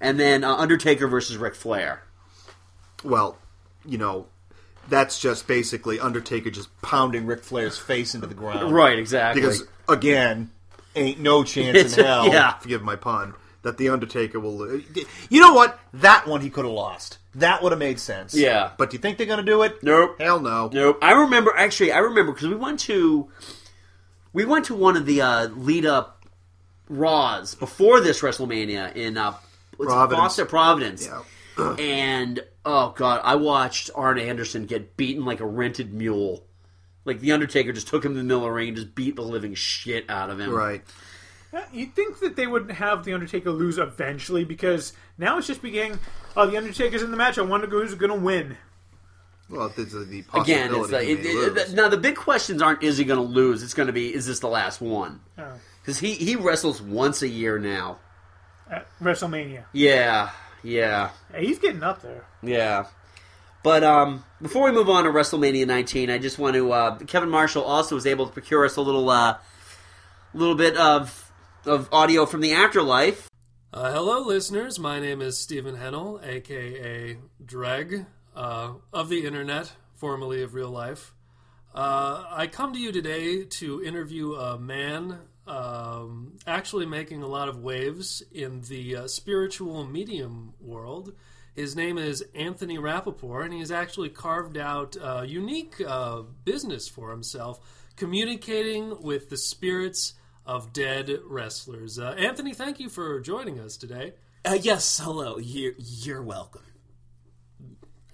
Speaker 3: And then uh, Undertaker versus Ric Flair.
Speaker 5: Well, you know, that's just basically Undertaker just pounding Ric Flair's face into the ground.
Speaker 3: Right, exactly.
Speaker 5: Because again, ain't no chance
Speaker 3: It's-
Speaker 5: in hell.
Speaker 3: yeah.
Speaker 5: Forgive my pun. That the Undertaker will. lo- You know what? That one he could have lost. That would have made sense.
Speaker 3: Yeah.
Speaker 5: But do you think they're going to do it?
Speaker 3: Nope.
Speaker 5: Hell no.
Speaker 3: Nope. I remember actually. I remember because we went to we went to one of the uh, lead up Raws before this WrestleMania in uh, what's it,
Speaker 5: Providence.
Speaker 3: Boston, Providence. *clears throat* and oh god, I watched Arn Anderson get beaten like a rented mule. Like the Undertaker just took him to the middle of the ring and just beat the living shit out of him.
Speaker 5: Right.
Speaker 4: Yeah, You'd think that they would have the Undertaker lose eventually because now it's just beginning. Oh, the Undertaker's in the match. I wonder who's going to win.
Speaker 5: Well, this is the possibility.
Speaker 3: Again, it's like,
Speaker 5: he
Speaker 3: it,
Speaker 5: may
Speaker 3: it,
Speaker 5: lose.
Speaker 3: it- now the big questions aren't is he going to lose? It's going to be is this the last one?
Speaker 4: Oh.
Speaker 3: Because he he wrestles once a year now.
Speaker 4: At WrestleMania.
Speaker 3: Yeah, yeah.
Speaker 4: Hey, he's getting up there.
Speaker 3: Yeah. But um, before we move on to WrestleMania 19, I just want to. Uh, Kevin Marshall also was able to procure us a little, uh, little bit of of audio from the afterlife.
Speaker 15: Uh, hello, listeners. My name is Stephen Hennel, aka Dreg, uh, of the internet, formerly of real life. Uh, I come to you today to interview a man um, actually making a lot of waves in the uh, spiritual medium world. His name is Anthony Rappaport, and he's actually carved out a unique uh, business for himself, communicating with the spirits of dead wrestlers. Uh, Anthony, thank you for joining us today.
Speaker 16: Uh, yes, hello. You're, you're welcome.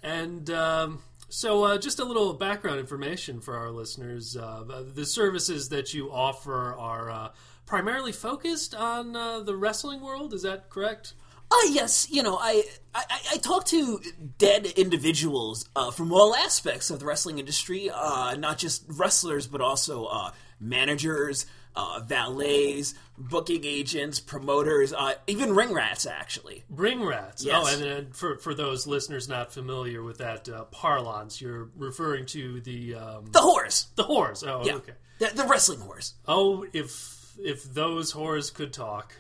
Speaker 15: And um, so, uh, just a little background information for our listeners. Uh, the services that you offer are uh, primarily focused on uh, the wrestling world, is that correct?
Speaker 16: Ah, yes, you know, I, I, I- I talk to dead individuals uh, from all aspects of the wrestling industry, uh, not just wrestlers, but also uh, managers, uh, valets, booking agents, promoters, uh, even ring rats, actually.
Speaker 15: Ring rats.
Speaker 16: Yes.
Speaker 15: Oh, and, uh for, for those listeners not familiar with that uh, parlance, you're referring to the. Um,
Speaker 16: The whores.
Speaker 15: The whores. Oh,
Speaker 16: Yeah.
Speaker 15: okay.
Speaker 16: The, the wrestling whores.
Speaker 15: Oh, if if those whores could talk,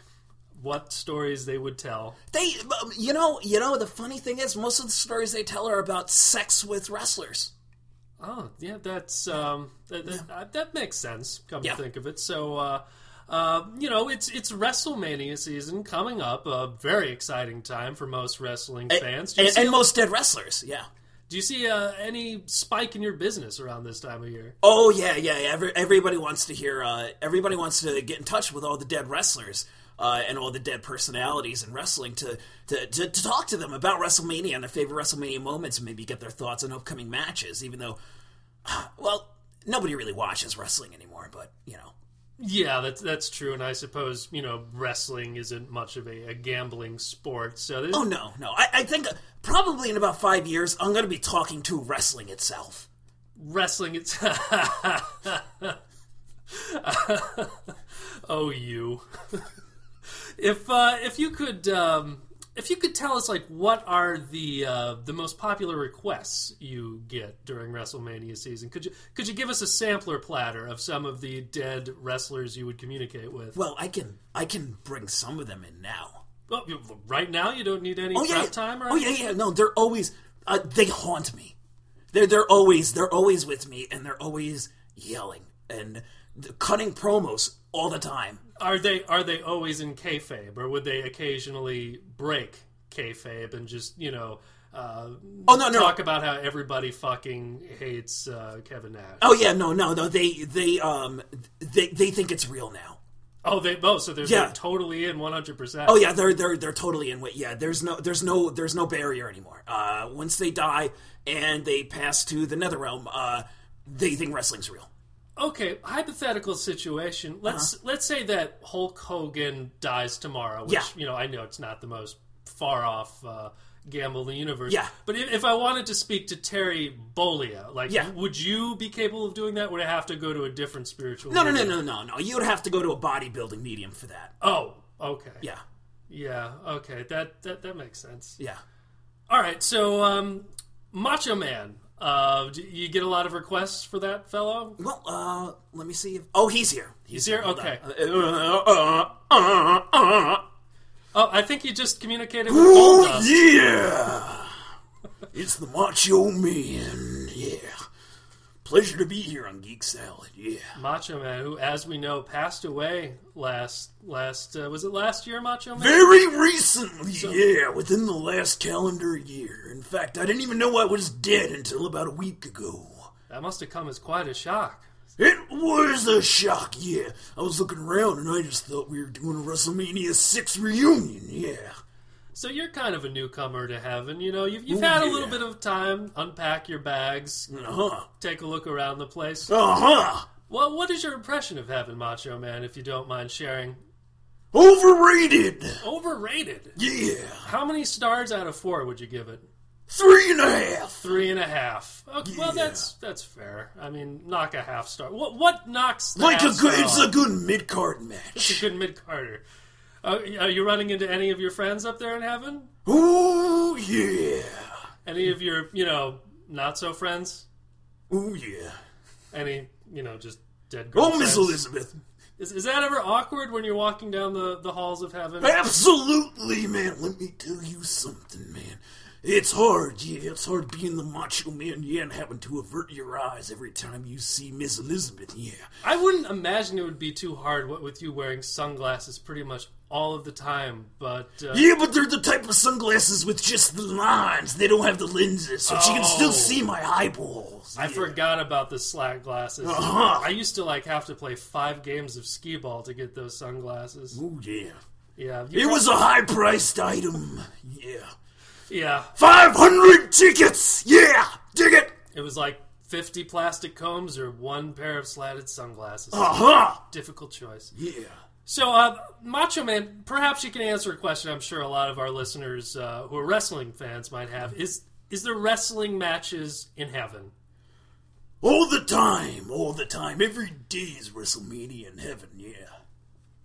Speaker 15: what stories they would tell.
Speaker 16: They, um, you know, you know. The funny thing is, most of the stories they tell are about sex with wrestlers.
Speaker 15: Oh, yeah, that's um, that, that, uh, that makes sense. Come
Speaker 16: Yeah.
Speaker 15: to think of it, so uh, uh, you know, it's it's WrestleMania season coming up. A very exciting time for most wrestling
Speaker 16: And-
Speaker 15: fans, Do you
Speaker 16: and,
Speaker 15: see
Speaker 16: and
Speaker 15: a-
Speaker 16: most dead wrestlers. Yeah.
Speaker 15: Do you see uh, any spike in your business around this time of year?
Speaker 16: Oh yeah, yeah. yeah. Every, everybody wants to hear. Uh, everybody wants to get in touch with all the dead wrestlers uh, and all the dead personalities in wrestling to, to, to to talk to them about WrestleMania and their favorite WrestleMania moments and maybe get their thoughts on upcoming matches. Even though, *sighs* well, nobody really watches wrestling anymore. But you know,
Speaker 15: Yeah, that's that's true, and I suppose you know wrestling isn't much of a, a gambling sport. So this,
Speaker 16: oh no, no. I, I think probably in about five years, I'm going to be talking to wrestling itself.
Speaker 15: wrestling it's *laughs* *laughs* oh you if uh, if you could um, if you could tell us like what are the uh, the most popular requests you get during WrestleMania season could you could you give us a sampler platter of some of the dead wrestlers you would communicate with
Speaker 16: Well, I can I can bring some of them in now.
Speaker 15: Well, you- right now you don't need any
Speaker 16: oh yeah,
Speaker 15: prep
Speaker 16: yeah.
Speaker 15: time or
Speaker 16: oh yeah, yeah. No, they're always uh, they haunt me. They're they're always they're always with me, and they're always yelling and th- cutting promos all the time.
Speaker 15: Are they are they always in kayfabe, or would they occasionally break kayfabe and just you know? Uh,
Speaker 16: Oh, no, no.
Speaker 15: Talk about how everybody fucking hates uh, Kevin Nash.
Speaker 16: Oh yeah, no, no, no. They they um they they think it's real now.
Speaker 15: Oh, they oh, so they're,
Speaker 16: Yeah.
Speaker 15: they're totally in one hundred percent.
Speaker 16: Oh yeah, they're they're they're totally in. Wait, yeah, there's no there's no there's no barrier anymore. Uh, once they die and they pass to the nether realm, uh, they think wrestling's real.
Speaker 15: Okay, hypothetical situation. Let's let's say that Hulk Hogan dies tomorrow, which
Speaker 16: Uh-huh. Yeah.
Speaker 15: you know I know it's not the most far off uh, gamble in the universe.
Speaker 16: Yeah.
Speaker 15: But if, if I wanted to speak to Terry Bollea, like,
Speaker 16: Yeah.
Speaker 15: would you be capable of doing that? Would I have to go to a different spiritual?
Speaker 16: No, no, no,
Speaker 15: medium?
Speaker 16: no, no, no. You would have to go to a bodybuilding medium for that.
Speaker 15: Oh, okay.
Speaker 16: Yeah.
Speaker 15: Yeah, okay. That that, that makes sense.
Speaker 16: Yeah.
Speaker 15: All right, so um Macho Man. Uh do you get a lot of requests for that fellow?
Speaker 16: Well, uh let me see if Oh, he's here.
Speaker 15: He's here.
Speaker 16: Hold
Speaker 15: Okay.
Speaker 16: on. Uh, uh, uh, uh, uh.
Speaker 15: Oh, I think you just communicated with
Speaker 16: Oh
Speaker 15: Goldust.
Speaker 16: yeah! it's the Macho Man. Yeah. Pleasure to be here on Geek Salad. Yeah.
Speaker 15: Macho Man, who, as we know, passed away last last uh, was it last year? Macho Man.
Speaker 16: Very recently,
Speaker 15: So-
Speaker 16: yeah, within the last calendar year. In fact, I didn't even know I was dead until about a week ago.
Speaker 15: That must have come as quite a shock.
Speaker 16: It was a shock, yeah. I was looking around and I just thought we were doing a WrestleMania 6 reunion, yeah.
Speaker 15: So you're kind of a newcomer to heaven, you know. You've, you've
Speaker 16: Ooh,
Speaker 15: had a
Speaker 16: yeah.
Speaker 15: little bit of time. Unpack your bags.
Speaker 16: Uh-huh.
Speaker 15: Take a look around the place.
Speaker 16: Uh-huh.
Speaker 15: Well, what is your impression of heaven, Macho Man, if you don't mind sharing?
Speaker 16: Overrated!
Speaker 15: Overrated.
Speaker 16: Yeah.
Speaker 15: How many stars out of four would you give it?
Speaker 16: Three and a half!
Speaker 15: Three and a half. Okay, Well, that's that's fair. I mean, knock a half star. What what knocks the
Speaker 16: Like a
Speaker 15: half
Speaker 16: good,
Speaker 15: star
Speaker 16: it's
Speaker 15: off?
Speaker 16: a good mid-card match.
Speaker 15: It's a good mid Carter. Uh, are you running into any of your friends up there in heaven?
Speaker 16: Ooh, yeah.
Speaker 15: Any of your, you know, not so friends?
Speaker 17: Ooh, yeah.
Speaker 15: Any, you know, just dead
Speaker 17: Oh,
Speaker 15: girlfriends?
Speaker 17: Miss Elizabeth.
Speaker 15: Is, is that ever awkward when you're walking down the, the halls of heaven?
Speaker 17: Absolutely, man. Let me tell you something, man. It's hard, yeah. It's hard being the macho man, yeah, and having to avert your eyes every time you see Miss Elizabeth, yeah.
Speaker 15: I wouldn't imagine it would be too hard what with you wearing sunglasses pretty much all of the time, but. Uh,
Speaker 17: Yeah, but they're the type of sunglasses with just the lines. They don't have the lenses, so she can still
Speaker 15: Oh.
Speaker 17: see my eyeballs.
Speaker 15: I forgot about the slack glasses.
Speaker 17: Uh-huh.
Speaker 15: I used to like have to play five games of skee ball to get those sunglasses.
Speaker 17: Oh yeah,
Speaker 15: yeah.
Speaker 17: It was a high-priced item. Yeah.
Speaker 15: Yeah.
Speaker 17: 500 tickets! Yeah! Dig it!
Speaker 15: It was like 50 plastic combs or one pair of slatted sunglasses.
Speaker 17: Uh-huh.
Speaker 15: Difficult choice.
Speaker 17: Yeah.
Speaker 15: So, uh, Macho Man, perhaps you can answer a question I'm sure a lot of our listeners uh, who are wrestling fans might have. Is is there wrestling matches in heaven?
Speaker 17: All the time, all the time. Every day is WrestleMania in heaven, yeah.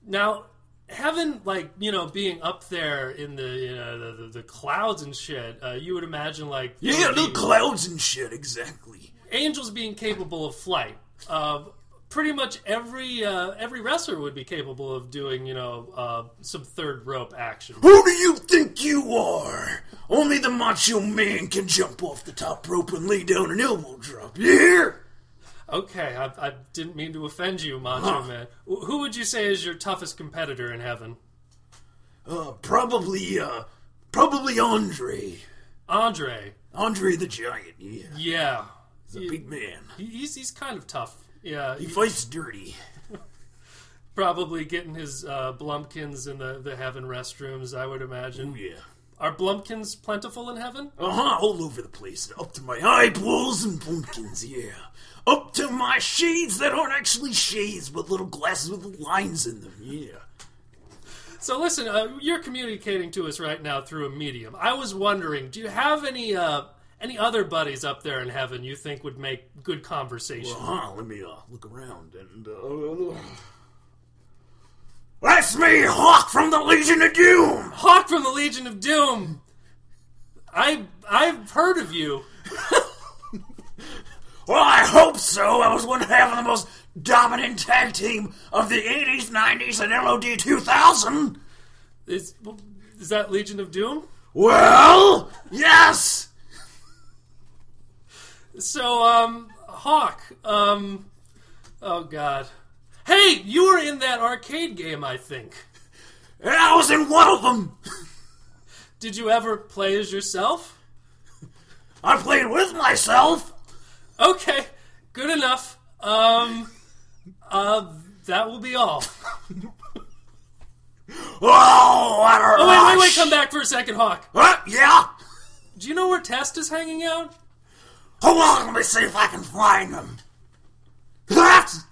Speaker 15: Now, heaven, like you know, being up there in the you know, the, the, the clouds and shit, uh, you would imagine like
Speaker 17: Yeah,
Speaker 15: there
Speaker 17: the
Speaker 15: being-
Speaker 17: clouds and shit, exactly.
Speaker 15: angels being capable of flight. Uh, pretty much every uh, every wrestler would be capable of doing you know uh, some third rope action.
Speaker 17: Who do you think you are? Only the macho man can jump off the top rope and lay down an elbow drop, yeah?
Speaker 15: Okay, I, I didn't mean to offend you, Macho
Speaker 17: Huh.
Speaker 15: Man. Wh- Who would you say is your toughest competitor in heaven?
Speaker 17: Uh, probably, uh, probably Andre.
Speaker 15: Andre.
Speaker 17: Andre the Giant, yeah.
Speaker 15: Yeah,
Speaker 17: He's a big man.
Speaker 15: He, he's he's kind of tough. Yeah,
Speaker 17: He fights dirty.
Speaker 15: *laughs* Probably getting his uh, blumpkins in the, the heaven restrooms, I would imagine.
Speaker 17: Oh, yeah.
Speaker 15: Are blumpkins plentiful in heaven?
Speaker 17: Uh huh, all over the place. Up to my eyeballs and pumpkins, yeah. Up to my shades that aren't actually shades, but little glasses with lines in them, yeah.
Speaker 15: So listen, uh, you're communicating to us right now through a medium. I was wondering, do you have any uh, any other buddies up there in heaven you think would make good conversation?
Speaker 17: Uh huh, let me uh, look around and. Uh,
Speaker 15: That's
Speaker 17: me, Hawk from the Legion of Doom!
Speaker 15: Hawk from the Legion of Doom! I, I've heard of you.
Speaker 17: well, I hope so. I was one half of the most dominant tag team of the 80s, 90s, and LOD 2000.
Speaker 15: Is, is that Legion of Doom?
Speaker 17: Well, yes!
Speaker 15: So, um, Hawk, um, oh god. Hey, you were in that arcade game, I think.
Speaker 17: I was in one of them!
Speaker 15: Did you ever play as yourself?
Speaker 17: I played with myself!
Speaker 15: Okay, good enough. Um, uh, that will be all.
Speaker 17: Oh, what a
Speaker 15: Oh, wait, wait, wait,
Speaker 17: rush.
Speaker 15: come back for a second, Hawk.
Speaker 17: Huh? Yeah?
Speaker 15: Do you know where Test is hanging out?
Speaker 17: Hold on, let me see if I can find him. That's-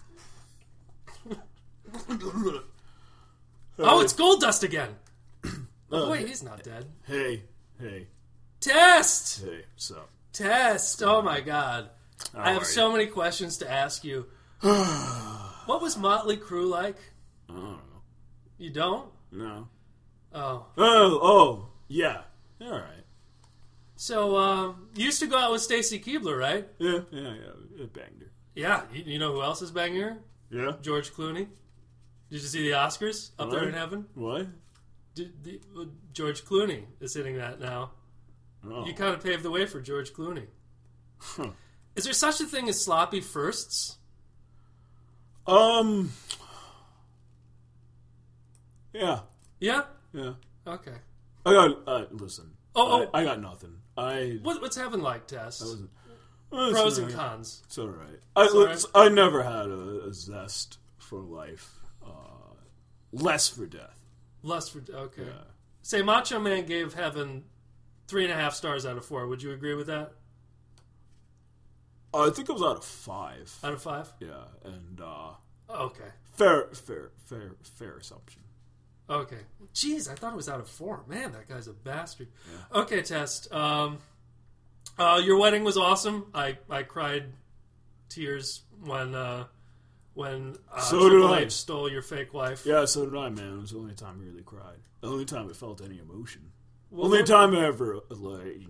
Speaker 15: Oh, it's Gold Dust again. Oh, wait, he's not dead.
Speaker 18: Hey, hey,
Speaker 15: Test!
Speaker 18: hey, so.
Speaker 15: Test! Oh my god.
Speaker 18: How
Speaker 15: I have
Speaker 18: are
Speaker 15: so many questions to
Speaker 17: *sighs*
Speaker 15: ask you. what was Motley Crue like?
Speaker 18: I don't know.
Speaker 15: You don't?
Speaker 18: No.
Speaker 15: Oh.
Speaker 18: Oh, oh, yeah. All right.
Speaker 15: So, um, you used to go out with Stacy Keebler, right?
Speaker 18: Yeah, yeah, yeah. It banged her.
Speaker 15: Yeah. You, you know who else is banging her?
Speaker 18: Yeah.
Speaker 15: George Clooney. Did you see the Oscars up there
Speaker 18: What?
Speaker 15: in heaven?
Speaker 18: What?
Speaker 15: Did the, uh, George Clooney is hitting that now.
Speaker 18: Oh.
Speaker 15: You kind of paved the way for George Clooney. Is there such a thing as sloppy firsts?
Speaker 18: Um. Yeah.
Speaker 15: Yeah?
Speaker 18: Yeah.
Speaker 15: Okay.
Speaker 18: I got. Uh, listen.
Speaker 15: Oh, oh.
Speaker 18: I, I got nothing. I.
Speaker 15: What, what's heaven like, Tess?
Speaker 18: I wasn't- it's
Speaker 15: Pros and
Speaker 18: alright. Uh,
Speaker 15: cons.
Speaker 18: It's all right. I,
Speaker 15: It's all right.
Speaker 18: it's- I never had a, a zest for life, uh, less for death.
Speaker 15: Lust for okay. Say Macho Man gave Heaven three and a half stars out of four. Would you agree with that?
Speaker 18: Uh, I think it was out of five.
Speaker 15: Out of five? Oh,
Speaker 18: Yeah, and uh,
Speaker 15: Okay.
Speaker 18: fair, fair, fair, fair assumption.
Speaker 15: Okay. Jeez, I thought it was out of four. Man, that guy's a bastard. Okay, test. Um, uh, your wedding was awesome. I, I cried tears when uh, when uh,
Speaker 18: So did
Speaker 15: Triple
Speaker 18: I.
Speaker 15: H stole your fake wife.
Speaker 18: Yeah, so did I, man. It was the only time I really cried. The only time I felt any emotion.
Speaker 15: Well,
Speaker 18: only
Speaker 15: what-
Speaker 18: time I ever like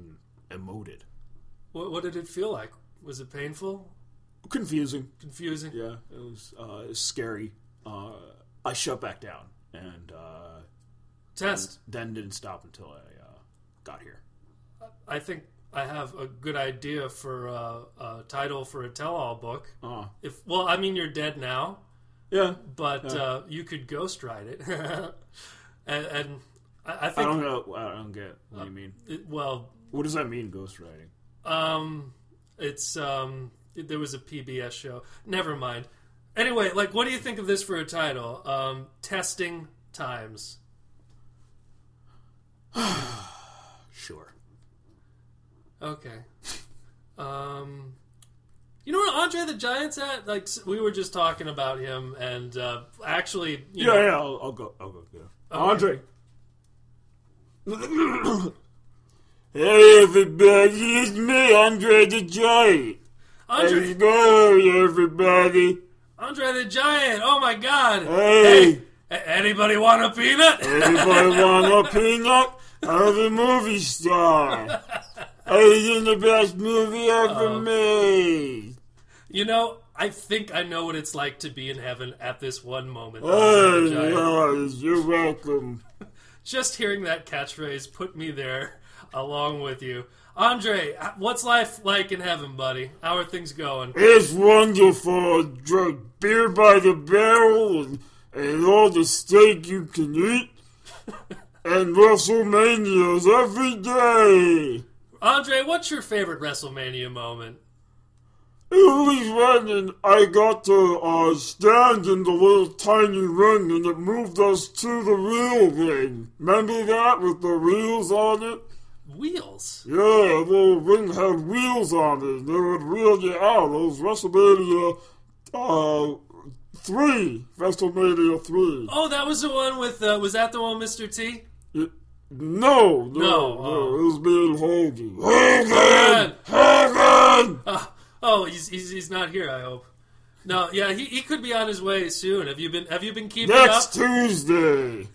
Speaker 7: emoted.
Speaker 15: What, what did it feel like? Was it painful?
Speaker 7: Confusing.
Speaker 15: Confusing.
Speaker 7: Yeah, it was uh, it was scary. Uh, I shut back down and uh,
Speaker 15: Test.
Speaker 7: Then didn't stop until I uh, got here.
Speaker 15: I think I have a good idea for uh, a title for a tell-all book.
Speaker 7: Uh-huh.
Speaker 15: If well, I mean you're dead now.
Speaker 7: Yeah.
Speaker 15: but
Speaker 7: Yeah.
Speaker 15: Uh, you could ghostwrite it, *laughs* and, and I, I
Speaker 7: I
Speaker 15: think Uh,
Speaker 7: don't know. I don't get what you mean.
Speaker 15: it- well-
Speaker 7: what does that mean, ghostwriting?
Speaker 15: Um, it's um, there was a PBS show. Never mind. Anyway, like, what do you think of this for a title? Um, testing times.
Speaker 7: Sure.
Speaker 15: Okay. Um, you know where Andre the Giant's at? Like, s- we were just talking about him, and uh, actually, you
Speaker 7: yeah,
Speaker 15: know, Oh.
Speaker 7: yeah. I'll, I'll go. I'll go. Yeah.
Speaker 15: Okay.
Speaker 7: Andre. hey everybody, it's me, Andre the Giant.
Speaker 15: Andre-
Speaker 7: Hello, everybody.
Speaker 15: Andre the Giant. Oh my God!
Speaker 7: Hey.
Speaker 15: a- anybody want a peanut? *laughs*
Speaker 7: Everybody want a peanut? I'm a
Speaker 15: *laughs*
Speaker 7: movie star. It's in the best movie ever
Speaker 15: Uh,
Speaker 7: made.
Speaker 15: You know, I think I know what it's like to be in heaven at this one moment. Andre
Speaker 7: Oh,
Speaker 15: the Giant.
Speaker 7: yes, you're welcome.
Speaker 15: Just hearing that catchphrase put me there along with you. Andre, what's life like in heaven, buddy? How are things going?
Speaker 7: It's wonderful. Drink beer by the barrel and, and all the steak you can eat. And WrestleMania's every day.
Speaker 15: Andre, what's your favorite WrestleMania moment?
Speaker 7: It was when and I got to uh, stand in the little tiny ring and it moved us to the real ring. Remember that with the wheels on it?
Speaker 15: Wheels?
Speaker 7: Yeah, the ring had wheels on it and it would wheel you out. It was WrestleMania uh, 3. WrestleMania 3.
Speaker 15: Oh, that was the one with, uh, was that the one, Mr. T?
Speaker 7: No, no,
Speaker 15: No, uh.
Speaker 7: no, it was me and Hogan.
Speaker 15: Hogan!
Speaker 7: Hogan!
Speaker 15: Oh, oh he's, he's, he's not here, I hope. No, yeah, he, he could be on his way soon. Have you been, have you been keeping up?
Speaker 7: Next Tuesday.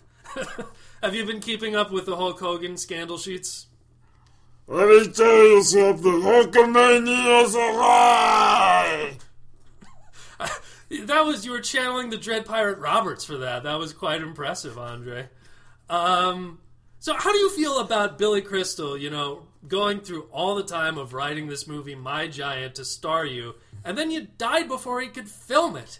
Speaker 15: *laughs* Have you been keeping up with the Hulk Hogan scandal sheets?
Speaker 7: Let me tell you something. Hulkamania is alive.
Speaker 15: That was you were channeling the Dread Pirate Roberts for that. That was quite impressive, Andre. Um, so how do you feel about Billy Crystal? You know, going through all the time of writing this movie, My Giant, to star you, and then you died before he could film it.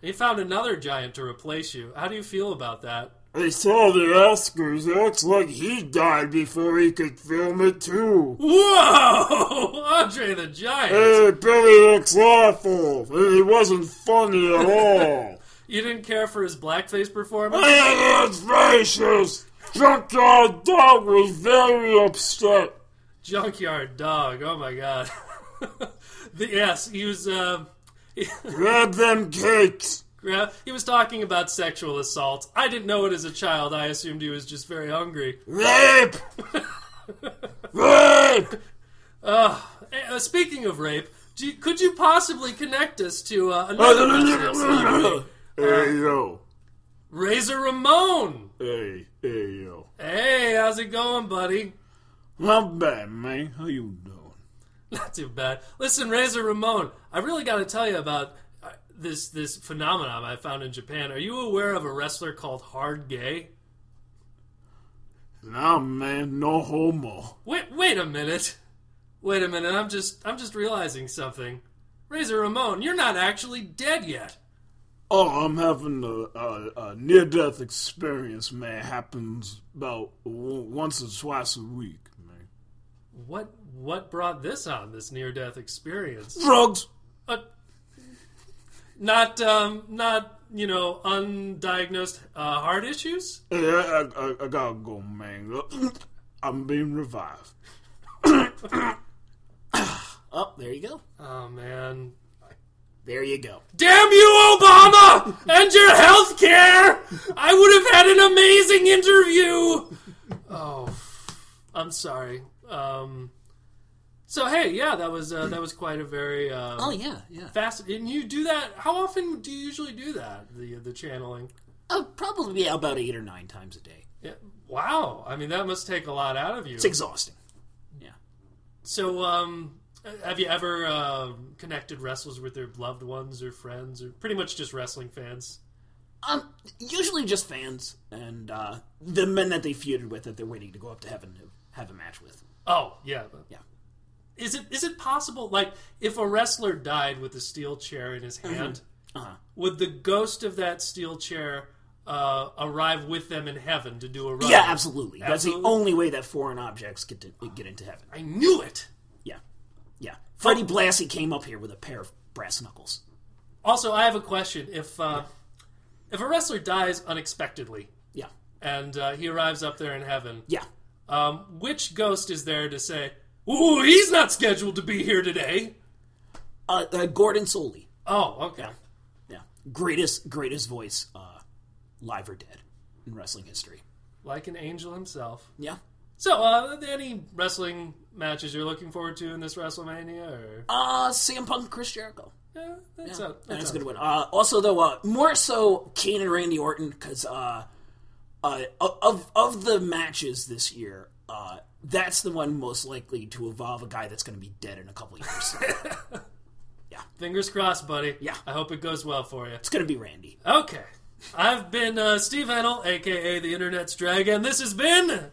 Speaker 15: He found another giant to replace you. How do you feel about that?
Speaker 7: I saw the Oscars. It looks like he died before he could film it too.
Speaker 15: Whoa, *laughs* Andre the Giant!
Speaker 7: Hey, Billy looks awful. and He wasn't funny at
Speaker 15: *laughs*
Speaker 7: all.
Speaker 15: You didn't care for his blackface performance.
Speaker 7: Hey, it's racist. Junkyard Dog was very upset.
Speaker 15: Junkyard dog. Oh my god. *laughs* the, yes, he was. *laughs* Uh,
Speaker 7: grab them cakes.
Speaker 15: Grab, he was talking about sexual assault. I didn't know it as a child. I assumed he was just very hungry. *laughs*
Speaker 7: Rape. rape.
Speaker 15: Uh, eh, uh, speaking of rape, do you, could you possibly connect us to uh,
Speaker 7: *laughs*
Speaker 15: another resident
Speaker 7: hey,
Speaker 15: celebrity?
Speaker 7: yo.
Speaker 15: Razor Ramon?
Speaker 7: Hey, hey, yo.
Speaker 15: Hey, how's it going, buddy?
Speaker 7: Not bad, man. How you doing?
Speaker 15: Not too bad. Listen, Razor Ramon, I really got to tell you about uh, this this phenomenon I found in Japan. Are you aware of a wrestler called Hard Gay?
Speaker 7: Nah, man, no homo.
Speaker 15: Wait, wait a minute. Wait a minute. I'm just, I'm just realizing something. Razor Ramon, you're not actually dead yet.
Speaker 7: Oh, I'm having a, a, a near-death experience, man. Happens about w- once or twice a week.
Speaker 15: What, what brought this on? This near-death experience?
Speaker 7: Drugs.
Speaker 15: Uh, not, um, not, you know, undiagnosed uh, heart issues.
Speaker 7: Hey, I, I, I, I gotta go, man. *coughs* I'm being revived. *coughs*
Speaker 16: Oh, there you go.
Speaker 15: Oh man.
Speaker 16: There you go.
Speaker 15: Damn you, Obama, and your health care! I would have had an amazing interview! Oh, I'm sorry. Um, so, hey, yeah, that was uh, that was quite a very. Um,
Speaker 16: Oh, yeah, yeah.
Speaker 15: Fast. And you do that. How often do you usually do that, the, the channeling?
Speaker 16: Oh, probably about eight or nine times a day.
Speaker 15: Yeah. Wow. I mean, that must take a lot out of you.
Speaker 16: It's exhausting.
Speaker 15: So, um, have you ever uh, connected wrestlers with their loved ones or friends, or pretty much just wrestling fans?
Speaker 16: Um, usually just fans and uh, the men that they feuded with that they're waiting to go up to heaven to have a match with.
Speaker 15: Oh yeah, but-
Speaker 16: Yeah.
Speaker 15: Is it is it possible? Like, if a wrestler died with a steel chair in his hand,
Speaker 16: Uh-huh.
Speaker 15: would the ghost of that steel chair uh, arrive with them in heaven to do a run?
Speaker 16: Yeah, absolutely. That's the
Speaker 15: Absolutely?
Speaker 16: only way that foreign objects get to get into heaven.
Speaker 15: I knew it.
Speaker 16: Yeah, yeah. Freddie Blassie came up here with a pair of brass knuckles.
Speaker 15: Also, I have a question. If uh, if a wrestler dies unexpectedly,
Speaker 16: yeah,
Speaker 15: and uh, he arrives up there in heaven,
Speaker 16: yeah,
Speaker 15: um, which ghost is there to say, "Ooh, he's not scheduled to be here today"?
Speaker 16: Uh, uh Gordon Soley.
Speaker 15: Oh, okay.
Speaker 16: Yeah, greatest greatest voice, uh, live or dead, in wrestling history.
Speaker 15: Like an angel himself.
Speaker 16: Yeah.
Speaker 15: So, uh, any wrestling matches you're looking forward to in this WrestleMania? Or
Speaker 16: Uh, CM Punk, and Chris Jericho.
Speaker 15: Yeah, that's
Speaker 16: Yeah,
Speaker 15: a
Speaker 16: that's
Speaker 15: a
Speaker 16: a good one. Uh, also, though, uh, more so Kane and Randy Orton because uh, uh, of of the matches this year, uh, that's the one most likely to evolve a guy that's going to be dead in a couple years.
Speaker 15: Fingers crossed, buddy.
Speaker 16: Yeah.
Speaker 15: I hope it goes well for you.
Speaker 16: it's going to be Randy.
Speaker 15: Okay. I've been uh, Steve Hennel, aka the Internet's Dragon. This has been.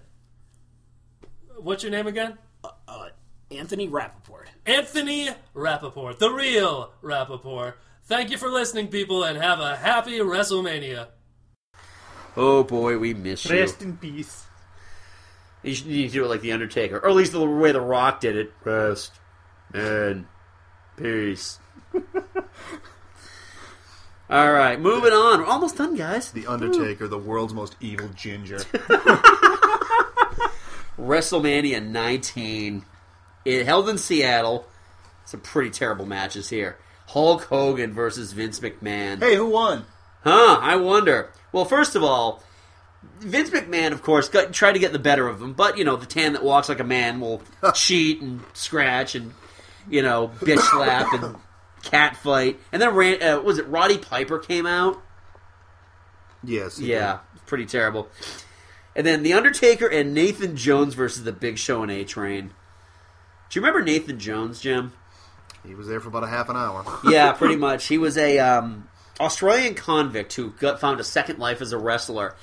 Speaker 15: What's your name again?
Speaker 16: Uh, Anthony Rappaport.
Speaker 15: Anthony Rappaport, the real Rappaport. Thank you for listening, people, and have a happy WrestleMania.
Speaker 3: Oh boy, we miss you.
Speaker 4: Rest in peace.
Speaker 3: You should you need to do it like The Undertaker, or at least the way The Rock did it. Rest in peace. *laughs* All right, moving on. We're almost done, guys.
Speaker 5: The Undertaker, the world's most evil ginger. *laughs*
Speaker 3: WrestleMania 19. It held in Seattle. Some pretty terrible matches here. Hulk Hogan versus Vince McMahon.
Speaker 5: Hey, who won?
Speaker 3: Huh, I wonder. Well, first of all, Vince McMahon, of course, got, tried to get the better of him, but, you know, the tan that walks like a man
Speaker 5: *laughs*
Speaker 3: will cheat and scratch and, you know, bitch slap
Speaker 5: *coughs*
Speaker 3: and cat fight. And then, ran, uh, was it Roddy Piper came out?
Speaker 5: Yes. he
Speaker 3: Yeah, pretty terrible. And then The Undertaker and Nathan Jones versus The Big Show and A Train. Do you remember Nathan Jones, Jim?
Speaker 5: He was there for about a half an hour. *laughs*
Speaker 3: Yeah, pretty much. He was a um, Australian convict who got, found a second life as a wrestler.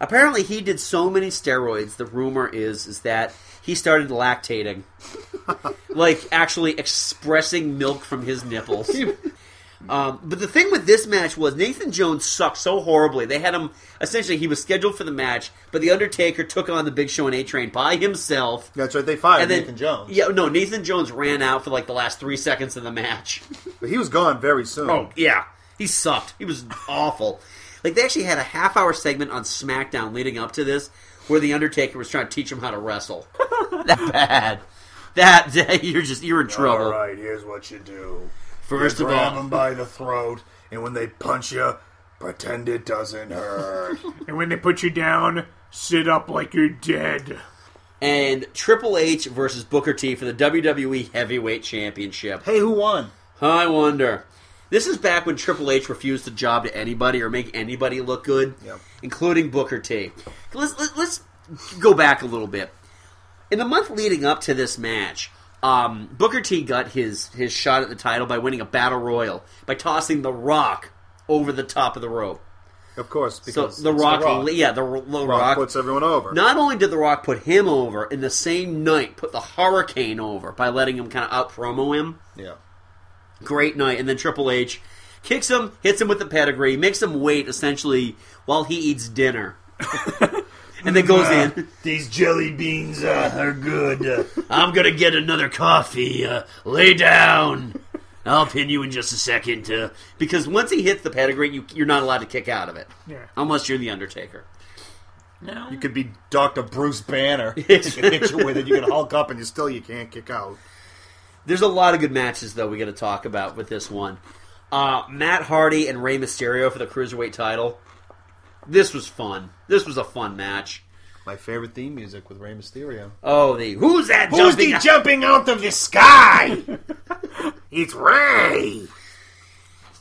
Speaker 3: Apparently, he did so many steroids. The rumor is is that he started
Speaker 5: *laughs*
Speaker 3: lactating, like actually expressing milk from his nipples. Um, but the thing with this match was Nathan Jones sucked so horribly. They had him essentially he was scheduled for the match, but the Undertaker took on the Big Show and A Train by himself.
Speaker 5: That's right. They fired
Speaker 3: And then-
Speaker 5: Nathan Jones.
Speaker 3: Yeah, no, Nathan Jones ran out for like the last three seconds of the
Speaker 5: *laughs*
Speaker 3: match.
Speaker 5: But he was gone very soon.
Speaker 3: Oh yeah, he sucked. He was awful. Like they actually had a half hour segment on SmackDown leading up to this, where the Undertaker was trying to teach him how to wrestle. *laughs* that bad. *laughs* That, *laughs* you're just you're in trouble.
Speaker 12: All right, here's what you do.
Speaker 3: First
Speaker 12: you
Speaker 3: of
Speaker 12: grab
Speaker 3: all-
Speaker 12: them by the throat, and when they punch you, pretend it doesn't hurt.
Speaker 4: And when they put you down, sit up like you're dead.
Speaker 3: And Triple H versus Booker T for the WWE Heavyweight Championship.
Speaker 5: Hey, who won?
Speaker 3: I wonder. This is back when Triple H refused to job to anybody or make anybody look good, including Booker T. Let's, let- let's go back a little bit. In the month leading up to this match, um, Booker T got his, his shot at the title by winning a battle royal by tossing The Rock over the top of the rope.
Speaker 5: Of course, because
Speaker 3: so the
Speaker 5: it's
Speaker 3: rock,
Speaker 5: The Rock.
Speaker 3: yeah, the, Ro- the
Speaker 5: Rock
Speaker 3: rock
Speaker 5: puts
Speaker 3: *laughs*
Speaker 5: everyone over.
Speaker 3: Not only did the Rock put him over, in the same night put the Hurricane over by letting him kind of out promo him.
Speaker 5: Yeah.
Speaker 3: Great night, and then Triple H kicks him, hits him with the pedigree, makes him wait essentially while he eats dinner, and then goes in.
Speaker 17: Uh,
Speaker 12: These jelly beans uh, are good. Uh,
Speaker 3: I'm gonna get another coffee. Uh, lay down. I'll pin you in just a second. Uh, because once he hits the pedigree, you, you're not allowed to kick out of it.
Speaker 5: Yeah.
Speaker 3: Unless you're the Undertaker.
Speaker 5: You could be Doctor
Speaker 3: *laughs*
Speaker 5: Bruce Banner. you can hit you with it. You can Hulk up, and you still you can't kick out.
Speaker 3: There's a lot of good matches though we got to talk about with this one. Uh, Matt Hardy and Rey Mysterio for the cruiserweight title. This was fun. This was a fun match.
Speaker 5: My favorite theme music with Rey Mysterio.
Speaker 3: Oh, the who's that?
Speaker 5: Who's
Speaker 3: jumping
Speaker 5: the
Speaker 3: out-
Speaker 12: jumping out of the sky? *laughs* it's Ray.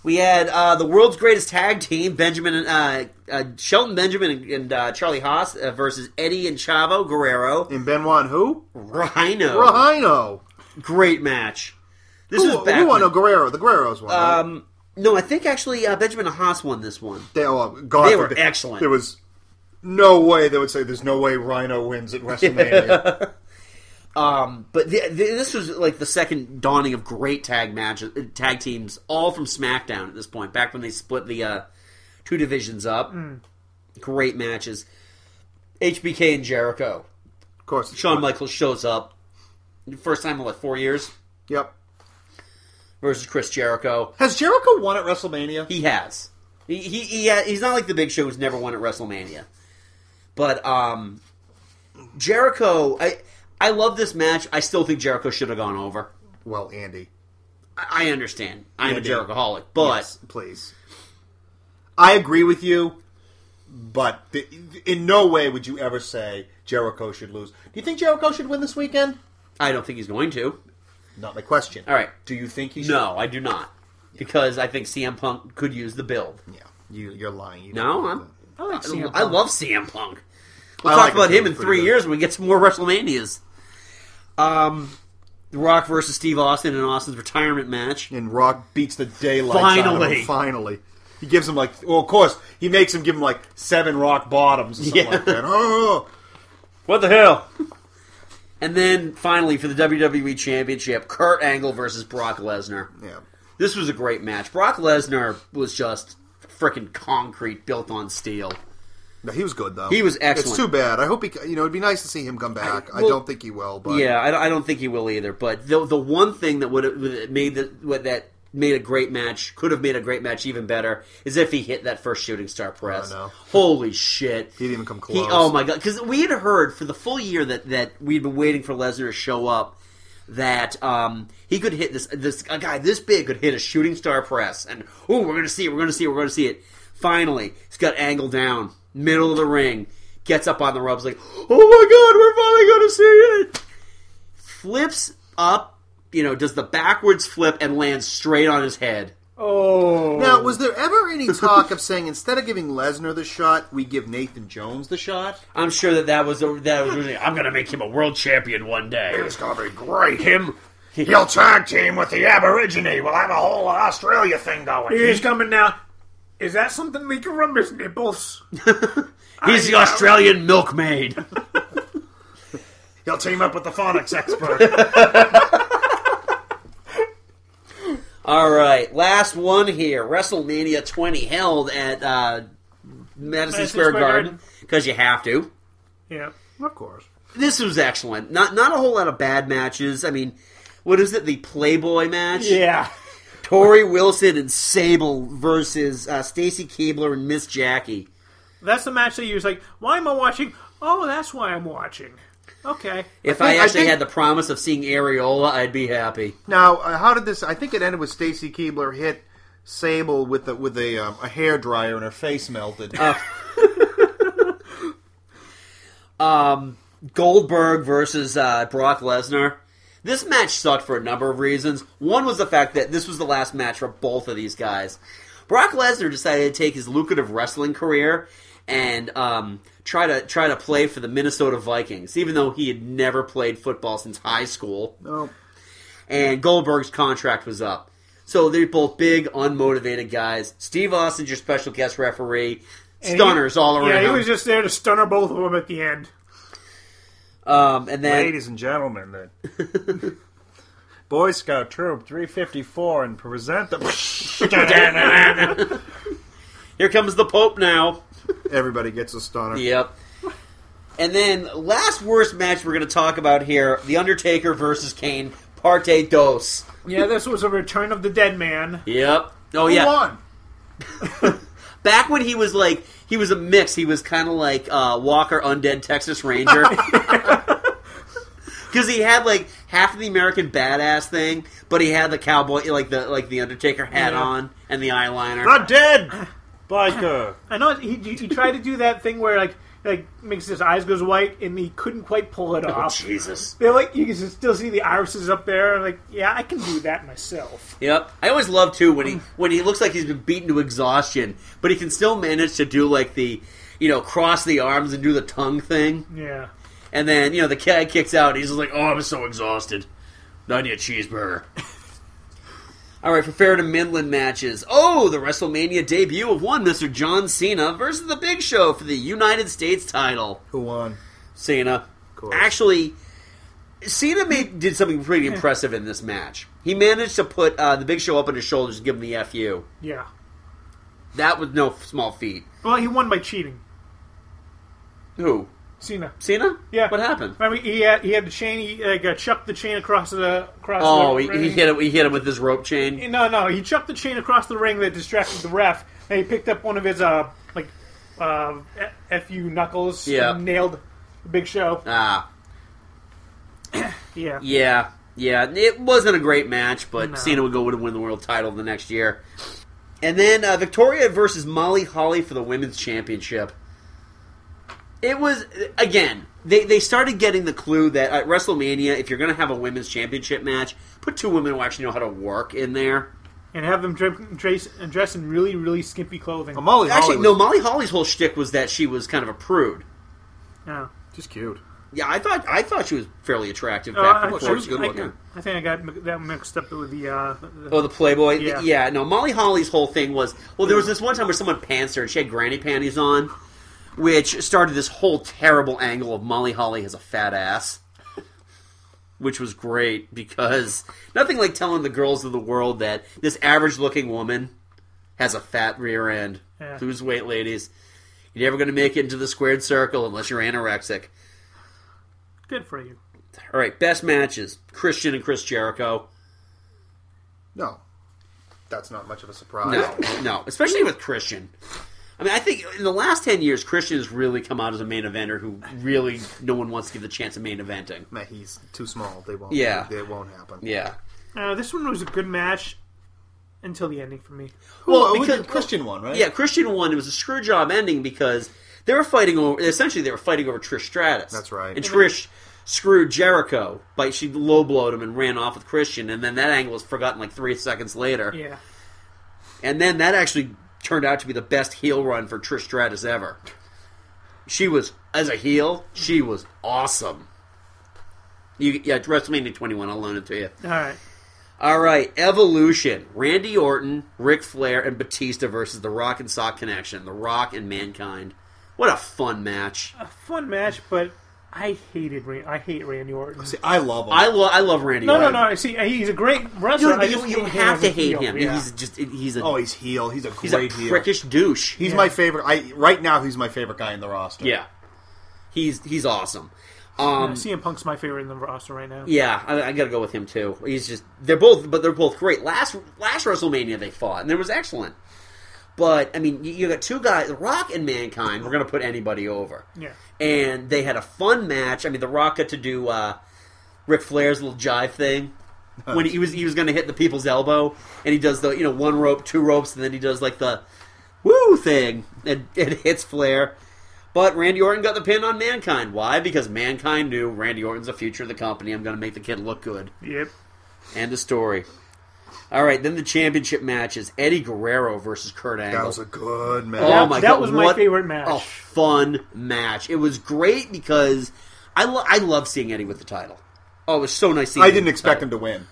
Speaker 3: We had uh, the world's greatest tag team, Benjamin and uh, uh, Shelton Benjamin and, and uh, Charlie Haas uh, versus Eddie and Chavo Guerrero
Speaker 5: and Benoit who
Speaker 3: Rhino.
Speaker 5: Rhino.
Speaker 3: Great match. This
Speaker 5: who,
Speaker 3: was
Speaker 5: who
Speaker 3: back.
Speaker 5: won? No,
Speaker 3: when-
Speaker 5: Guerrero. The Guerreros won. right?
Speaker 3: um, no, I think actually uh, Benjamin Haas won this one.
Speaker 5: They, oh, God
Speaker 3: they were
Speaker 5: forbid.
Speaker 3: excellent.
Speaker 5: There was no way they would say there's no way Rhino wins *laughs* at WrestleMania.
Speaker 3: *laughs* Um, but the, the, this was like the second dawning of great tag matches, tag teams, all from SmackDown at this point. Back when they split the uh, two divisions up,
Speaker 5: Hmm.
Speaker 4: Mm.
Speaker 3: great matches. HBK and Jericho,
Speaker 5: of course.
Speaker 3: Shawn Michaels shows up, first time in like four years.
Speaker 5: Yep.
Speaker 3: Versus Chris Jericho.
Speaker 5: Has Jericho won at WrestleMania?
Speaker 3: He has. He he, he ha- he's not like the Big Show who's never won at WrestleMania. But um, Jericho, I I love this match. I still think Jericho should have gone over.
Speaker 5: Well, Andy,
Speaker 3: I, I understand. I'm a
Speaker 5: Andy.
Speaker 3: Jerichoholic, but
Speaker 5: Yes, please, I agree with you. But the, in no way would you ever say Jericho should lose. Do you think Jericho should win this weekend?
Speaker 3: I don't think he's going to.
Speaker 5: Not my question.
Speaker 3: All right.
Speaker 5: Do you think he?
Speaker 3: No, I do not, because I think CM Punk could use the build.
Speaker 5: Yeah, you you're lying. You
Speaker 3: no, I'm.
Speaker 4: I like CM Punk.
Speaker 3: I love CM Punk. We'll
Speaker 5: I
Speaker 3: talk
Speaker 5: like
Speaker 3: about
Speaker 5: him
Speaker 3: him in
Speaker 5: pretty
Speaker 3: three
Speaker 5: good.
Speaker 3: years when we get some more WrestleManias. Um, The Rock versus Steve Austin in Austin's retirement match.
Speaker 5: And Rock beats the daylight out of
Speaker 3: Finally.
Speaker 5: him. Finally, he gives him like. Well, of course, he makes him give him like seven rock bottoms or something
Speaker 3: Yeah.
Speaker 5: like that. Oh,
Speaker 3: What the hell? *laughs* and then finally for the WWE Championship, Kurt Angle versus Brock Lesnar.
Speaker 5: Yeah.
Speaker 3: This was a great match. Brock Lesnar was just freaking concrete built on steel.
Speaker 5: No, he was good though.
Speaker 3: He was excellent.
Speaker 5: It's too bad. I hope he. You know, it'd be nice to see him come back. I,
Speaker 3: well-
Speaker 5: don't think he will. But
Speaker 3: yeah, I, don't- I don't think he will either. But the the one thing that would have made the, what that made a great match could have made a great match even better is if he hit that first shooting star press.
Speaker 5: no.
Speaker 3: Holy shit!
Speaker 5: he didn't even come close.
Speaker 3: He, oh my god! Because we had heard for the full year that that we'd been waiting for Lesnar to show up, that um, he could hit this this a guy this big could hit a shooting star press, and oh, we're gonna see it, we're gonna see it, we're gonna see it. Finally, he's got Angle down, middle of the ring, gets up on the ropes, like, oh my god, we're finally gonna see it. Flips up, you know, does the backwards flip and lands straight on his head.
Speaker 4: Oh.
Speaker 5: Now, was there ever
Speaker 3: *laughs*
Speaker 5: any talk of saying instead of giving Lesnar the shot, we give Nathan Jones the shot?
Speaker 3: I'm sure that that was a, that was originally, I'm gonna make him a world champion one day.
Speaker 12: It's gonna be great.
Speaker 3: Him.
Speaker 12: He'll tag team with the Aborigine. We'll have a whole Australia thing
Speaker 3: Oh,
Speaker 12: going.
Speaker 4: He's coming now. Is that something leaking from
Speaker 3: *laughs*
Speaker 4: his nipples?
Speaker 3: He's the Australian milkmaid.
Speaker 12: He'll team up with the
Speaker 3: *laughs*
Speaker 12: phonics expert.
Speaker 3: All right, last one here. WrestleMania 20 held at uh, Madison
Speaker 4: Madison
Speaker 3: Square
Speaker 4: Square
Speaker 3: Garden
Speaker 4: Garden.
Speaker 3: because you have to.
Speaker 4: Yeah.
Speaker 5: Of course.
Speaker 3: This was excellent. Not not a whole lot of bad matches. I mean, what is it? The Playboy match?
Speaker 4: Yeah.
Speaker 3: Tori Wilson and Sable versus uh, Stacy Keebler and Miss Jackie.
Speaker 4: That's the match they use. Like, why am I watching? Oh, that's why I'm watching. Okay.
Speaker 3: If
Speaker 5: I
Speaker 3: I,
Speaker 5: think- I
Speaker 3: actually
Speaker 5: think-
Speaker 3: had the promise of seeing Areola, I'd be happy.
Speaker 5: Now, uh, how did this? I think it ended with Stacy Keebler hit Sable with a, with a um, a hair dryer and her face melted.
Speaker 3: Uh.
Speaker 5: *laughs*
Speaker 3: Um, Goldberg versus uh, Brock Lesnar. This match sucked for a number of reasons. One was the fact that this was the last match for both of these guys. Brock Lesnar decided to take his lucrative wrestling career and um, try to try to play for the Minnesota Vikings, even though he had never played football since high school.
Speaker 5: No.
Speaker 3: And Goldberg's contract was up. So they're both big, unmotivated guys. Steve Austin's your special guest referee.
Speaker 4: And he-
Speaker 3: Stunners all around.
Speaker 4: Yeah, he was just there to stunner both of them at the end. *laughs*
Speaker 3: um, and then
Speaker 12: Ladies and gentlemen, the *laughs* Boy Scout Troop 354 and *laughs* present
Speaker 5: *laughs*
Speaker 12: the.
Speaker 3: Here comes the Pope now.
Speaker 5: Everybody gets a stunner.
Speaker 3: Yep. And then last worst match we're going to talk about here: The Undertaker versus Kane, Parte Dos.
Speaker 4: Yeah, this was a return of the dead man.
Speaker 3: Yep. Oh
Speaker 5: Who
Speaker 3: yeah.
Speaker 5: won?
Speaker 3: Back when he was like he was a mix. He was kind of like uh, Walker, Undead Texas
Speaker 5: *laughs*
Speaker 3: Ranger. Because he had like half of the American badass thing, but he had the cowboy, like the like the Undertaker hat
Speaker 4: Yeah.
Speaker 3: on and the eyeliner.
Speaker 12: the
Speaker 4: *clears throat*
Speaker 12: dead biker.
Speaker 4: I know he, he, he tried to do that thing where like like makes his eyes goes white and he couldn't quite pull it
Speaker 3: Oh,
Speaker 4: off.
Speaker 3: Jesus.
Speaker 4: They're like you can still see the irises up there. and Like yeah, I can do that myself.
Speaker 3: Yep. I always love too when he when he looks like he's been beaten to exhaustion, but he can still manage to do like the you know cross the arms and do the tongue thing,
Speaker 4: Yeah.
Speaker 3: and then you know the cat kicks out. He's just like, oh, I'm so exhausted. I need a cheeseburger. *laughs* All right, for fair to Midland matches. Oh, the WrestleMania debut of one Mr. John Cena versus The Big Show for the United States title.
Speaker 8: Who won?
Speaker 3: Cena. Actually, Cena made, did something pretty impressive in this match. He managed to put uh, The Big Show up on his shoulders and give him the FU.
Speaker 4: Yeah.
Speaker 3: That was no small feat.
Speaker 4: Well, he won by cheating.
Speaker 3: Who?
Speaker 4: Cena.
Speaker 3: Cena?
Speaker 4: Yeah.
Speaker 3: What happened?
Speaker 4: Remember, he had, he had the chain. He uh, got chucked the chain across the across.
Speaker 3: Oh,
Speaker 4: the
Speaker 3: he,
Speaker 4: ring.
Speaker 3: he hit him. He hit him with his rope chain.
Speaker 4: No, no, he chucked the chain across the ring that distracted the ref, and he picked up one of his uh like uh F- fu knuckles.
Speaker 3: Yeah.
Speaker 4: and nailed the Big Show.
Speaker 3: Ah,
Speaker 4: Yeah,
Speaker 3: yeah, yeah. It wasn't a great match, but
Speaker 4: No.
Speaker 3: Cena would go on to win the world title the next year. And then uh, Victoria versus Molly Holly for the women's championship. It was again. They they started getting the clue that at WrestleMania, if you're going to have a women's championship match, put two women who actually know how to work in there.
Speaker 4: and have them dress, dress, dress in really really skimpy clothing.
Speaker 3: actually, no. Molly Holly's whole shtick was that she was kind of a prude.
Speaker 4: no,
Speaker 8: just cute.
Speaker 3: Yeah, I thought I thought she was fairly attractive.
Speaker 4: Oh,
Speaker 3: back
Speaker 4: I-
Speaker 3: before
Speaker 4: I-
Speaker 3: she was
Speaker 4: I-
Speaker 3: good looking.
Speaker 4: I think I got mi- that mixed up with the uh, the,
Speaker 3: Oh, the Playboy.
Speaker 4: Yeah.
Speaker 3: Yeah. no. Molly Holly's whole thing was well. There was this one time where someone pants her, and she had granny panties on, which started this whole terrible angle of Molly Holly has a fat ass, which was great because nothing like telling the girls of the world that this average-looking woman has a fat rear end.
Speaker 4: Yeah.
Speaker 3: Lose weight, ladies. You're never going to make it into the squared circle unless you're anorexic.
Speaker 4: Good for you.
Speaker 3: All right, best matches: Christian and Chris Jericho.
Speaker 5: No. That's not much of a surprise.
Speaker 3: No, no, *laughs* especially with Christian. I mean, I think in the last ten years, Christian has really come out as a main eventer who really no one wants to give the chance of main eventing.
Speaker 8: Man, he's too small. They won't.
Speaker 3: Yeah,
Speaker 8: it won't happen.
Speaker 3: Yeah.
Speaker 4: Uh, this one was a good match until the ending for me.
Speaker 3: Well, because
Speaker 8: Christian won, right?
Speaker 3: Yeah, Christian won. It was a screw job ending because they were fighting over. Essentially, they were fighting over Trish Stratus.
Speaker 8: That's right.
Speaker 3: And Trish screwed Jericho, but she low blowed him and ran off with Christian. And then that angle was forgotten like three seconds later.
Speaker 4: Yeah.
Speaker 3: And then that actually turned out to be the best heel run for Trish Stratus ever. She was as a heel, she was awesome. You yeah, WrestleMania 21, I'll loan it to you.
Speaker 4: All right.
Speaker 3: All right, Evolution. Randy Orton, Ric Flair, and Batista versus The Rock and Sock Connection. The Rock and Mankind. What a fun match.
Speaker 4: A fun match, but I hated Ran- I hate Randy Orton.
Speaker 8: I love him.
Speaker 3: I, lo- I love Randy
Speaker 4: no,
Speaker 3: Orton.
Speaker 4: no, no. See, uh, he's a great wrestler.
Speaker 3: No, but
Speaker 4: I
Speaker 3: you-
Speaker 4: just
Speaker 3: you
Speaker 4: hate him
Speaker 3: have
Speaker 4: as
Speaker 3: to
Speaker 4: a
Speaker 3: hate
Speaker 4: heel.
Speaker 3: him.
Speaker 4: Yeah.
Speaker 3: He's just he's a
Speaker 8: oh, he's heel. He's a
Speaker 3: He's a
Speaker 8: great heel.
Speaker 3: prickish douche.
Speaker 8: He's
Speaker 3: Yeah.
Speaker 8: my favorite. I right now he's my favorite guy in the roster.
Speaker 3: Yeah. He's he's awesome. Um,
Speaker 4: Yeah, CM Punk's my favorite in the roster right now.
Speaker 3: Yeah, I, I got to go with him too. He's just they're both, but they're both great. Last last WrestleMania they fought, and it was excellent. But I mean, you, you got two guys, The Rock and Mankind. We're going to put anybody over,
Speaker 4: Yeah.
Speaker 3: and they had a fun match. I mean, The Rock got to do uh, Ric Flair's little jive thing when he was he was going to hit the people's elbow, and he does the you know one rope, two ropes, and then he does like the woo thing, and it hits Flair. But Randy Orton got the pin on Mankind. Why? Because Mankind knew Randy Orton's the future of the company. I'm going to make the kid look good.
Speaker 4: Yep.
Speaker 3: End of story. All right, then the championship match is Eddie Guerrero versus Kurt Angle.
Speaker 8: was a good match.
Speaker 3: Oh
Speaker 8: That-
Speaker 3: my
Speaker 8: that
Speaker 3: god,
Speaker 8: was my
Speaker 3: what
Speaker 8: favorite match.
Speaker 3: A fun match. It was great because I lo- I love seeing Eddie with the title. Oh, it was so nice seeing.
Speaker 8: I
Speaker 3: him
Speaker 8: didn't
Speaker 3: with the
Speaker 8: expect
Speaker 3: title.
Speaker 8: him to win.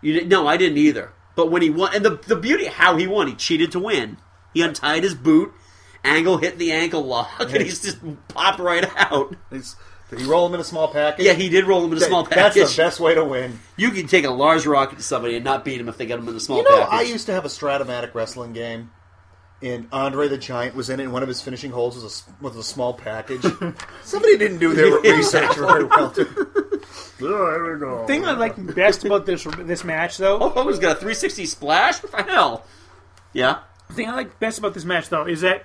Speaker 3: You did, no, I didn't either. But when he won, and the the beauty of how he won, he cheated to win. He untied his boot. Angle hit the ankle lock, *laughs* and he's just popped right out.
Speaker 8: Did he roll him in a small package?
Speaker 3: Yeah, he did roll him in a
Speaker 8: That-
Speaker 3: small
Speaker 8: that's
Speaker 3: package.
Speaker 8: the best way to win.
Speaker 3: You can take a large rocket to somebody and not beat him if they got him in a small
Speaker 8: You know, I
Speaker 3: package.
Speaker 8: used to have a Stratomatic wrestling game, and Andre the Giant was in it, and one of his finishing holds was a, s- was a small
Speaker 3: *laughs*
Speaker 8: package. Somebody didn't do their research very well.
Speaker 4: The thing I like best about this this match, though.
Speaker 3: Oh, he's got a 360 splash. What the hell? yeah.
Speaker 4: The thing I like best about this match, though, is that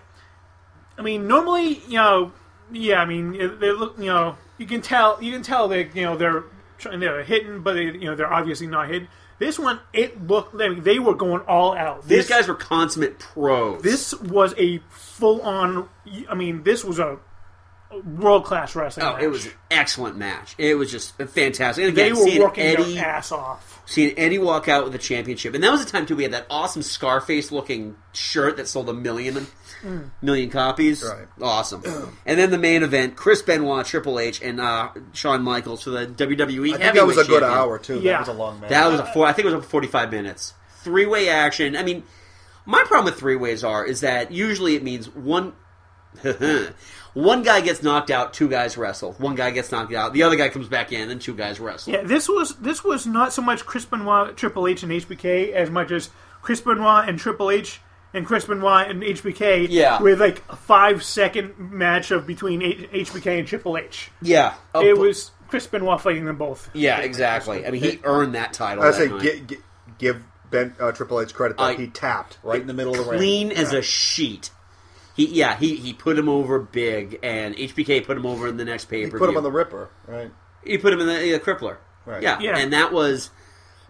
Speaker 4: I mean, normally, you know, yeah, I mean, it- they look, you know, you can tell, you can tell that you know they're trying, they're hitting, but they, you know they're obviously not hitting. This one, it looked, I mean, they were going all out.
Speaker 3: These
Speaker 4: This
Speaker 3: guys were consummate pros.
Speaker 4: this was a full on. I mean, this was a world class wrestling.
Speaker 3: Oh, it was an excellent match. It was just fantastic. And
Speaker 4: They
Speaker 3: again,
Speaker 4: were
Speaker 3: seeing
Speaker 4: working
Speaker 3: Eddie,
Speaker 4: their ass off.
Speaker 3: seeing Eddie walk out with the championship, and that was the time too. We had that awesome Scarface looking shirt that sold a million
Speaker 4: Mm.
Speaker 3: million copies.
Speaker 4: Right.
Speaker 3: Awesome. and then the main event: Chris Benoit, Triple H, and uh, Shawn Michaels for the WWE.
Speaker 5: I think that was a
Speaker 3: Heavyweight
Speaker 5: good
Speaker 3: Champion.
Speaker 5: hour, too. That Yeah. was a long match.
Speaker 3: That was a four. I think it was a forty-five minutes. Three-way action. I mean, my problem with three-ways are is that usually it means one. *laughs* One guy gets knocked out, two guys wrestle. One guy gets knocked out, the other guy comes back in, and two guys wrestle.
Speaker 4: Yeah, this was this was not so much Chris Benoit, Triple H, and HBK as much as Chris Benoit and Triple H and Chris Benoit and HBK.
Speaker 3: Yeah.
Speaker 4: with like a five second match of between H- HBK and Triple H.
Speaker 3: Yeah. Oh,
Speaker 4: it
Speaker 3: but-
Speaker 4: was Chris Benoit fighting them both.
Speaker 3: Yeah, exactly. I mean, he earned that title.
Speaker 5: I
Speaker 3: that
Speaker 5: say
Speaker 3: night.
Speaker 5: gi- gi- give ben, uh, Triple H credit. Though.
Speaker 3: I-
Speaker 5: he tapped right in the middle of the ring.
Speaker 3: clean as a sheet. He yeah he he put him over big, and HBK put him over in the next pay per
Speaker 5: Put him on the Ripper, right?
Speaker 3: He put him in the, the crippler.
Speaker 5: Right.
Speaker 3: Yeah.
Speaker 5: Yeah.
Speaker 3: and that was.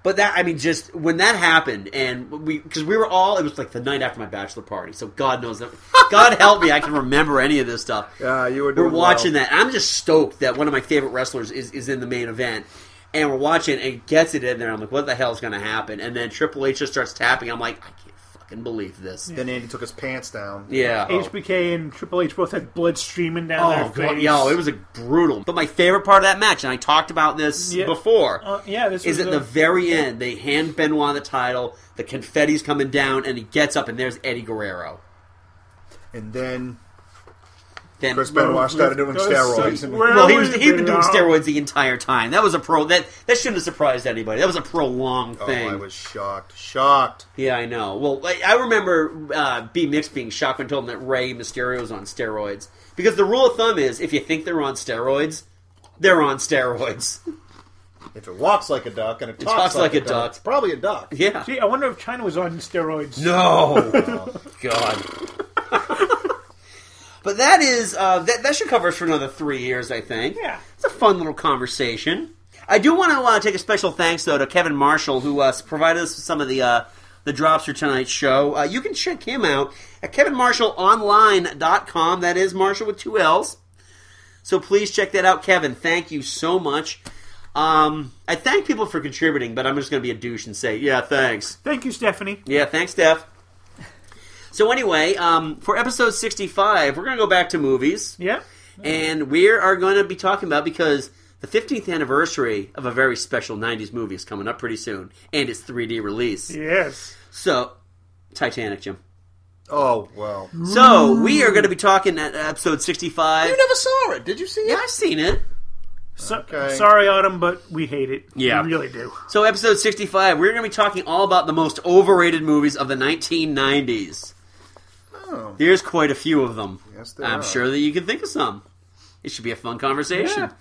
Speaker 3: But that I mean, just when that happened, and we because we were all it was like the night after my bachelor party, so God
Speaker 4: *laughs*
Speaker 3: knows that God help me, I can remember any of this stuff.
Speaker 5: Yeah, you were.
Speaker 3: We're
Speaker 5: Doing
Speaker 3: watching
Speaker 5: well.
Speaker 3: that. I'm just stoked that one of my favorite wrestlers is, is in the main event. And we're watching and gets it in there. I'm like, what the hell's going to happen? And then Triple H just starts tapping. I'm like, I can't fucking believe this.
Speaker 5: Then Andy took his pants down.
Speaker 3: Yeah.
Speaker 4: HBK and Triple H both had blood streaming down their
Speaker 3: Oh,
Speaker 4: face.
Speaker 3: God, yo, it was a brutal. But my favorite part of that match, and I talked about this
Speaker 4: Yeah.
Speaker 3: before,
Speaker 4: Uh, yeah, this
Speaker 3: is at
Speaker 4: was a-
Speaker 3: the very end they hand Benoit the title, the confetti's coming down, and he gets up, and there's Eddie Guerrero.
Speaker 5: And then,
Speaker 3: then
Speaker 5: Chris Benoit started doing steroids.
Speaker 3: well, he was he'd been doing steroids the entire time. That was a pro that that shouldn't have surprised anybody. That was a prolonged
Speaker 5: Oh,
Speaker 3: thing.
Speaker 5: I was shocked. Shocked.
Speaker 3: Yeah, I know. Well, I, I remember uh, B Mix being shocked when I told him that Ray Mysterio was on steroids because the rule of thumb is if you think they're on steroids, they're on steroids.
Speaker 5: If it walks like a duck and it
Speaker 3: It
Speaker 5: talks, like, a duck, it's probably a duck.
Speaker 3: Yeah.
Speaker 4: Gee, I wonder if China was on steroids.
Speaker 3: No. Oh, *laughs* God. but that is uh, that. That should cover us for another three years, I think. Yeah, it's a fun little conversation. I do want to uh, take a special thanks though to Kevin Marshall who uh, provided us with some of the uh, the drops for tonight's show. Uh, you can check him out at kevinmarshallonline.com. That is Marshall with two L's. So please check that out, Kevin. Thank you so much. Um, I thank people for contributing, but I'm just going to be a douche and say, yeah, thanks.
Speaker 4: *laughs* Thank you, Stephanie.
Speaker 3: Yeah, thanks, Steph. So anyway, um, for episode 65, we're going to go back to movies.
Speaker 4: Yeah.
Speaker 3: And we are going to be talking about because the 15th anniversary of a very special 90s movie is coming up pretty soon and its 3D release.
Speaker 4: Yes.
Speaker 3: So, Titanic, Jim.
Speaker 5: Oh well.
Speaker 3: So, we are going to be talking at episode 65.
Speaker 5: You never saw it, did you see it?
Speaker 3: Yeah, I've seen it.
Speaker 4: So,
Speaker 3: Okay.
Speaker 4: Sorry, Autumn, but we hate it.
Speaker 3: Yeah.
Speaker 4: we really do.
Speaker 3: So, episode 65, we're going to be talking all about the most overrated movies of the 1990s.
Speaker 5: Oh.
Speaker 3: There's quite a few of them.
Speaker 5: Yes, there
Speaker 3: I'm
Speaker 5: are.
Speaker 3: sure that you can think of some. It should be a fun conversation.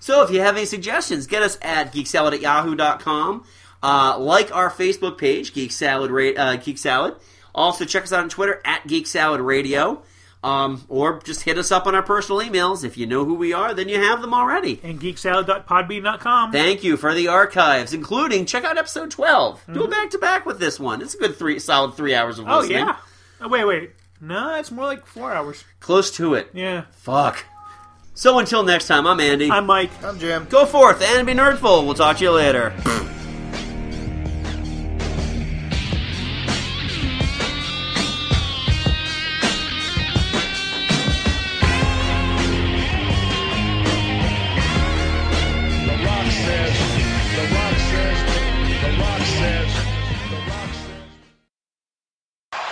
Speaker 3: So if you have any suggestions, get us at geeksalad at yahoo.com. Uh, like our Facebook page, Geek Salad, Ra- uh, Geek Salad. Also, check us out on Twitter at Geek Salad Radio. Um, or just hit us up on our personal emails. If you know who we are, then you have them already.
Speaker 4: And geeksalad.podbean.com.
Speaker 3: Thank you for the archives, including check out episode 12. Do it back to back with this one. It's a good three, solid three hours of
Speaker 4: Mm-hmm. Oh
Speaker 3: listening.
Speaker 4: yeah. Oh, wait, wait. No, it's more like four hours.
Speaker 3: Close to it.
Speaker 4: Yeah.
Speaker 3: Fuck. So until next time, I'm Andy. I'm
Speaker 4: Mike.
Speaker 5: I'm Jim.
Speaker 3: Go forth and be nerdful. We'll talk to you later.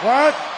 Speaker 19: What?